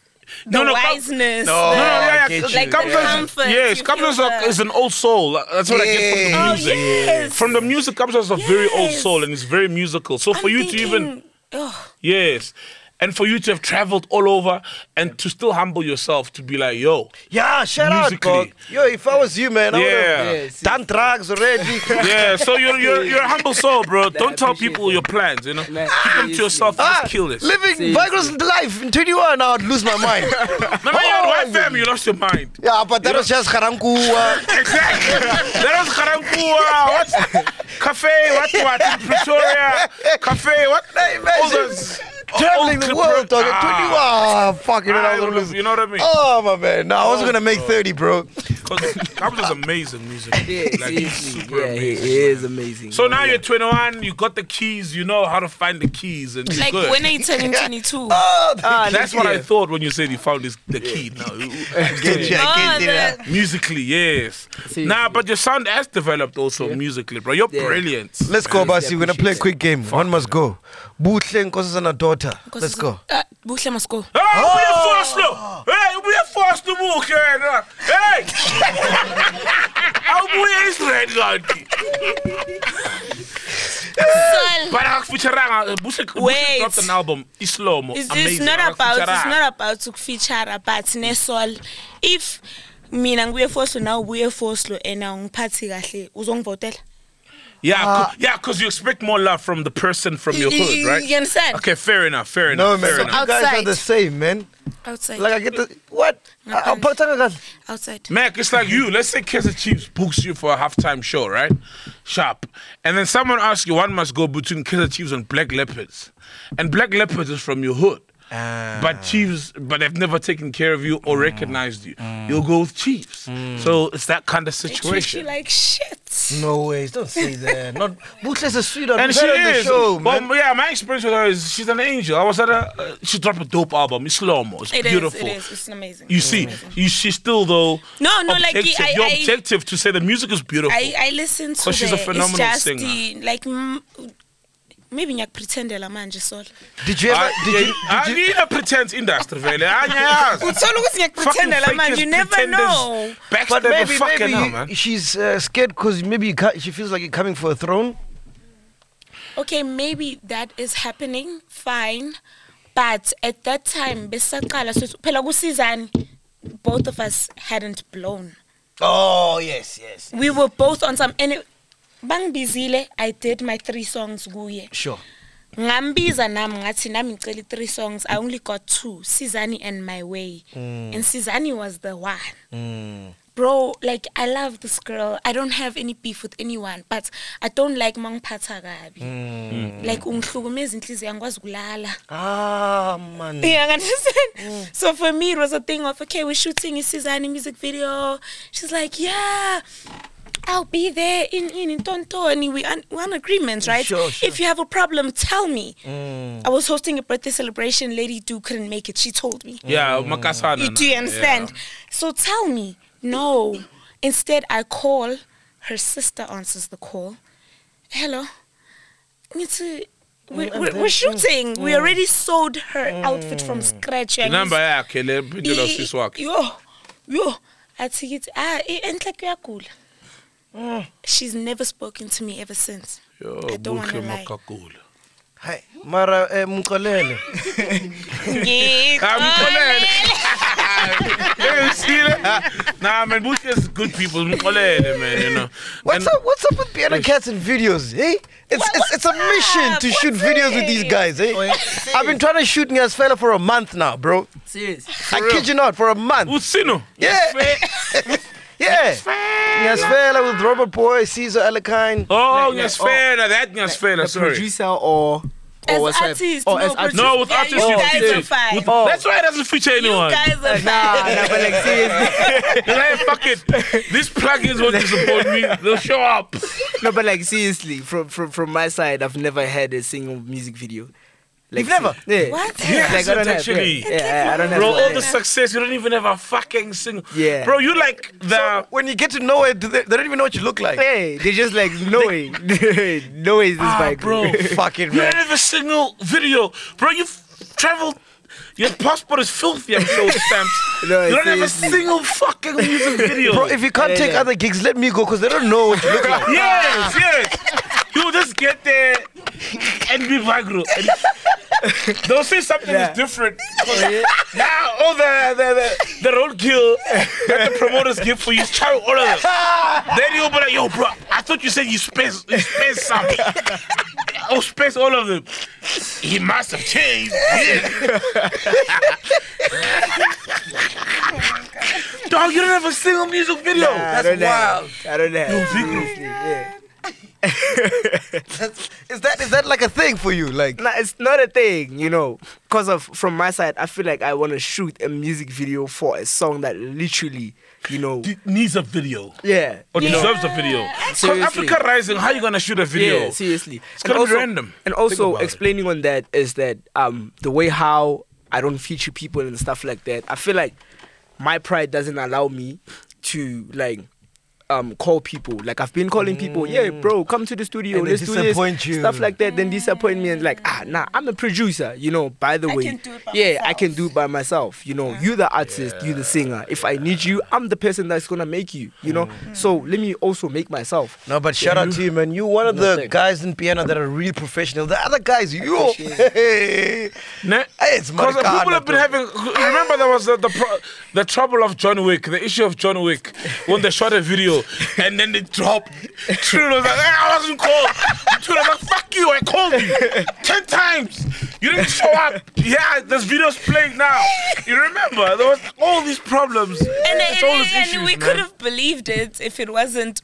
Speaker 2: the
Speaker 1: No, no, Kab-
Speaker 2: wiseness.
Speaker 4: No,
Speaker 1: No,
Speaker 2: the-
Speaker 1: no, yeah,
Speaker 4: get
Speaker 1: yeah.
Speaker 4: you. Like the
Speaker 2: comfort,
Speaker 1: Yes,
Speaker 2: you
Speaker 1: Kamsa is,
Speaker 2: feel
Speaker 1: a-
Speaker 2: the-
Speaker 1: is an old soul. That's what I get from the
Speaker 2: Oh
Speaker 1: music.
Speaker 2: yes.
Speaker 1: From the music, Kamsa is a very old
Speaker 2: Yes.
Speaker 1: soul and it's very musical. So for
Speaker 2: I'm
Speaker 1: you to even
Speaker 2: thinking, oh,
Speaker 1: yes, and for you to have traveled all over and to still humble yourself to be like, yo,
Speaker 4: Yeah, shout out,
Speaker 1: Musically.
Speaker 4: dog. Yo, if I was you, man, I
Speaker 1: Yeah.
Speaker 4: would
Speaker 5: Yes,
Speaker 4: have done drugs already.
Speaker 1: yeah. So you're you're, you're a humble soul, bro. Don't tell
Speaker 5: appreciate
Speaker 1: people
Speaker 5: that.
Speaker 1: your plans. You know,
Speaker 5: Man,
Speaker 1: keep them to
Speaker 5: seriously.
Speaker 1: yourself. and Just kill this. No,
Speaker 4: Ah, Living
Speaker 5: Seriously.
Speaker 4: vigorous life in 21, I would lose my mind.
Speaker 1: no, you
Speaker 4: Oh,
Speaker 1: had one
Speaker 4: man.
Speaker 1: fam, you lost your mind.
Speaker 4: yeah, but that was just Karankua.
Speaker 1: Exactly. that was Karankua. What? Cafe, what, what? In Pretoria. Cafe, what?
Speaker 4: Hey, man,
Speaker 1: All
Speaker 4: just
Speaker 1: those-
Speaker 4: traveling the
Speaker 1: old
Speaker 4: world, dog.
Speaker 1: Clipper-
Speaker 4: At 21, ah, fuck, you know, I,
Speaker 1: I
Speaker 4: was gonna
Speaker 1: would've-
Speaker 4: lose.
Speaker 1: you know what I mean?
Speaker 4: Oh, my man. No, I was gonna make 30, bro. Oh,
Speaker 1: Because that was amazing music.
Speaker 5: Yeah,
Speaker 1: like,
Speaker 5: seriously.
Speaker 1: he's super
Speaker 5: yeah, he-
Speaker 1: amazing.
Speaker 5: he is amazing.
Speaker 1: So now you're 21, you got the keys, you know how to find the keys, and you're
Speaker 2: like
Speaker 1: good.
Speaker 2: when are you turning 22?
Speaker 4: Oh,
Speaker 5: Ah,
Speaker 1: That's what I
Speaker 5: yeah.
Speaker 1: thought when you said you found this, the key. Now,
Speaker 4: get you,
Speaker 2: Oh,
Speaker 4: I get
Speaker 2: the-
Speaker 4: you.
Speaker 1: musically, yes.
Speaker 5: Seriously.
Speaker 1: Nah, but your sound has developed also musically, bro. You're
Speaker 5: Yeah.
Speaker 1: brilliant.
Speaker 4: Let's go, Basi. We're gonna play a
Speaker 5: appreciate
Speaker 4: quick game. One must go. Bootle and Kosas and a daughter. Let's go.
Speaker 2: Uh, Buhle must go.
Speaker 1: Hey,
Speaker 4: Oh!
Speaker 1: we are forced to. Hey, we are forced to walk here. now. Hey, I'm wearing this red guy.
Speaker 2: Sol.
Speaker 1: But I feature Bushik
Speaker 2: Wait.
Speaker 1: dropped an album. Islomo.
Speaker 2: It's, it's
Speaker 1: amazing.
Speaker 2: not about it's
Speaker 1: Akufutshara.
Speaker 2: not about to feature but nesol if mina nguye foslo nawe ubuye foslo and awungiphathi kahle uzongivotela
Speaker 1: Yeah,
Speaker 4: Uh.
Speaker 1: co- yeah, because you expect more love from the person from your
Speaker 2: You-
Speaker 1: hood,
Speaker 2: you-
Speaker 1: right?
Speaker 2: you understand?
Speaker 1: Okay, fair enough, fair
Speaker 4: No
Speaker 1: enough,
Speaker 4: man,
Speaker 1: fair
Speaker 4: you
Speaker 1: enough.
Speaker 4: guys are the
Speaker 2: outside.
Speaker 4: same man.
Speaker 2: outside.
Speaker 4: Like I get the what? Ah, I- I'll put on a-
Speaker 2: outside.
Speaker 1: Mac, it's like you. Let's say Kaiser Chiefs books you for a halftime show, right? Sharp. And then someone asks you, one must go between Kaiser Chiefs and Black Leopards. And Black Leopards is from your hood.
Speaker 4: Ah.
Speaker 1: But Chiefs, but they've never taken care of you
Speaker 4: Mm.
Speaker 1: or recognized you. You'll go with Chiefs. So it's that kind of
Speaker 2: They treat you
Speaker 1: situation.
Speaker 2: like shit.
Speaker 4: No ways, don't say that. Not Butler's a sweetheart.
Speaker 1: and
Speaker 4: We've
Speaker 1: she
Speaker 4: had her on
Speaker 1: is.
Speaker 4: the show,
Speaker 1: Well,
Speaker 4: man.
Speaker 1: yeah, my experience with her is she's an angel. I was at a. Uh, she dropped a dope album. It's slow mo. It's
Speaker 2: It is.
Speaker 1: beautiful.
Speaker 2: It is. It's amazing.
Speaker 1: You
Speaker 2: It's
Speaker 1: see,
Speaker 2: amazing.
Speaker 1: you she still though.
Speaker 2: No, no, like,
Speaker 1: objective.
Speaker 2: I-
Speaker 1: Your
Speaker 2: I-
Speaker 1: objective to say the music is beautiful.
Speaker 2: I, I listen to
Speaker 1: 'Cause she's a
Speaker 2: the-
Speaker 1: phenomenal
Speaker 2: it's just
Speaker 1: singer.
Speaker 2: The, like m- maybe ngiyakupretendela manje solo.
Speaker 4: Did you ever?
Speaker 1: I-
Speaker 4: Did you?
Speaker 1: I
Speaker 4: Did you?
Speaker 1: need a pretense industry, vele. Angiyazi.
Speaker 2: Uthola ukuthi
Speaker 1: Fucking
Speaker 2: ngiyakupretendela manje.
Speaker 1: fakers,
Speaker 2: You never
Speaker 1: pretenders,
Speaker 2: know.
Speaker 4: But
Speaker 1: Backstabber,
Speaker 4: maybe,
Speaker 1: fucking
Speaker 4: maybe
Speaker 1: hell,
Speaker 4: you-
Speaker 1: man.
Speaker 4: she's uh, scared because maybe you can't, she feels like you're coming for a throne.
Speaker 2: Okay, maybe that is happening. Fine. But at that time besaqala sithi phela kusizani both of us hadn't blown.
Speaker 4: Oh yes, yes.
Speaker 2: We were both on some and it- bangibizile I did my three songs kuye.
Speaker 4: Sure.
Speaker 2: ngambiza nami ngathi nami ngicela i-three songs i only got two sizani and my way and sizani was the one
Speaker 4: Hmm.
Speaker 2: bro like i love this girl i don't have any beef with anyone but i don't like mangiphatha kabi like ungihlukumeza inhliziyo angikwazi ukulala
Speaker 4: Ah man.
Speaker 2: Yeah, I
Speaker 4: Mm.
Speaker 2: understand. So for me, it was a thing of okay, we're shooting a Suzanne music video. She's like, yeah. I'll be there in in, in Tonto and we un, we're on agreements, right?
Speaker 4: Sure, sure. Mm.
Speaker 2: If you have a problem, tell me. I was hosting a birthday celebration. Lady Do couldn't make it. She told me.
Speaker 1: Yeah, Makasana.
Speaker 2: You, do you understand? So tell me. No. Instead, I call. Her sister answers the call. Hello. Ngithi, we, we're, we're shooting. We already sewed her outfit from scratch.
Speaker 1: Yeah. Number
Speaker 2: yangithi-
Speaker 1: yakhe le phindela usisi wakhe.
Speaker 2: Yo, yo. Athi kithi, ah, i- enhle kuyagula. She's never spoken to me ever since.
Speaker 1: Yo, Ah,
Speaker 2: I don't wanna
Speaker 1: Buhle
Speaker 2: lie.
Speaker 1: Makakula.
Speaker 4: Hi. Mara eh, Mxolele.
Speaker 2: Ngixolele.
Speaker 1: Hey, you see that? Nah, man, Buhle is good people. Mkolele, man, you know.
Speaker 4: What's
Speaker 1: And-
Speaker 4: up? What's up with piano cats and videos? Eh? It's
Speaker 2: What-
Speaker 4: it's, it's a
Speaker 2: what's
Speaker 4: mission
Speaker 2: up?
Speaker 4: to shoot
Speaker 2: What's
Speaker 4: videos with these
Speaker 2: it?
Speaker 4: guys. Eh? I've been trying to shoot Nyasfela for a month now, bro.
Speaker 5: Serious.
Speaker 4: I kid you not, for a month.
Speaker 1: Utsino.
Speaker 4: yeah, yeah. Nyasfela with Robert Boy, Caesar Alakine.
Speaker 1: Oh,
Speaker 5: Like,
Speaker 1: yes,
Speaker 5: like,
Speaker 1: fair. That's yes, fair.
Speaker 5: The
Speaker 1: Sorry.
Speaker 5: producer or
Speaker 2: As
Speaker 5: or Oh, what's
Speaker 2: artist,
Speaker 5: Or
Speaker 2: no,
Speaker 5: as artist.
Speaker 2: producer.
Speaker 1: No, with
Speaker 2: Yeah,
Speaker 1: artists,
Speaker 2: you
Speaker 1: you
Speaker 2: guys
Speaker 1: feature.
Speaker 2: are fine.
Speaker 1: With-
Speaker 4: Oh.
Speaker 1: That's why it doesn't feature
Speaker 2: You
Speaker 1: anyone.
Speaker 2: guys are
Speaker 5: Nah,
Speaker 2: bad.
Speaker 5: nah, but like seriously.
Speaker 1: Like, fuck it. These plugins won't disappoint me. They'll show up.
Speaker 5: No, but like seriously, from from from my side, I've never had a single music video. Like,
Speaker 4: You've never?
Speaker 5: Yeah.
Speaker 2: What?
Speaker 5: Yeah, like I don't have.
Speaker 1: actually.
Speaker 5: Yeah, yeah, I don't have.
Speaker 1: Bro,
Speaker 5: one,
Speaker 1: all
Speaker 5: yeah.
Speaker 1: the success, you don't even have a fucking single.
Speaker 5: Yeah.
Speaker 1: Bro, you like the.
Speaker 4: When you get to know it, do they, they don't even know what you look like.
Speaker 5: Hey, they're just like no way, no way is this
Speaker 1: Ah,
Speaker 5: bike,
Speaker 1: bro.
Speaker 4: Fucking
Speaker 1: you
Speaker 4: man.
Speaker 1: don't have a single video. Bro, you've traveled. Your passport is filthy, I'm sure, with stamps.
Speaker 5: No,
Speaker 1: you don't have a
Speaker 5: seriously.
Speaker 1: single fucking music video.
Speaker 4: Bro, if you can't
Speaker 5: Yeah,
Speaker 4: take
Speaker 5: yeah.
Speaker 4: other gigs, let me go because they don't know what you look like.
Speaker 1: Yes, yes. You just get there and be vagro. And they'll say something
Speaker 5: Yeah.
Speaker 1: is different.
Speaker 4: Oh,
Speaker 1: Now all the the the, the roadkill that the promoters give for you, try all of them. then you'll be like, yo, bro, I thought you said you space you space something. I'll space all of them. He must have changed. Yeah. Dog, you don't have a single music video.
Speaker 5: Oh, I don't Have, I don't have.
Speaker 1: Vigro.
Speaker 5: Yeah.
Speaker 4: That's- is that is that like a thing for you? Like,
Speaker 5: Nah, it's not a thing, you know. Cause of from my side, I feel like I want to shoot a music video for a song that literally, you know,
Speaker 1: It needs a video.
Speaker 5: yeah.
Speaker 1: or
Speaker 5: you know,
Speaker 1: deserves a video. 'Cause
Speaker 5: Seriously.
Speaker 1: Africa Rising, how you gonna shoot a video?
Speaker 5: Yeah, seriously. It's
Speaker 1: gonna be random.
Speaker 5: And
Speaker 1: Think
Speaker 5: also
Speaker 1: about it.
Speaker 5: explaining on that is that um the way how I don't feature people and stuff like that. I feel like my pride doesn't allow me to like um call people. Like I've been calling
Speaker 1: Mm.
Speaker 5: people, yeah, bro, come to the studio,
Speaker 4: And they
Speaker 5: let's do this,
Speaker 4: disappoint you.
Speaker 5: stuff like that. Then disappoint me and like ah nah, I'm a producer, you know. By the
Speaker 2: Mm. I
Speaker 5: way,
Speaker 2: can do it by
Speaker 5: yeah, I
Speaker 2: myself.
Speaker 5: can do it by myself. You know, you the artist, you the singer. If I need you, I'm the person that's gonna make you. You know,
Speaker 1: Mm.
Speaker 5: so let me also make myself.
Speaker 4: no, but shout out to you, man. You're one of the
Speaker 5: thanks.
Speaker 4: guys in piano that are really professional. The other guys, you, hey,
Speaker 1: Ne?
Speaker 4: it's
Speaker 1: Because
Speaker 4: Marikana,
Speaker 1: people have been
Speaker 4: bro.
Speaker 1: having. Remember, there was the the, pro, the trouble of John Wick, the issue of John Wick, when they shot a video Trilo. And then they dropped. Trilo's like, "Ah, I wasn't called. Trilo's like, fuck you, I called you. Ten times. You didn't show up. Yeah, this video's playing now. You remember, there was all these problems.
Speaker 2: And,
Speaker 1: it's
Speaker 2: and-
Speaker 1: all these
Speaker 2: and
Speaker 1: issues,
Speaker 2: we
Speaker 1: man.
Speaker 2: could have believed it if it wasn't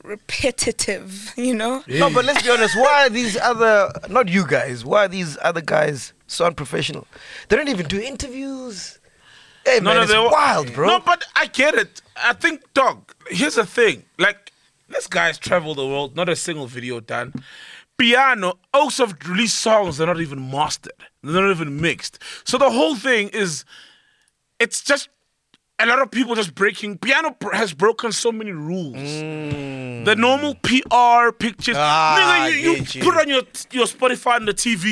Speaker 2: repetitive, you know?
Speaker 4: No, but let's be honest. Why are these other, not you guys, why are these other guys so unprofessional? They don't even do interviews. Hey, man, it's
Speaker 1: they were-
Speaker 4: wild, bro.
Speaker 1: No, but I get it. I think, dog. Here's the thing. Like, this guy's traveled the world. Not a single video done. Piano. Also, have released songs. They're not even mastered. They're not even mixed. So the whole thing is, it's just a lot of people just breaking. Piano br- has broken so many rules. The normal PR pictures.
Speaker 4: Mm. Ah,
Speaker 1: Nigga, you, you
Speaker 4: get you.
Speaker 1: put on your your Spotify and the TV,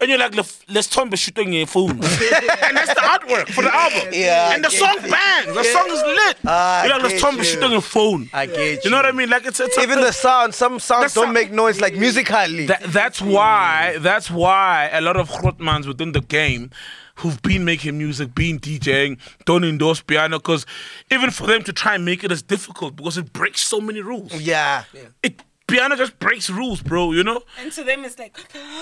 Speaker 1: and you're like, "Let's- let's turn the shit on your phone. and that's the artwork for the album.
Speaker 4: Yeah, I
Speaker 1: and the
Speaker 4: get
Speaker 1: song bangs. The song is lit.
Speaker 4: Ah, I
Speaker 1: you're like, let's
Speaker 4: get
Speaker 1: turn the
Speaker 4: you.
Speaker 1: shit on your phone.
Speaker 4: I get
Speaker 1: You know what I
Speaker 4: you.
Speaker 1: mean? Like it's it's a-
Speaker 4: even the sound, some sounds
Speaker 1: That's
Speaker 4: don't
Speaker 1: so-
Speaker 4: make noise like musically.
Speaker 1: Tha- that's why. That's why a lot of grotmans within the game, who've been making music, been DJing, don't endorse piano because even for them to try and make it is difficult because it breaks so many rules.
Speaker 4: yeah.
Speaker 1: It piano just breaks rules, bro. You know.
Speaker 2: And to them, it's like,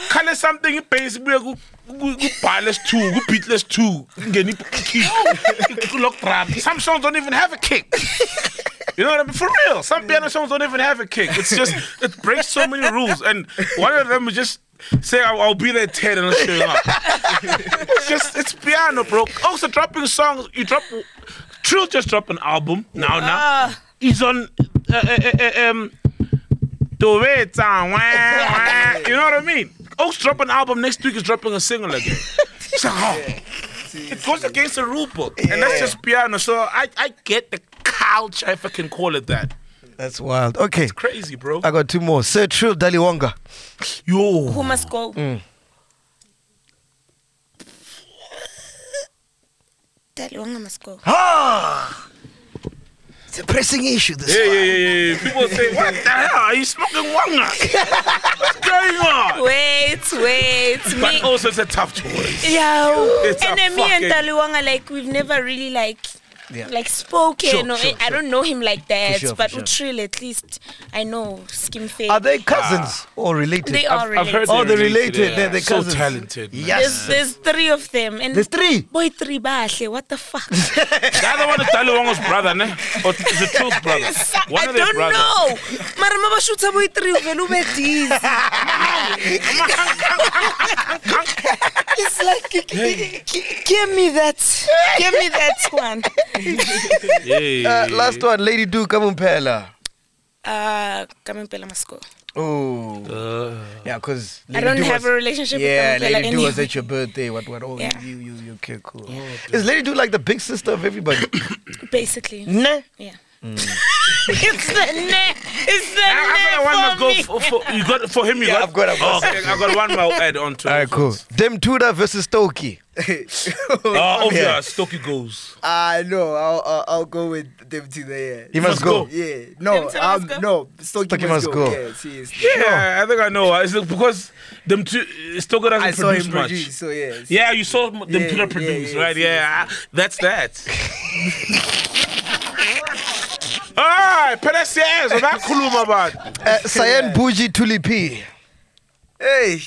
Speaker 1: Color something ibase buye ku- ku- ku-barless two ku-beatless two ingene i-kick ku-lock drum some songs don't even have a kick You know what I mean? For real, some piano songs don't even have a kick. It's just it breaks so many rules, and one of them is just say, "I'll, I'll be there at ten and I'm showing up." it's just it's piano, bro. Also, dropping songs. You drop. Trill just dropped an album now. Now he's on. Uh, uh, uh, uh, um, do it, uh, wah, wah. you know what I mean? Oaks dropping an album next week is dropping a single again. It's like, oh, it goes against the rule book, and that's just piano. So I, I get the culture, if I can call it that.
Speaker 4: That's wild. Okay.
Speaker 1: Crazy, bro.
Speaker 4: I got two more. Sir Trill Daliwonga.
Speaker 1: Yo,
Speaker 2: who must go?
Speaker 4: Mm.
Speaker 2: Dalwanga must go.
Speaker 4: It's a pressing issue, this
Speaker 1: yeah,
Speaker 4: one.
Speaker 1: yeah, yeah, yeah. People say, what the hell? Are you smoking wanga? What's going on?
Speaker 2: Wait, wait.
Speaker 1: But
Speaker 2: me,
Speaker 1: also, it's a tough choice.
Speaker 2: yeah.
Speaker 1: It's a
Speaker 2: and then me and
Speaker 1: fucking-
Speaker 2: Dalwanga, like, we've never really, like,
Speaker 4: Yeah.
Speaker 2: Like spoken,
Speaker 4: Sure,
Speaker 2: or
Speaker 4: sure,
Speaker 2: I
Speaker 4: sure.
Speaker 2: don't know him like that,
Speaker 4: sure, for
Speaker 2: but
Speaker 4: sure.
Speaker 2: Utril at least I know Skim Faye.
Speaker 4: Are they cousins or related?
Speaker 2: They are related.
Speaker 1: I've heard
Speaker 4: Oh, they're related.
Speaker 1: Ah. yeah.
Speaker 4: They're, they're
Speaker 1: so
Speaker 4: cousins.
Speaker 1: talented. man.
Speaker 4: Yes.
Speaker 2: There's, there's three of them, and
Speaker 4: There's three?
Speaker 2: Boy, three bahle. What the fuck?
Speaker 1: The other one is Taliwango's brother, ne? Or is it Trill's brother? One
Speaker 2: I
Speaker 1: of their
Speaker 2: don't
Speaker 1: brothers.
Speaker 2: know. Mara mama shoots boy three uvele ube dizzy. It's like g- g- g- give me that, give me that one.
Speaker 1: Yeah.
Speaker 4: Uh, last one, Lady Duke Amumpela.
Speaker 2: Uh, Kamimpela must go.
Speaker 4: Oh.
Speaker 1: Uh.
Speaker 4: yeah, because
Speaker 2: I don't have a relationship
Speaker 4: Yeah,
Speaker 2: with Kamimpela
Speaker 4: Lady Do
Speaker 2: anyway.
Speaker 4: was at your birthday. What? What? Oh,
Speaker 2: Yeah.
Speaker 4: you, you, you, okay, cool. Is Lady Do like the big sister of everybody?
Speaker 2: Basically,
Speaker 1: Hmm?
Speaker 4: nah.
Speaker 2: yeah. it's the neck. It's the
Speaker 1: I, I got one must
Speaker 2: neck for
Speaker 1: go
Speaker 2: me.
Speaker 1: for, for you got for him. You
Speaker 4: Yeah,
Speaker 1: got.
Speaker 4: I've got- I've got
Speaker 1: okay, I got one more add on to.
Speaker 4: All right,
Speaker 1: it.
Speaker 4: cool. Dem Tudor versus Stokey.
Speaker 1: Uh, obvious.
Speaker 4: Yeah.
Speaker 1: Stokey goes.
Speaker 5: I know. I'll, I'll I'll go with them to there.
Speaker 4: He must
Speaker 1: must go.
Speaker 4: go.
Speaker 5: Yeah.
Speaker 2: Them
Speaker 5: No.
Speaker 2: two
Speaker 5: Um.
Speaker 2: must go?
Speaker 5: No. Stocky
Speaker 4: Stocky must
Speaker 5: must, go.
Speaker 4: go.
Speaker 5: Yeah. Seriously.
Speaker 1: Yeah, I think I know. It's like because them two Stokey doesn't
Speaker 5: I saw
Speaker 1: produce
Speaker 5: him
Speaker 1: much.
Speaker 5: produce. So yeah.
Speaker 1: Yeah, you saw them
Speaker 5: Yeah,
Speaker 1: Tudor
Speaker 5: yeah,
Speaker 1: produce,
Speaker 5: yeah,
Speaker 1: right?
Speaker 5: yeah,
Speaker 1: Yeah, I- that's that. All right, pedestrians. I'm not cool about.
Speaker 4: Uh, Sayan Buji Tulipi.
Speaker 5: Hey.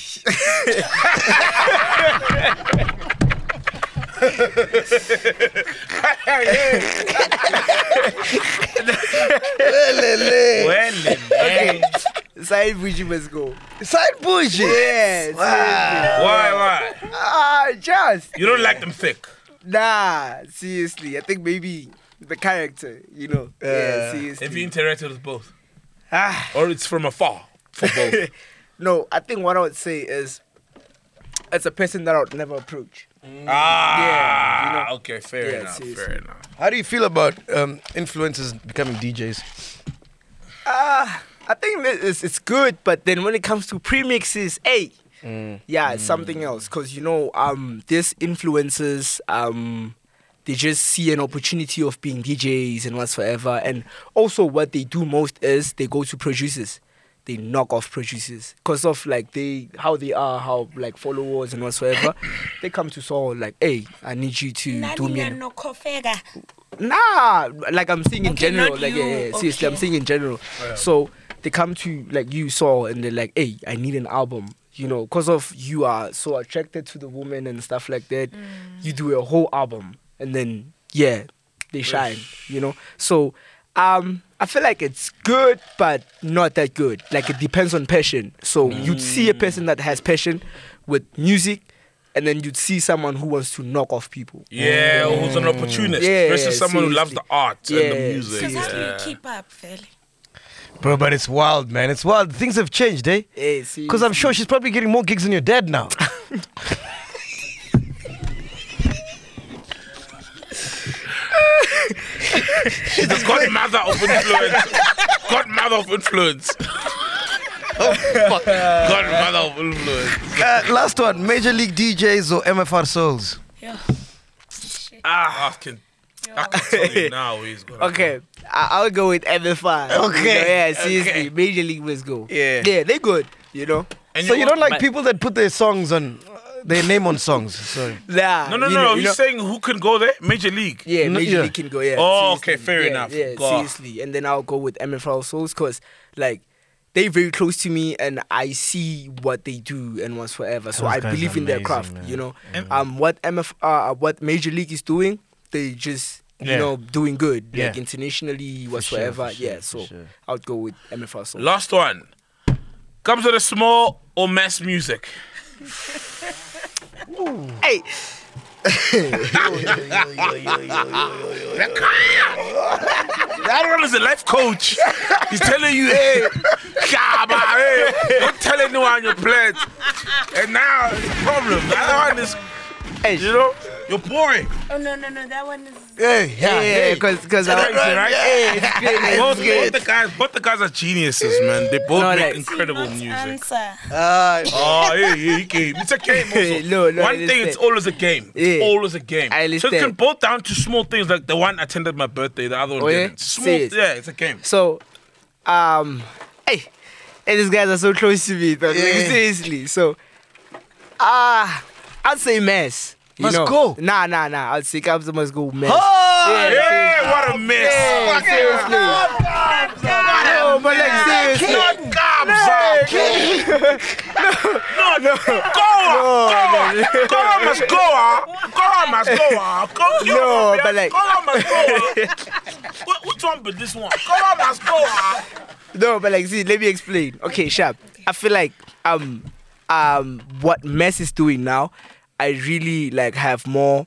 Speaker 1: Well, man.
Speaker 5: Said Buji must go.
Speaker 4: Sayan Buji.
Speaker 5: Yes.
Speaker 4: Wow.
Speaker 1: why, why?
Speaker 5: Ah, just
Speaker 1: You don't like them thick.
Speaker 5: nah. Seriously, I think maybe the character. You know.
Speaker 4: Uh,
Speaker 5: yeah. Seriously.
Speaker 1: Have you interacted with both,
Speaker 5: ah.
Speaker 1: or it's from afar for both?
Speaker 5: No, I think what I would say is it's a person that I would never approach.
Speaker 1: Ah,
Speaker 5: Mm, Yeah, you know.
Speaker 1: okay, fair
Speaker 5: Yeah,
Speaker 1: enough,
Speaker 5: seriously.
Speaker 1: fair enough.
Speaker 4: How do you feel about um, influencers becoming DJs?
Speaker 5: Ah, I think that it's, it's good, but then when it comes to premixes, hey, yeah, it's something else. Because, you know, um, these influencers, um, they just see an opportunity of being DJs and whatsoever. And also, what they do most is they go to producers. They knock off producers because of like they how they are, how like followers and whatsoever. they come to Saul like, hey, I need you to do
Speaker 2: Nani
Speaker 5: me.
Speaker 2: ya
Speaker 5: an-"
Speaker 2: nokhofeka?
Speaker 5: Nah, like I'm saying in
Speaker 2: Okay,
Speaker 5: general.
Speaker 2: not
Speaker 5: Like
Speaker 2: you.
Speaker 5: yeah, yeah, seriously, I'm
Speaker 2: Okay.
Speaker 5: saying in general. So they come to like you saw, and they're like, "Hey, I need an album." You know, because of you are so attracted to the woman and stuff like that.
Speaker 2: Mm.
Speaker 5: You do a whole album, and then yeah, they shine. You know, so. Um, I feel like it's good, but not that good. Like it depends on passion. So you'd see a person that has passion with music, and then you'd see someone who wants to knock off people.
Speaker 1: Yeah, who's an opportunist
Speaker 5: Yeah,
Speaker 1: versus someone who loves the
Speaker 5: seriously.
Speaker 1: art and the
Speaker 5: Yeah,
Speaker 1: music.
Speaker 2: Because how do you
Speaker 1: Yeah.
Speaker 2: keep up, Vele?
Speaker 4: Bro, but it's wild, man. It's wild. Things have changed, eh?
Speaker 5: Yeah,
Speaker 4: Because I'm sure she's probably getting more gigs than your dad now.
Speaker 1: She's the godmother of influence. godmother of influence. godmother of influence.
Speaker 4: Uh, last one Major League DJs or MFR Souls?
Speaker 2: Yeah.
Speaker 1: Ah, I can, I can tell you now he's gonna.
Speaker 5: Okay, I- I'll go with MFI.
Speaker 4: Okay,
Speaker 5: You know, yeah, seriously,
Speaker 1: okay.
Speaker 5: Major League was go.
Speaker 1: Yeah.
Speaker 5: yeah, they good. You know,
Speaker 1: And
Speaker 4: so you don't like
Speaker 5: my-
Speaker 4: people that put their songs on, uh, their name on songs. Sorry.
Speaker 5: nah.
Speaker 1: No, no,
Speaker 5: you
Speaker 1: no.
Speaker 5: know, you
Speaker 1: he's
Speaker 5: know-
Speaker 1: saying who can go there? Major League.
Speaker 5: yeah,
Speaker 4: No,
Speaker 5: Major
Speaker 4: yeah.
Speaker 5: League can go. Yeah.
Speaker 1: Oh,
Speaker 5: seriously,
Speaker 1: okay, fair
Speaker 5: yeah,
Speaker 1: enough.
Speaker 5: Yeah,
Speaker 1: God.
Speaker 5: seriously, and then I'll go with MFL Souls because like. They very close to me, and I see what they do and what's forever. So
Speaker 4: Those
Speaker 5: I
Speaker 4: guys are
Speaker 5: believe in their
Speaker 4: amazing,
Speaker 5: craft,
Speaker 4: man.
Speaker 5: you know. Um, what MF, uh, what Major League is doing, they just you
Speaker 4: Yeah.
Speaker 5: know doing good,
Speaker 4: Yeah.
Speaker 5: like internationally,
Speaker 4: sure,
Speaker 5: whatsoever.
Speaker 4: for sure,
Speaker 5: yeah,
Speaker 4: for
Speaker 5: so
Speaker 4: sure.
Speaker 5: I'll go with MFL Souls.
Speaker 1: Last one. Comes with a small or mass music.
Speaker 5: Hey,
Speaker 1: That one is a life coach. He's telling you, hey, Shaba, hey, don't tell anyone your plans. And now it's a problem. That one is,
Speaker 5: hey,
Speaker 1: you know, your boy.
Speaker 2: Oh no no no, that one is.
Speaker 4: Hey, yeah,
Speaker 5: yeah, because because I
Speaker 1: Crazy, right?
Speaker 5: it's great, man,
Speaker 1: Both,
Speaker 5: it's
Speaker 1: both
Speaker 5: great.
Speaker 1: the guys, both the guys are geniuses, man. They both
Speaker 5: No,
Speaker 1: make
Speaker 5: like-
Speaker 1: incredible
Speaker 2: Not
Speaker 1: music.
Speaker 2: Answer.
Speaker 4: uh,
Speaker 1: Oh, yeah, yeah, he game. It's a game. Also.
Speaker 5: No, no, I
Speaker 1: one thing, it's
Speaker 5: understand.
Speaker 1: always a game. It's
Speaker 5: Yeah.
Speaker 1: always a game.
Speaker 5: I
Speaker 1: So it can
Speaker 5: understand.
Speaker 1: boil down to small things like the one attended my birthday, the other one
Speaker 5: Oh, yeah?
Speaker 1: didn't. Small,
Speaker 5: Serious.
Speaker 1: yeah, it's a game.
Speaker 5: So, um, hey, hey, these guys are so close to me, but like,
Speaker 4: Yeah.
Speaker 5: seriously. So, ah, I'd say mess. You
Speaker 4: Must
Speaker 5: know.
Speaker 4: go.
Speaker 5: Nah, nah, nah. I'd say Kabza must go mess.
Speaker 4: Oh,
Speaker 5: Yeah,
Speaker 1: Yeah, what a mess.
Speaker 5: yeah, seriously. No, but like seriously.
Speaker 1: Not Gabs. No, no. Goa.
Speaker 5: no,
Speaker 1: Goa. Goa must go. ah. Goa must go. ah. Go- you
Speaker 5: No,
Speaker 1: know,
Speaker 5: but
Speaker 1: man,
Speaker 5: like-
Speaker 1: Goa must go. ah. Wh- Which one but this one? Goa must go. ah.
Speaker 5: No, but like, see, let me explain. Okay, sharp. I feel like um, um, what Mess is doing now, I really like have more,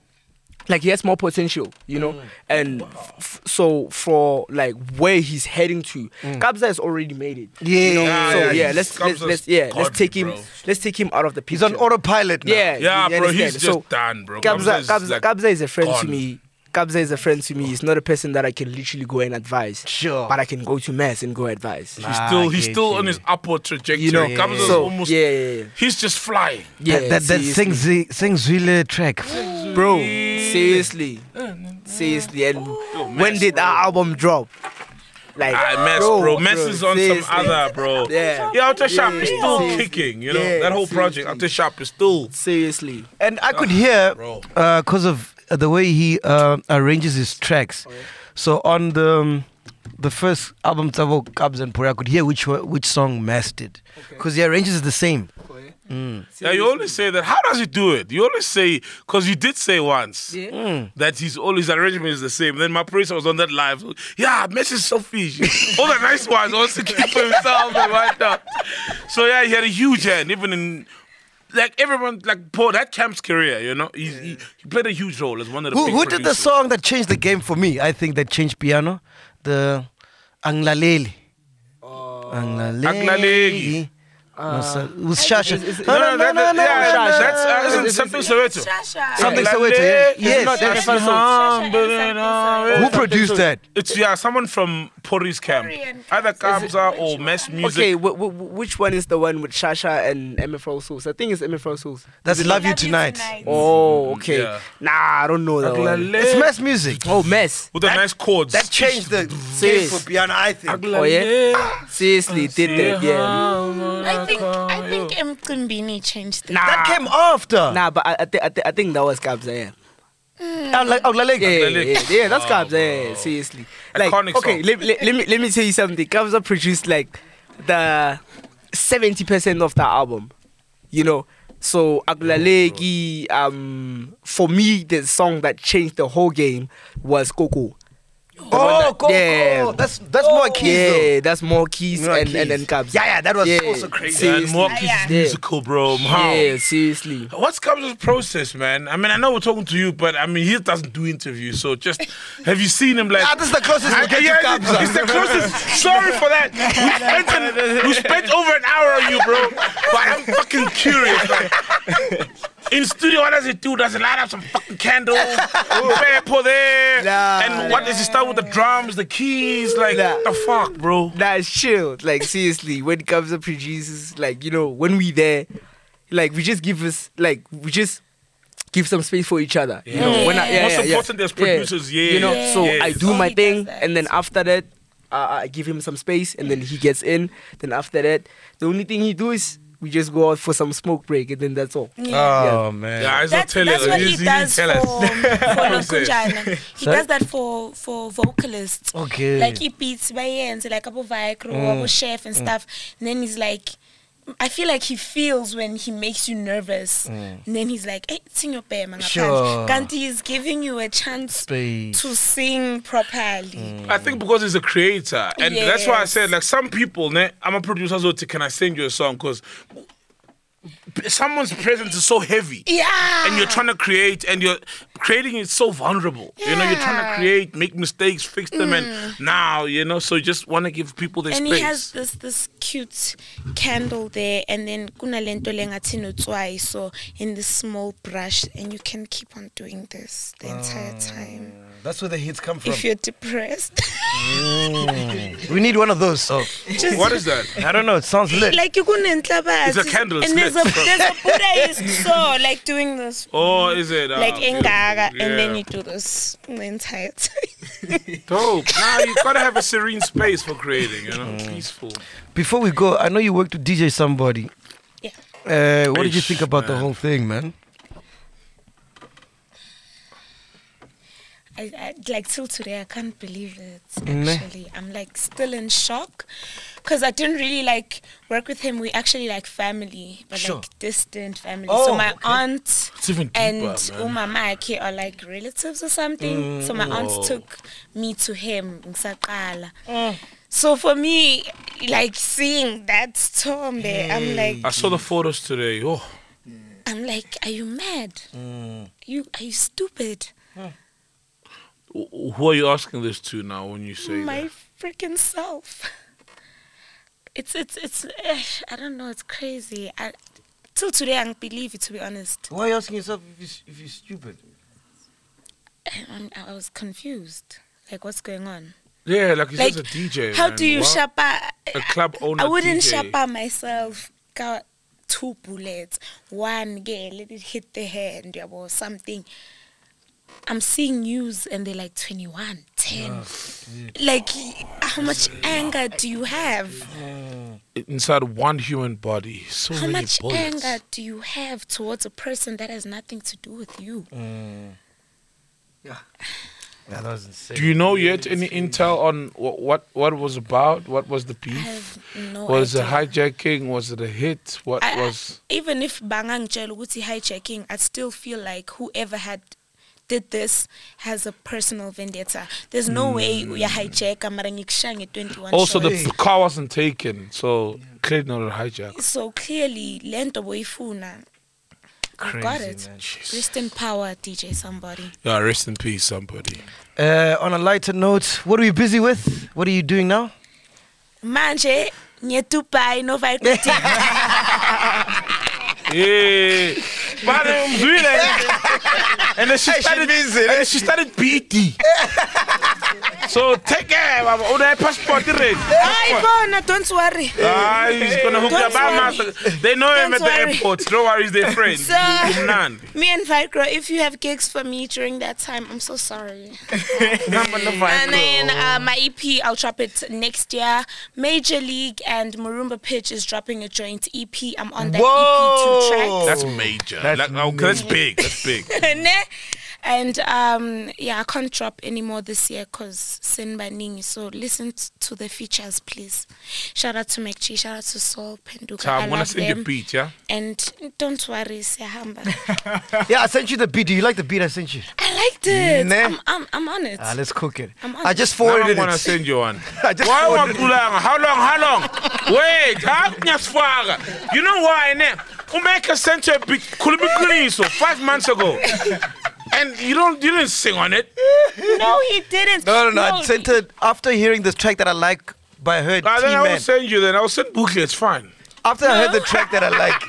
Speaker 5: like he has more potential, you know. And f- so for like where he's heading to, Kabza has already made it.
Speaker 4: Yeah.
Speaker 5: you know?
Speaker 1: Yeah,
Speaker 5: so
Speaker 1: yeah,
Speaker 5: Mm. yeah,
Speaker 1: he's-
Speaker 5: let's let's,
Speaker 1: Kabza's
Speaker 5: let's yeah,
Speaker 1: godly,
Speaker 5: let's take him,
Speaker 1: bro.
Speaker 5: let's take him out of the picture.
Speaker 4: he's on autopilot now.
Speaker 5: Yeah,
Speaker 1: Yeah,
Speaker 5: you
Speaker 1: bro, he's
Speaker 5: understand?
Speaker 1: just done, bro. Kabza
Speaker 5: Kabza,
Speaker 1: is,
Speaker 5: Kabza,
Speaker 1: like,
Speaker 5: Kabza is a friend
Speaker 1: gone.
Speaker 5: to me. Kabza is a friend to me. He's not a person that I can literally go and advise.
Speaker 4: Sure.
Speaker 5: But I can go to mass and go advise.
Speaker 1: He's stistill, he's
Speaker 4: yeah,
Speaker 1: still
Speaker 4: yeah.
Speaker 1: on his upward trajectory.
Speaker 5: Ah, You know,
Speaker 1: Gabs is
Speaker 5: so
Speaker 1: almost,
Speaker 5: yeah, yeah,
Speaker 1: he's just flying.
Speaker 5: yeah.
Speaker 4: that, that, that
Speaker 5: seriously.
Speaker 4: Singzile track.
Speaker 5: bro. Seriously, seriously. And
Speaker 1: Oh,
Speaker 5: when did that album drop? Like,
Speaker 1: I mess, Ah, bro. Mess is on
Speaker 5: seriously.
Speaker 1: some other, bro.
Speaker 5: Yeah.
Speaker 1: yeah Outer Sharp is
Speaker 5: Yeah.
Speaker 1: still
Speaker 5: Seriously.
Speaker 1: kicking, you know?
Speaker 5: Yeah,
Speaker 1: that whole project,
Speaker 5: seriously.
Speaker 1: Outer Sharp is still.
Speaker 5: Seriously,
Speaker 4: And I could hear
Speaker 1: bro.
Speaker 4: because of uh, the way he uh, arranges his tracks. So on the um, the first album Tavo Cubs and Puri, I could hear which wa- which song Mass did because he arranges the same.
Speaker 1: Yeah, you always say that. How does he do it? You always say, because you did say once
Speaker 5: Yeah.
Speaker 1: that he's always arrangement is the same. Then my producer was on that live. Yeah, message Sophie. All the nice ones wants to keep for himself and whatnot. So yeah, he had a huge hand, even in like everyone like Paul that camp's career. You know, he's, he, he played a huge role as one of the
Speaker 4: Who
Speaker 1: big
Speaker 4: who did the
Speaker 1: producers.
Speaker 4: song that changed the game for me? I think that changed piano. The Anglaleli.
Speaker 1: Anglaleli.
Speaker 4: Anglaleli. Uh, it was
Speaker 5: is- is-
Speaker 4: Shasha.
Speaker 1: No, no, that, that, yeah,
Speaker 5: no,
Speaker 1: that's uh,
Speaker 5: no,
Speaker 1: isn't
Speaker 5: no,
Speaker 1: something
Speaker 5: no,
Speaker 1: Soweto.
Speaker 4: Something
Speaker 1: Yeah.
Speaker 4: Soweto, yeah.
Speaker 1: Is it
Speaker 4: Yes,
Speaker 1: not
Speaker 4: that's
Speaker 1: Ashley
Speaker 4: Soweto.
Speaker 1: Humble and all?
Speaker 2: Shasha
Speaker 4: Who produced that?
Speaker 1: It's yeah, someone from Pori's camp.
Speaker 2: Korean.
Speaker 1: Either Kabza or Mass Music.
Speaker 5: Okay, wh- wh- wh- which one is the one with Shasha and MFL Souls? I think it's MFL Souls.
Speaker 4: That's Love
Speaker 2: Love
Speaker 4: You
Speaker 2: You
Speaker 4: Tonight.
Speaker 2: Tonight.
Speaker 5: Oh, okay.
Speaker 1: Mm-hmm. yeah.
Speaker 5: Nah, I don't know that one.
Speaker 4: It's mass music.
Speaker 5: Oh, mess.
Speaker 1: With the nice chords.
Speaker 4: That changed the game for
Speaker 5: Serious.
Speaker 4: piano, I think.
Speaker 5: Oh yeah.
Speaker 1: Mm-hmm.
Speaker 5: Seriously, did that? Yeah.
Speaker 1: Oh,
Speaker 2: I think I think Mkumbini changed it.
Speaker 5: Nah.
Speaker 4: That came after.
Speaker 5: Nah, but I, I, th- I, th- I think that was Kabza, yeah.
Speaker 4: Outla- Outlaleg.
Speaker 5: eh? Yeah, yeah,
Speaker 1: Outlaleg.
Speaker 5: yeah, yeah, that's
Speaker 1: Oh,
Speaker 5: Kabza. Yeah,
Speaker 1: wow.
Speaker 5: seriously. Like,
Speaker 1: Iconic song.
Speaker 5: okay, let, let, let me let me tell you something. Kabza produced like the seventy percent of the album. You know, so Aglalegi. Um, for me, the song that changed the whole game was Coco.
Speaker 4: Oh, go,
Speaker 5: Yeah.
Speaker 4: go. That's that's more keys
Speaker 5: Yeah, that's more keys
Speaker 4: More
Speaker 5: and, and
Speaker 4: keys.
Speaker 5: then Kabza.
Speaker 4: Yeah, yeah, that was also crazy.
Speaker 1: And
Speaker 5: Seriously.
Speaker 1: more kids musical, bro. How?
Speaker 5: Yeah, seriously.
Speaker 1: What's Kabza's process, man? I mean, I know we're talking to you, but I mean, he doesn't do interviews. So just, have you seen him like?
Speaker 4: Ah, this is the closest we'll
Speaker 1: I-
Speaker 4: get to
Speaker 1: yeah,
Speaker 4: Kabza.
Speaker 1: It's the closest. Sorry for that. We spent, an- we spent over an hour on you, bro. But I'm fucking curious. Like, in studio, what does it do? Does it light up some fucking candles? Paper there.
Speaker 5: Nah.
Speaker 1: and what does it start with the drums, the keys? Like
Speaker 5: Nah.
Speaker 1: the fuck, bro.
Speaker 5: Nah, it's chill. Like seriously, when it comes to producers, like you know, when we there, like we just give us like we just give some space for each other. You know, when I, yeah,
Speaker 1: Most
Speaker 5: yeah, yeah.
Speaker 1: important, there's producers, yeah.
Speaker 5: You know,
Speaker 1: Yeah.
Speaker 5: so
Speaker 1: Yeah.
Speaker 5: I do
Speaker 2: Oh,
Speaker 5: my
Speaker 2: he does
Speaker 5: thing,
Speaker 2: that.
Speaker 5: and then after that, uh, I give him some space, and then he gets in. Then after that, the only thing he do is we just go out for some smoke break, and then that's all.
Speaker 4: Oh man.
Speaker 1: Yeah, I Ah,
Speaker 2: That's,
Speaker 1: tell
Speaker 2: that's
Speaker 1: you,
Speaker 2: what
Speaker 1: you-
Speaker 2: he
Speaker 1: you
Speaker 2: does for,
Speaker 1: tell us.
Speaker 2: for Lokunjana. He
Speaker 4: Sorry?
Speaker 2: does that for, for vocalists.
Speaker 4: Okay. Mm.
Speaker 2: Like he beats by ends, like Abu Vicro, Abu Chef and stuff. And then he's like, I feel like he feels when he makes you nervous. And then he's like, hey, sing your bear, man.
Speaker 4: Mm. Sure.
Speaker 2: Kanti is giving you a chance
Speaker 4: Space. Mm.
Speaker 2: to sing properly.
Speaker 1: I think because he's a creator, and that's why I said like some people, ne, I'm a producer, so t- can I send you a song? Because someone's presence is so heavy,
Speaker 2: Yeah.
Speaker 1: and you're trying to create, and you're creating is so vulnerable. You know, you're trying to
Speaker 2: Yeah. Mm.
Speaker 1: create, make mistakes, fix them, and now you know. So you just want to give people their
Speaker 2: and
Speaker 1: space.
Speaker 2: he has this this cute candle there and then kunalento lengatino twice so in this small brush and you can keep on doing this the
Speaker 1: Ah.
Speaker 2: entire time
Speaker 4: That's where the hits come from.
Speaker 2: if you're depressed
Speaker 1: Mm.
Speaker 4: We need one of those. So
Speaker 2: just
Speaker 1: what is that?
Speaker 4: I don't know. It sounds lit.
Speaker 2: like you couldn't enter
Speaker 1: It's a candle, it's
Speaker 2: and there's a
Speaker 1: lit.
Speaker 2: there's a buddhist so like doing this
Speaker 1: Oh, is it uh,
Speaker 2: like engaga and then
Speaker 1: yeah.
Speaker 2: you do this the entire time
Speaker 1: dope? Now you gotta have a serene space for creating. You know, peaceful.
Speaker 4: Before we go, I know you worked with DJ somebody.
Speaker 2: yeah
Speaker 4: Uh, what did you
Speaker 1: Eish,
Speaker 4: think about the
Speaker 1: man.
Speaker 4: whole thing, man?
Speaker 2: I, I like till today I can't believe it
Speaker 4: Ne?
Speaker 2: actually I'm like still in shock because I didn't really like work with him we actually like family but
Speaker 4: Sure.
Speaker 2: like distant family
Speaker 4: Oh,
Speaker 2: so my
Speaker 4: okay.
Speaker 2: aunt
Speaker 1: It's even deeper,
Speaker 2: and oh,
Speaker 1: man.
Speaker 2: umama akhe are like relatives or something so my aunt
Speaker 4: Mm.
Speaker 2: took me to him ngisaqala
Speaker 4: Oh.
Speaker 2: so for me like seeing that storm there I'm
Speaker 4: Mm.
Speaker 2: like
Speaker 1: I saw the photos today. Oh,
Speaker 2: I'm like are you mad you are you stupid
Speaker 1: wh- who are you asking this to now? When you say that?
Speaker 2: my freaking self. It's it's it's eh, I don't know. It's crazy. I, till today, I don't believe it. To be honest,
Speaker 4: Why are you asking yourself if you're, if you're stupid?
Speaker 2: I, I was confused. Like, what's going on?
Speaker 1: Yeah, like he's
Speaker 2: like,
Speaker 1: just a DJ.
Speaker 2: how
Speaker 1: man.
Speaker 2: do you
Speaker 1: Wow.
Speaker 2: shapa?
Speaker 1: A club owner.
Speaker 2: I wouldn't
Speaker 1: DJ.
Speaker 2: shapa myself. Got two bullets, one girl, let it hit the hand yeah, or something. I'm seeing news and they're like 21, 10.
Speaker 1: Ah,
Speaker 2: Like, how much anger do you have?
Speaker 1: inside one human body. So
Speaker 2: How
Speaker 1: many
Speaker 2: much
Speaker 1: bullets.
Speaker 2: anger do you have towards a person that has nothing to do with you?
Speaker 1: Mm-hmm.
Speaker 4: Yeah, that was insane.
Speaker 1: Do you know yet any intel on what what, what it was about? What was the
Speaker 2: I
Speaker 1: beef?
Speaker 2: have no
Speaker 1: was
Speaker 2: idea.
Speaker 1: it hijacking? Was it a hit? What
Speaker 2: I- I-
Speaker 1: was?
Speaker 2: even if Bangang Jeluguti hijacking, I still feel like whoever had did this has a personal vendetta. There's no way you hijack I'm at 21
Speaker 1: Mm. also, the
Speaker 2: shots.
Speaker 1: f- car wasn't taken, so clearly not a hijack.
Speaker 2: so clearly Lento Boyfuna
Speaker 4: Crazy,
Speaker 2: got it.
Speaker 4: man.
Speaker 2: Rest in power, DJ somebody.
Speaker 1: Yeah, rest in peace, somebody.
Speaker 4: Uh, on a lighter note, what are you busy with? What are you doing now?
Speaker 2: Manje, nyetupai no vibe.
Speaker 1: Yeah, but I'm doing that. And then she started, and then she started BT. so take care. I'm on her passport already.
Speaker 2: Ay, bona, don't worry.
Speaker 1: Ah, he's gonna hook
Speaker 2: Don't
Speaker 1: up our
Speaker 2: worry.
Speaker 1: master. They know him at
Speaker 2: Don't
Speaker 1: the
Speaker 2: worry.
Speaker 1: airport. No worries, they're friends.
Speaker 2: Sir.
Speaker 1: None.
Speaker 2: Me and Vicro, if you have gigs for me during that time, I'm so sorry. and then uh, my EP, I'll drop it next year. Major League and Marumba Pitch is dropping a joint EP. I'm on that EP two tracks.
Speaker 1: That's major. That's, like, okay, that's big. That's big.
Speaker 2: Ne? And um, yeah, I can't drop any more this year because Sin Baningi. So listen t- to the features, please. Shout out to McChee, shout out to Saul Penduka.
Speaker 1: So I'm
Speaker 2: I
Speaker 1: gonna
Speaker 2: love
Speaker 1: sing the
Speaker 2: them.
Speaker 1: beat, yeah?
Speaker 2: And don't worry, Sehamba.
Speaker 4: Yeah, I sent you the beat. Do you like the beat I sent you?
Speaker 2: I liked it.
Speaker 4: Nah.
Speaker 2: I'm, I'm, I'm on it.
Speaker 4: Ah, let's cook it.
Speaker 2: I'm on
Speaker 4: I just
Speaker 1: Now
Speaker 4: forwarded
Speaker 1: I'm gonna
Speaker 4: it.
Speaker 1: send you one.
Speaker 4: I just
Speaker 1: why
Speaker 4: forwarded
Speaker 1: want too long? How long? How long? Wait, how nyasfara? You know why? Ne? Umeka sent you a bit so five months ago, and you don't you didn't sing on it.
Speaker 2: no, he didn't.
Speaker 4: No, no, no. I
Speaker 2: he-
Speaker 4: sent it after hearing this track that I like by her
Speaker 1: Ah, then I will
Speaker 4: T-Man.
Speaker 1: send you. Then I will send Buki. It's fine.
Speaker 4: After I heard the track that I like,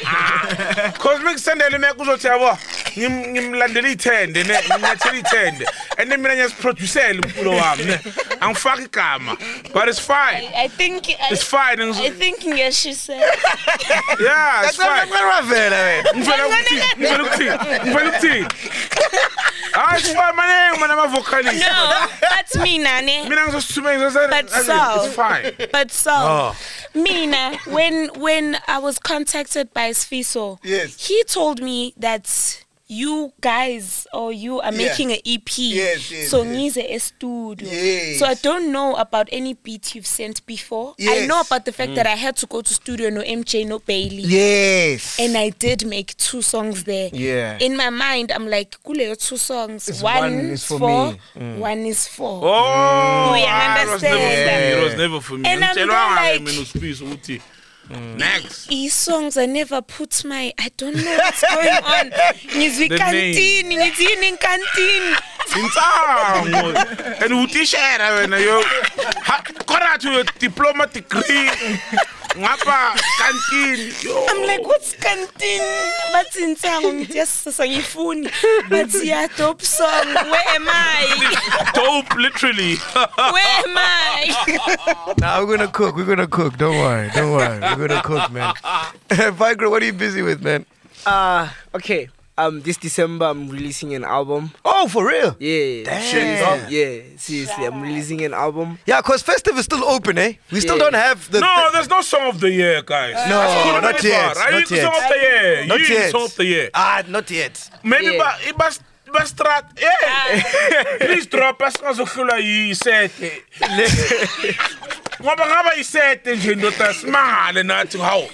Speaker 4: Eh.
Speaker 1: Cause make send the make uzothi yabo ngim- ngimlandela ithende ne ngimnyathela ithende and then mina ngiyasiproducele umculo wami ne angifaki igama but it's fine
Speaker 2: I think I,
Speaker 1: it's fine
Speaker 2: I
Speaker 1: Ngiz-
Speaker 2: think yes, she said.
Speaker 1: yeah it's fine
Speaker 4: Ravela,
Speaker 1: ngivela ukuthini ngivela ukuthini ngivela ukuthini hayi it's fine maningi mana ama-vocalist
Speaker 2: no, that's me, Nane.
Speaker 1: mina ngizosithumela ngizosela-
Speaker 2: But
Speaker 1: I mean,
Speaker 2: so-
Speaker 1: it's fine
Speaker 2: But so,
Speaker 1: Oh.
Speaker 2: Mina, when when I was contacted by Sfiso,
Speaker 6: Yes.
Speaker 2: he told me that you guys or you are
Speaker 6: Yeah.
Speaker 2: making an EP.
Speaker 6: Yes, yes,
Speaker 2: so
Speaker 6: yes.
Speaker 2: Nize is studio.
Speaker 6: Yes.
Speaker 2: So I don't know about any beat you've sent before. I
Speaker 6: Yes.
Speaker 2: know about the fact that I had to go to studio, no MJ, no Bailey.
Speaker 6: Yes.
Speaker 2: And I did make two songs there.
Speaker 4: Yeah.
Speaker 2: In my mind, I'm like, kuleyo two songs.
Speaker 4: It's
Speaker 2: one,
Speaker 4: one
Speaker 2: is
Speaker 4: is for
Speaker 2: for,
Speaker 4: me.
Speaker 2: one is for.
Speaker 1: Mm. oh
Speaker 2: You
Speaker 1: ah, it was never
Speaker 2: understand?
Speaker 1: for me, it was never for me
Speaker 2: And I'm
Speaker 1: Ngitshelwanga
Speaker 2: there like-
Speaker 1: mina uSpiso ukuthi, Mm. next
Speaker 2: these songs I never put my I don't know what's going on. Ngizwi
Speaker 1: The name.
Speaker 2: canteen, ngizini canteen.
Speaker 1: intsango and utishera wena yo Ha- kora to your diploma degree ngapha kantini yo
Speaker 2: I'm like what's canteen? But insango ngiyasisa ngifuni. But yeah, dope song. Where am I?
Speaker 1: dope literally
Speaker 2: Where am I?
Speaker 4: Nah, we're gonna cook. We're gonna cook. Don't worry. Don't worry. We're gonna cook, man. Vigra, what are you busy with, man?
Speaker 5: Uh, okay. Um, this December I'm releasing an album.
Speaker 4: Oh, for real?
Speaker 5: Yeah.
Speaker 4: Damn.
Speaker 5: Seriously, yeah. Seriously, I'm releasing an album.
Speaker 4: Yeah, cause festive is still open, eh? We still
Speaker 5: Yeah.
Speaker 4: don't have the.
Speaker 1: no there's no song of the year guys
Speaker 4: No,
Speaker 1: That's cool,
Speaker 4: not
Speaker 1: man,
Speaker 4: yet,
Speaker 1: but I
Speaker 4: not
Speaker 1: ain't
Speaker 4: yet.
Speaker 1: song of the year
Speaker 4: Not
Speaker 1: you ain't
Speaker 4: yet.
Speaker 1: song of the year
Speaker 4: Ah, not yet.
Speaker 1: maybe
Speaker 5: Yeah.
Speaker 1: ba ibas Bastrat, yeah. Please drop us ngazohlula yisete. Ngoba ngaba yisete nje ndoda simangale nathi hawu.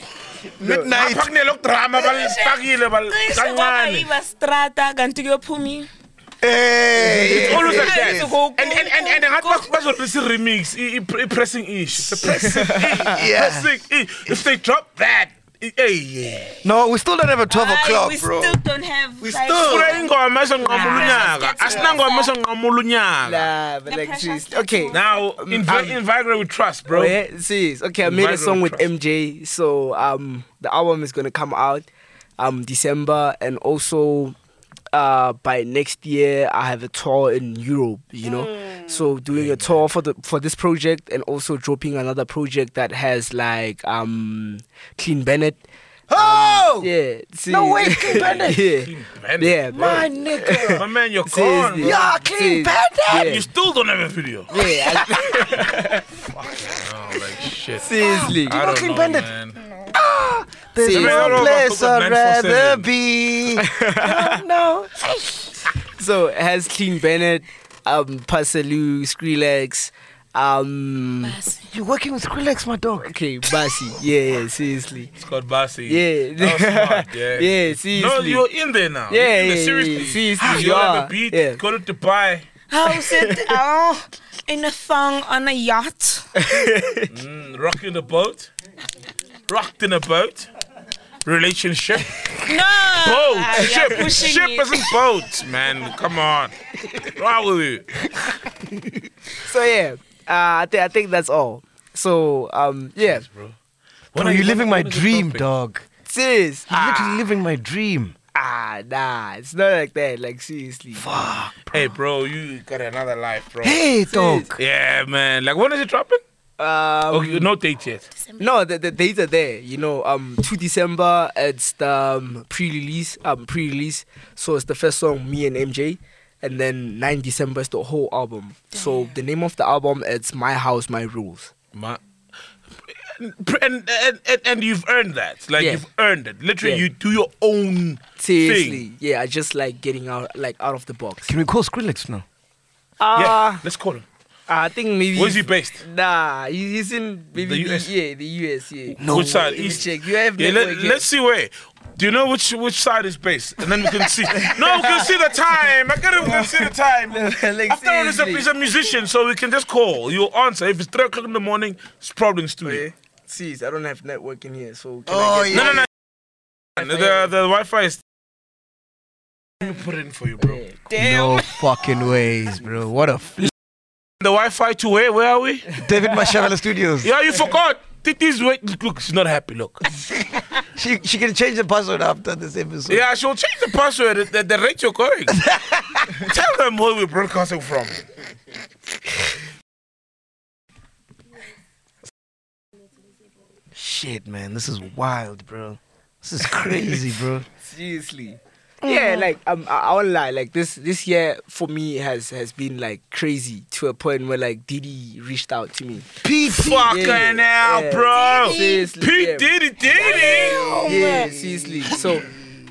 Speaker 4: Midnight.
Speaker 1: Ngapha kunelo drama balifakile bal
Speaker 2: Cishe kwaba
Speaker 1: kancane.
Speaker 2: yiba strata kanti kuyophuma. i-
Speaker 4: Hey.
Speaker 1: Always like that.
Speaker 2: Yes.
Speaker 1: And and and and ngathi bas- bazorelease remix i- i- i pressing ish. It's a pressing ish.
Speaker 4: Yeah.
Speaker 1: Pressing ish. If they drop that i- Hey yeah.
Speaker 4: No, we still don't have a 12
Speaker 2: Aye,
Speaker 4: o'clock,
Speaker 2: we
Speaker 4: bro.
Speaker 2: still don't have we
Speaker 1: Kule ingoma esonqamula unyaka. Asinangoma esonqamula unyaka.
Speaker 5: Nah, but like
Speaker 2: pressure
Speaker 5: seriously.
Speaker 2: starts
Speaker 5: Okay.
Speaker 2: to-
Speaker 1: Now in Vi- in Viagra we trust, bro.
Speaker 5: Oh, yeah, serious. Okay, I made a
Speaker 1: Viral
Speaker 5: song with
Speaker 1: trust.
Speaker 5: MJ, so um, the album is gonna come out um December, and also uh by next year I have a tour in Europe. You know,
Speaker 4: Mm.
Speaker 5: so doing a tour for the for this project, and also dropping another project that has like um Clean Bennett.
Speaker 4: Oh!
Speaker 5: Yeah,
Speaker 4: No way,
Speaker 5: serious.
Speaker 4: Clean Bennett.
Speaker 5: yeah,
Speaker 1: Bennett,
Speaker 5: yeah, bro.
Speaker 4: My nigga.
Speaker 1: My man, you're
Speaker 5: Serious,
Speaker 1: gone. bro.
Speaker 5: yeah.
Speaker 4: Yeah, Clean
Speaker 5: Serious.
Speaker 4: Bennett.
Speaker 5: Yeah.
Speaker 1: You still don't have a video.
Speaker 5: Yeah, I-
Speaker 1: Oh, like shit.
Speaker 5: seriously.
Speaker 1: I don't
Speaker 4: Brooklyn
Speaker 1: know,
Speaker 4: Bandit.
Speaker 1: man.
Speaker 4: There's
Speaker 5: See,
Speaker 1: man,
Speaker 4: no
Speaker 1: all
Speaker 4: place
Speaker 1: over
Speaker 4: I'd
Speaker 1: Brooklyn, man, for
Speaker 4: rather
Speaker 1: sale.
Speaker 4: be. no.
Speaker 5: So it has Clean Bennett, um, Pasalu, Skrillex, um,
Speaker 4: You're working with Skrillex, my dog.
Speaker 5: okay, Basi. Yeah, yeah, seriously.
Speaker 1: It's called Bassi.
Speaker 5: Yeah,
Speaker 1: That was smart, yeah.
Speaker 5: yeah,
Speaker 1: No,
Speaker 5: seriously.
Speaker 1: you're in there now. You're
Speaker 5: Yeah,
Speaker 1: in there,
Speaker 5: yeah, yeah,
Speaker 1: seriously. Ah,
Speaker 5: yeah. Seriously,
Speaker 1: you
Speaker 5: you
Speaker 1: don't have
Speaker 5: are.
Speaker 1: a beat.
Speaker 5: Yeah.
Speaker 1: Go to Dubai.
Speaker 2: How's it oh in a thong on a yacht?
Speaker 1: Mm, rocking the boat. Rocked in a boat. Relationship.
Speaker 2: No.
Speaker 1: Boat.
Speaker 2: Ah, you're
Speaker 1: ship.
Speaker 2: pushing
Speaker 1: Ship
Speaker 2: it.
Speaker 1: isn't boats, man. Come on. Why with you?
Speaker 5: So yeah, uh, I think I think that's all. So um, yeah,
Speaker 1: When
Speaker 4: Bro,
Speaker 1: are
Speaker 4: you're
Speaker 1: you-
Speaker 4: living my
Speaker 1: when is the
Speaker 4: dream,
Speaker 1: topic?
Speaker 4: dog.
Speaker 5: serious.
Speaker 4: You're
Speaker 5: Ah,
Speaker 4: literally living my dream.
Speaker 5: ah, nah, it's not like that. Like seriously.
Speaker 1: Hey, bro, you got another life, bro.
Speaker 4: Hey, dog.
Speaker 1: Yeah, man. Like, when is it dropping?
Speaker 5: Um,
Speaker 1: Okay, no date yet.
Speaker 5: No, the, the dates are there. You know, um, two December. It's the um, pre-release. Um, pre-release. So it's the first song, me and MJ, and then nine December is the whole album. So the name of the album it's My House, My Rules.
Speaker 1: My, pr- and, and and and you've earned that. Like
Speaker 5: Yeah.
Speaker 1: you've earned it. Literally,
Speaker 5: Yeah.
Speaker 1: you do your own
Speaker 5: Seriously,
Speaker 1: thing.
Speaker 5: yeah, I just like getting out, like out of the box.
Speaker 4: Can we call Skrillex now?
Speaker 5: Ah.
Speaker 1: Yeah, let's call him.
Speaker 5: I think maybe.
Speaker 1: Where's he based?
Speaker 5: Nah, he- he's in maybe
Speaker 1: The
Speaker 5: the
Speaker 1: US?
Speaker 5: yeah, the US. Yeah.
Speaker 1: Which side?
Speaker 5: Let me
Speaker 1: East?
Speaker 5: check. You have
Speaker 1: Yeah,
Speaker 5: network,
Speaker 1: let,
Speaker 5: yeah.
Speaker 1: us see where. Do you know which which side is based? And then we can see. no, we can see the time. I gotta we can see the time.
Speaker 5: Like,
Speaker 1: After all, he's a,
Speaker 5: seriously.
Speaker 1: he's a musician, so we can just call. You'll answer. If it's three o'clock in the morning, it's probably in the studio.
Speaker 5: Okay. Sees, I don't have network in here, so can
Speaker 6: Oh,
Speaker 5: I get
Speaker 1: No, no,
Speaker 6: yeah.
Speaker 1: no. The the Wi-Fi is. Let me put it in for you, bro.
Speaker 4: No fucking ways, bro. What a f-
Speaker 1: The Wi-Fi to where? Where are we?
Speaker 4: David Mashavala Studios.
Speaker 1: Yeah, you forgot. Titi's wait. Look, she's not happy. Look.
Speaker 4: She she can change the password after this episode.
Speaker 1: Yeah, she'll change the password at the, the rate you're going. Tell them where we're broadcasting from.
Speaker 4: Shit, man, this is wild, bro. This is crazy, bro.
Speaker 5: seriously? Yeah, like um, I, I won't lie. Like this, this year for me has has been like crazy to a point where like Diddy reached out to me.
Speaker 1: P fucking
Speaker 5: Yeah,
Speaker 1: hell,
Speaker 5: yeah.
Speaker 1: bro.
Speaker 5: Seriously,
Speaker 1: P
Speaker 5: yeah.
Speaker 1: Diddy Diddy.
Speaker 5: Yeah, seriously. So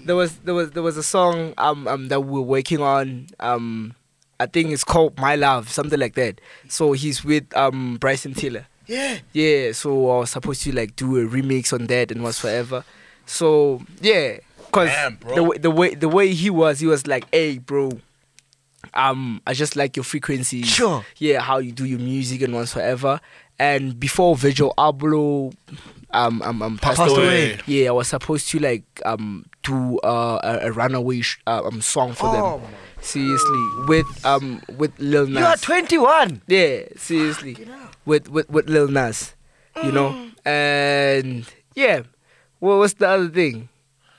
Speaker 5: there was there was there was a song um um that we were working on um I think it's called My Love something like that. So he's with um Bryson Tiller.
Speaker 6: Yeah.
Speaker 5: Yeah. So I was supposed to like do a remix on that and whatsoever. So yeah, cause
Speaker 1: Damn, bro.
Speaker 5: the way the way the way he was, he was like, hey, bro. Um, I just like your frequency.
Speaker 4: Sure.
Speaker 5: Yeah, how you do your music and whatsoever. And before Virgil Abloh, um, um, um passed,
Speaker 4: Passed
Speaker 5: away.
Speaker 4: away.
Speaker 5: Yeah, I was supposed to like um do uh, a, a runaway sh- uh, um song for them. Seriously, with um with Lil Nas.
Speaker 4: You are 21.
Speaker 5: Yeah, seriously. With with with Lil Nas, you know, and yeah, what was the other thing?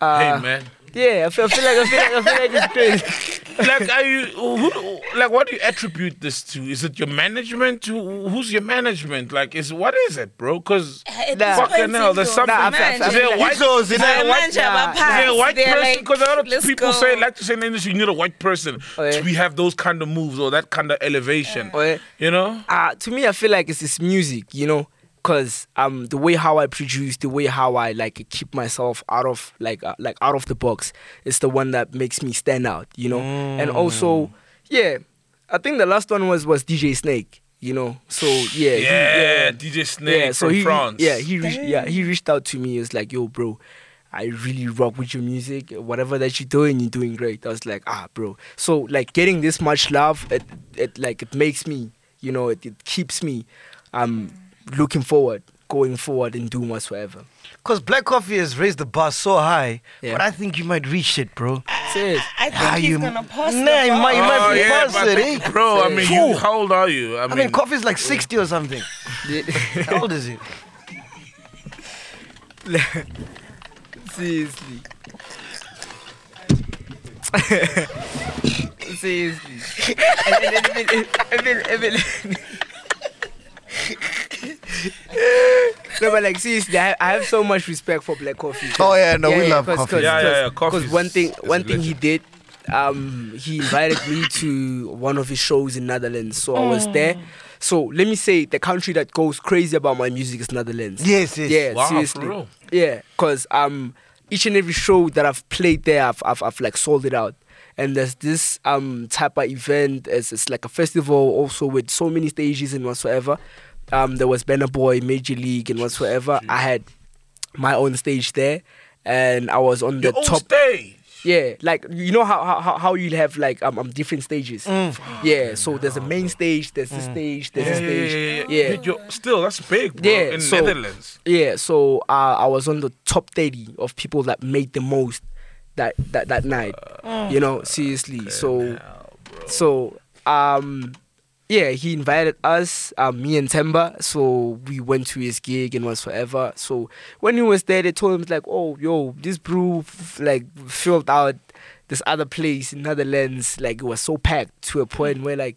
Speaker 5: Uh,
Speaker 1: Hey man,
Speaker 5: Yeah, I feel, I feel like I feel like I feel like it's crazy.
Speaker 1: like are you? Who, do- like what do you attribute this to? Is it your management? Who, who's your management? Like is what is it, bro? Because
Speaker 2: At
Speaker 5: Nah.
Speaker 2: this point,
Speaker 1: Fucking hell, there's
Speaker 2: it's
Speaker 1: something-
Speaker 2: your
Speaker 5: Nah, I feel- I feel
Speaker 1: is there
Speaker 2: manager.
Speaker 1: a white?
Speaker 6: Because
Speaker 1: Is
Speaker 6: it's
Speaker 1: there a
Speaker 2: Your
Speaker 1: white?
Speaker 2: manager, but
Speaker 1: Is there a
Speaker 2: pass.
Speaker 1: white
Speaker 2: They're
Speaker 1: person?
Speaker 2: like,
Speaker 1: Because a lot of
Speaker 2: let's
Speaker 1: people
Speaker 2: go.
Speaker 1: say, like to say in the industry, you need a white person
Speaker 5: Oh, yeah.
Speaker 1: to be have those kind of moves or that kind of elevation.
Speaker 5: Oh, yeah.
Speaker 1: You know?
Speaker 5: uh, to me, I feel like it's this music, you know, because um, the way how I produce, the way how I like keep myself out of like uh, like out of the box, is the one that makes me stand out, you know. And
Speaker 1: Mm.
Speaker 5: also, yeah, I think the last one was was DJ Snake, you know. So yeah,
Speaker 1: Yeah,
Speaker 5: he- yeah.
Speaker 1: DJ Snake from
Speaker 5: he,
Speaker 1: France.
Speaker 5: Yeah, he reached, yeah he reached out to me. He was like, "Yo, bro, I really rock with your music. Whatever that you're doing, you're doing great." I was like, "Ah, bro." So like getting this much love, it, it like it makes me, you know, it, it keeps me, um, looking forward, going forward, and doing whatsoever.
Speaker 4: Because Black Coffee has raised the bar so high,
Speaker 5: Yeah.
Speaker 4: but I think you might reach it, bro.
Speaker 5: Serious.
Speaker 2: I think
Speaker 4: Ah,
Speaker 2: he's
Speaker 4: you-
Speaker 2: gonna post
Speaker 4: Nah,
Speaker 2: the
Speaker 4: you
Speaker 2: bar.
Speaker 4: might- you might-
Speaker 1: Oh,
Speaker 4: be
Speaker 1: yeah,
Speaker 4: passed
Speaker 1: but
Speaker 4: it, eh?
Speaker 1: bro, I mean, you,
Speaker 4: Phew.
Speaker 1: how old are you? I
Speaker 4: I
Speaker 1: mean,
Speaker 4: mean, Coffee's like 60 or something.
Speaker 5: Yeah.
Speaker 4: How old is he?
Speaker 5: Seriously. Seriously. And then- and then- and then- and then- no, but like seriously, I have, I have so much respect for Black Coffee.
Speaker 4: Oh, yeah, no, we love Coffee.
Speaker 1: Yeah, yeah, yeah, Coffee
Speaker 5: Because one
Speaker 1: is-
Speaker 5: thing,
Speaker 1: is a
Speaker 5: one thing he did, um, he invited me to one of his shows in Netherlands, so I was there. So let me say, the country that goes crazy about my music is Netherlands.
Speaker 4: Yes, yes.
Speaker 5: yeah,
Speaker 1: Wow, for
Speaker 5: seriously.
Speaker 1: real?
Speaker 5: Yeah, cause um, each and every show that I've played there, I've, I've, I've like sold it out. And there's this um type of event. It's, it's like a festival, also with so many stages and whatsoever. Um, there was Banner Boy, Major League, and whatsoever. I had my own stage there, and I was on
Speaker 1: your
Speaker 5: the
Speaker 1: own
Speaker 5: top.
Speaker 1: stage.
Speaker 5: Yeah, like you know how how- how, how you have like um, um different stages. Yeah, so there's a main stage, there's the stage, there's
Speaker 1: Yeah,
Speaker 5: a
Speaker 1: Mm. yeah, yeah, yeah,
Speaker 5: stage.
Speaker 1: yeah. Dude, you're- still, that's big, bro,
Speaker 5: Yeah,
Speaker 1: in
Speaker 5: so-
Speaker 1: Netherlands.
Speaker 5: Yeah, so uh, I was on the top 30 of people that made the most that that, that night. you know, seriously. so so um yeah, he invited us, um, me and Temba. So we went to his gig and was forever. So when he was there, they told him like, "Oh, yo, this brew f- like filled out this other place in Netherlands. Like it was so packed to a point where like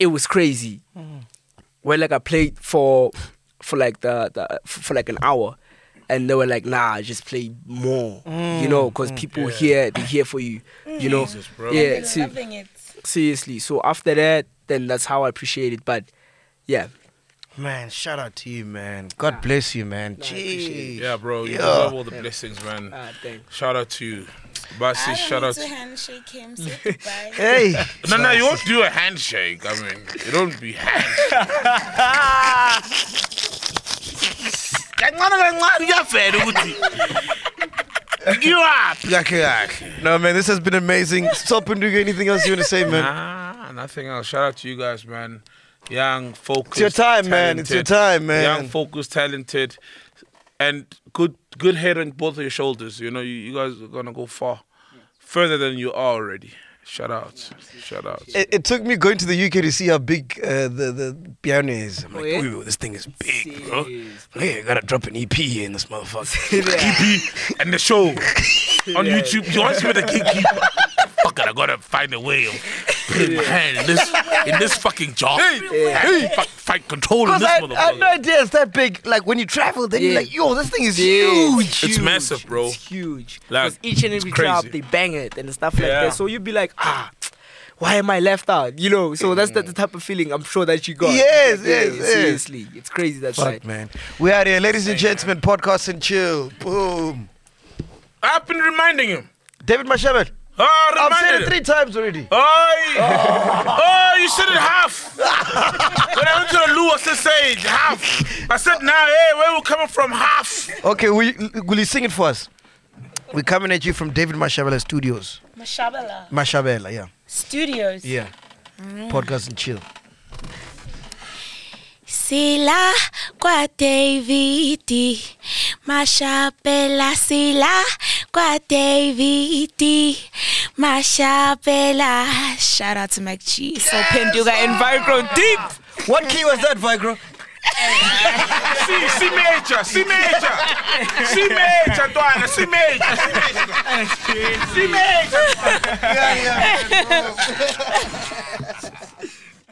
Speaker 5: it was crazy where like I played for for like the, the for like an hour, and they were like, "Nah, just play more," you know, because people here they here for you, you know.
Speaker 1: bro.
Speaker 5: Yeah,
Speaker 2: They're
Speaker 5: se-
Speaker 2: loving it.
Speaker 5: seriously. So after that, then that's how I appreciate it. But yeah,
Speaker 4: Man, shout out to you, man. God bless you, man.
Speaker 5: I appreciate
Speaker 4: Jeez.
Speaker 1: Yeah, bro. You
Speaker 4: Yeah.
Speaker 1: deserve all the blessings, man.
Speaker 5: Ah, thanks.
Speaker 1: Shout out to you.
Speaker 2: I
Speaker 1: Basi,
Speaker 2: don't
Speaker 1: shout
Speaker 2: need
Speaker 1: out
Speaker 2: to
Speaker 1: to
Speaker 2: handshake him. Say goodbye.
Speaker 4: Hey.
Speaker 1: No, no, you won't do a handshake. I mean, it don't be handshake. Kancane, kancane, kuyavela ukuthi- You up?
Speaker 4: Okay, okay. No, man, this has been amazing. Stop and do anything else you want to say, man.
Speaker 1: Nah, Ah, nothing else. Shout out to you guys, man. Young, focused.
Speaker 4: It's your time, man. It's your
Speaker 1: talented.
Speaker 4: time,
Speaker 1: Young,
Speaker 4: man.
Speaker 1: focused, talented, and good good head on both of your shoulders. You know, you, you guys are gonna go far, further than you are already. Shout out, shout out.
Speaker 4: It, it took me going to the UK to see how big uh, the, the piano is. I'm like,
Speaker 5: Oh, yeah?
Speaker 4: "Ooh, this thing is big, bro.
Speaker 5: Serious.
Speaker 4: Hey, I gotta drop an EP in this motherfucker.
Speaker 1: Keep it and the show on YouTube. You want to be the gatekeeper? Fucking, I gotta find a way of putting my hand in this in this fucking job. Hey, fuck, fight control in
Speaker 4: Because
Speaker 1: this
Speaker 4: I, I had
Speaker 1: motherfucker.
Speaker 4: no idea it's that big. Like when you travel, then you're
Speaker 5: Yeah.
Speaker 4: like, yo, this thing is
Speaker 5: Yeah.
Speaker 4: huge.
Speaker 1: It's massive, bro.
Speaker 5: It's huge.
Speaker 1: Like,
Speaker 5: Because each and
Speaker 1: it's
Speaker 5: every club
Speaker 1: crazy.
Speaker 5: they bang it and stuff like
Speaker 1: Yeah.
Speaker 5: that. So you'd be like, ah, why am I left out? You know. So that's the, the type of feeling I'm sure that you got.
Speaker 4: Yes,
Speaker 5: Yeah,
Speaker 4: yes, yes.
Speaker 5: Seriously, it's crazy. That's right.
Speaker 4: Fuck, man. We out here, ladies and gentlemen, podcast and chill. Boom.
Speaker 1: I've been reminding him.
Speaker 4: David Mashabet,
Speaker 1: Oh,
Speaker 4: I've said
Speaker 1: reminded
Speaker 4: it
Speaker 1: him.
Speaker 4: three times already.
Speaker 1: Oi! Oh, you said it half. when I went to the loo, I said, say half. I said, now, hey, where we coming from? Half.
Speaker 4: Okay, will you, will you sing it for us? We're coming at you from David Mashabela Studios.
Speaker 2: Mashabala
Speaker 4: Mashabela, yeah.
Speaker 2: Studios.
Speaker 4: Yeah. Podcast and chill.
Speaker 2: Sila kwa David Mashapela Sila kwa David Mashapela Shout out to Mac G So Penduga and Vigro Deep
Speaker 4: What key was that, Vigro?
Speaker 1: C, C major, C major. C major, Dwana, C major. C major.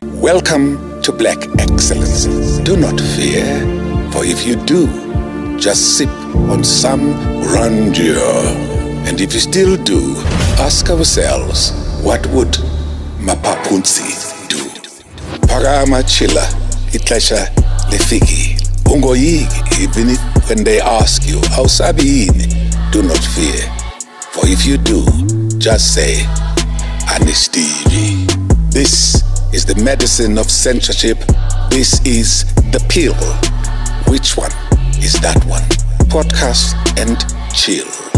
Speaker 6: Welcome to Black Excellence. Do not fear, for if you do, just sip on some grandeur. And if you still do, ask ourselves, what would Mapapunzi do? Parama chila, itlesha lefiki. Ungoyiki, even if when they ask you, Ausabiini, do not fear. For if you do, just say, Anis TV. This is the medicine of censorship. This is the pill. Which one is that one? Podcast and chill.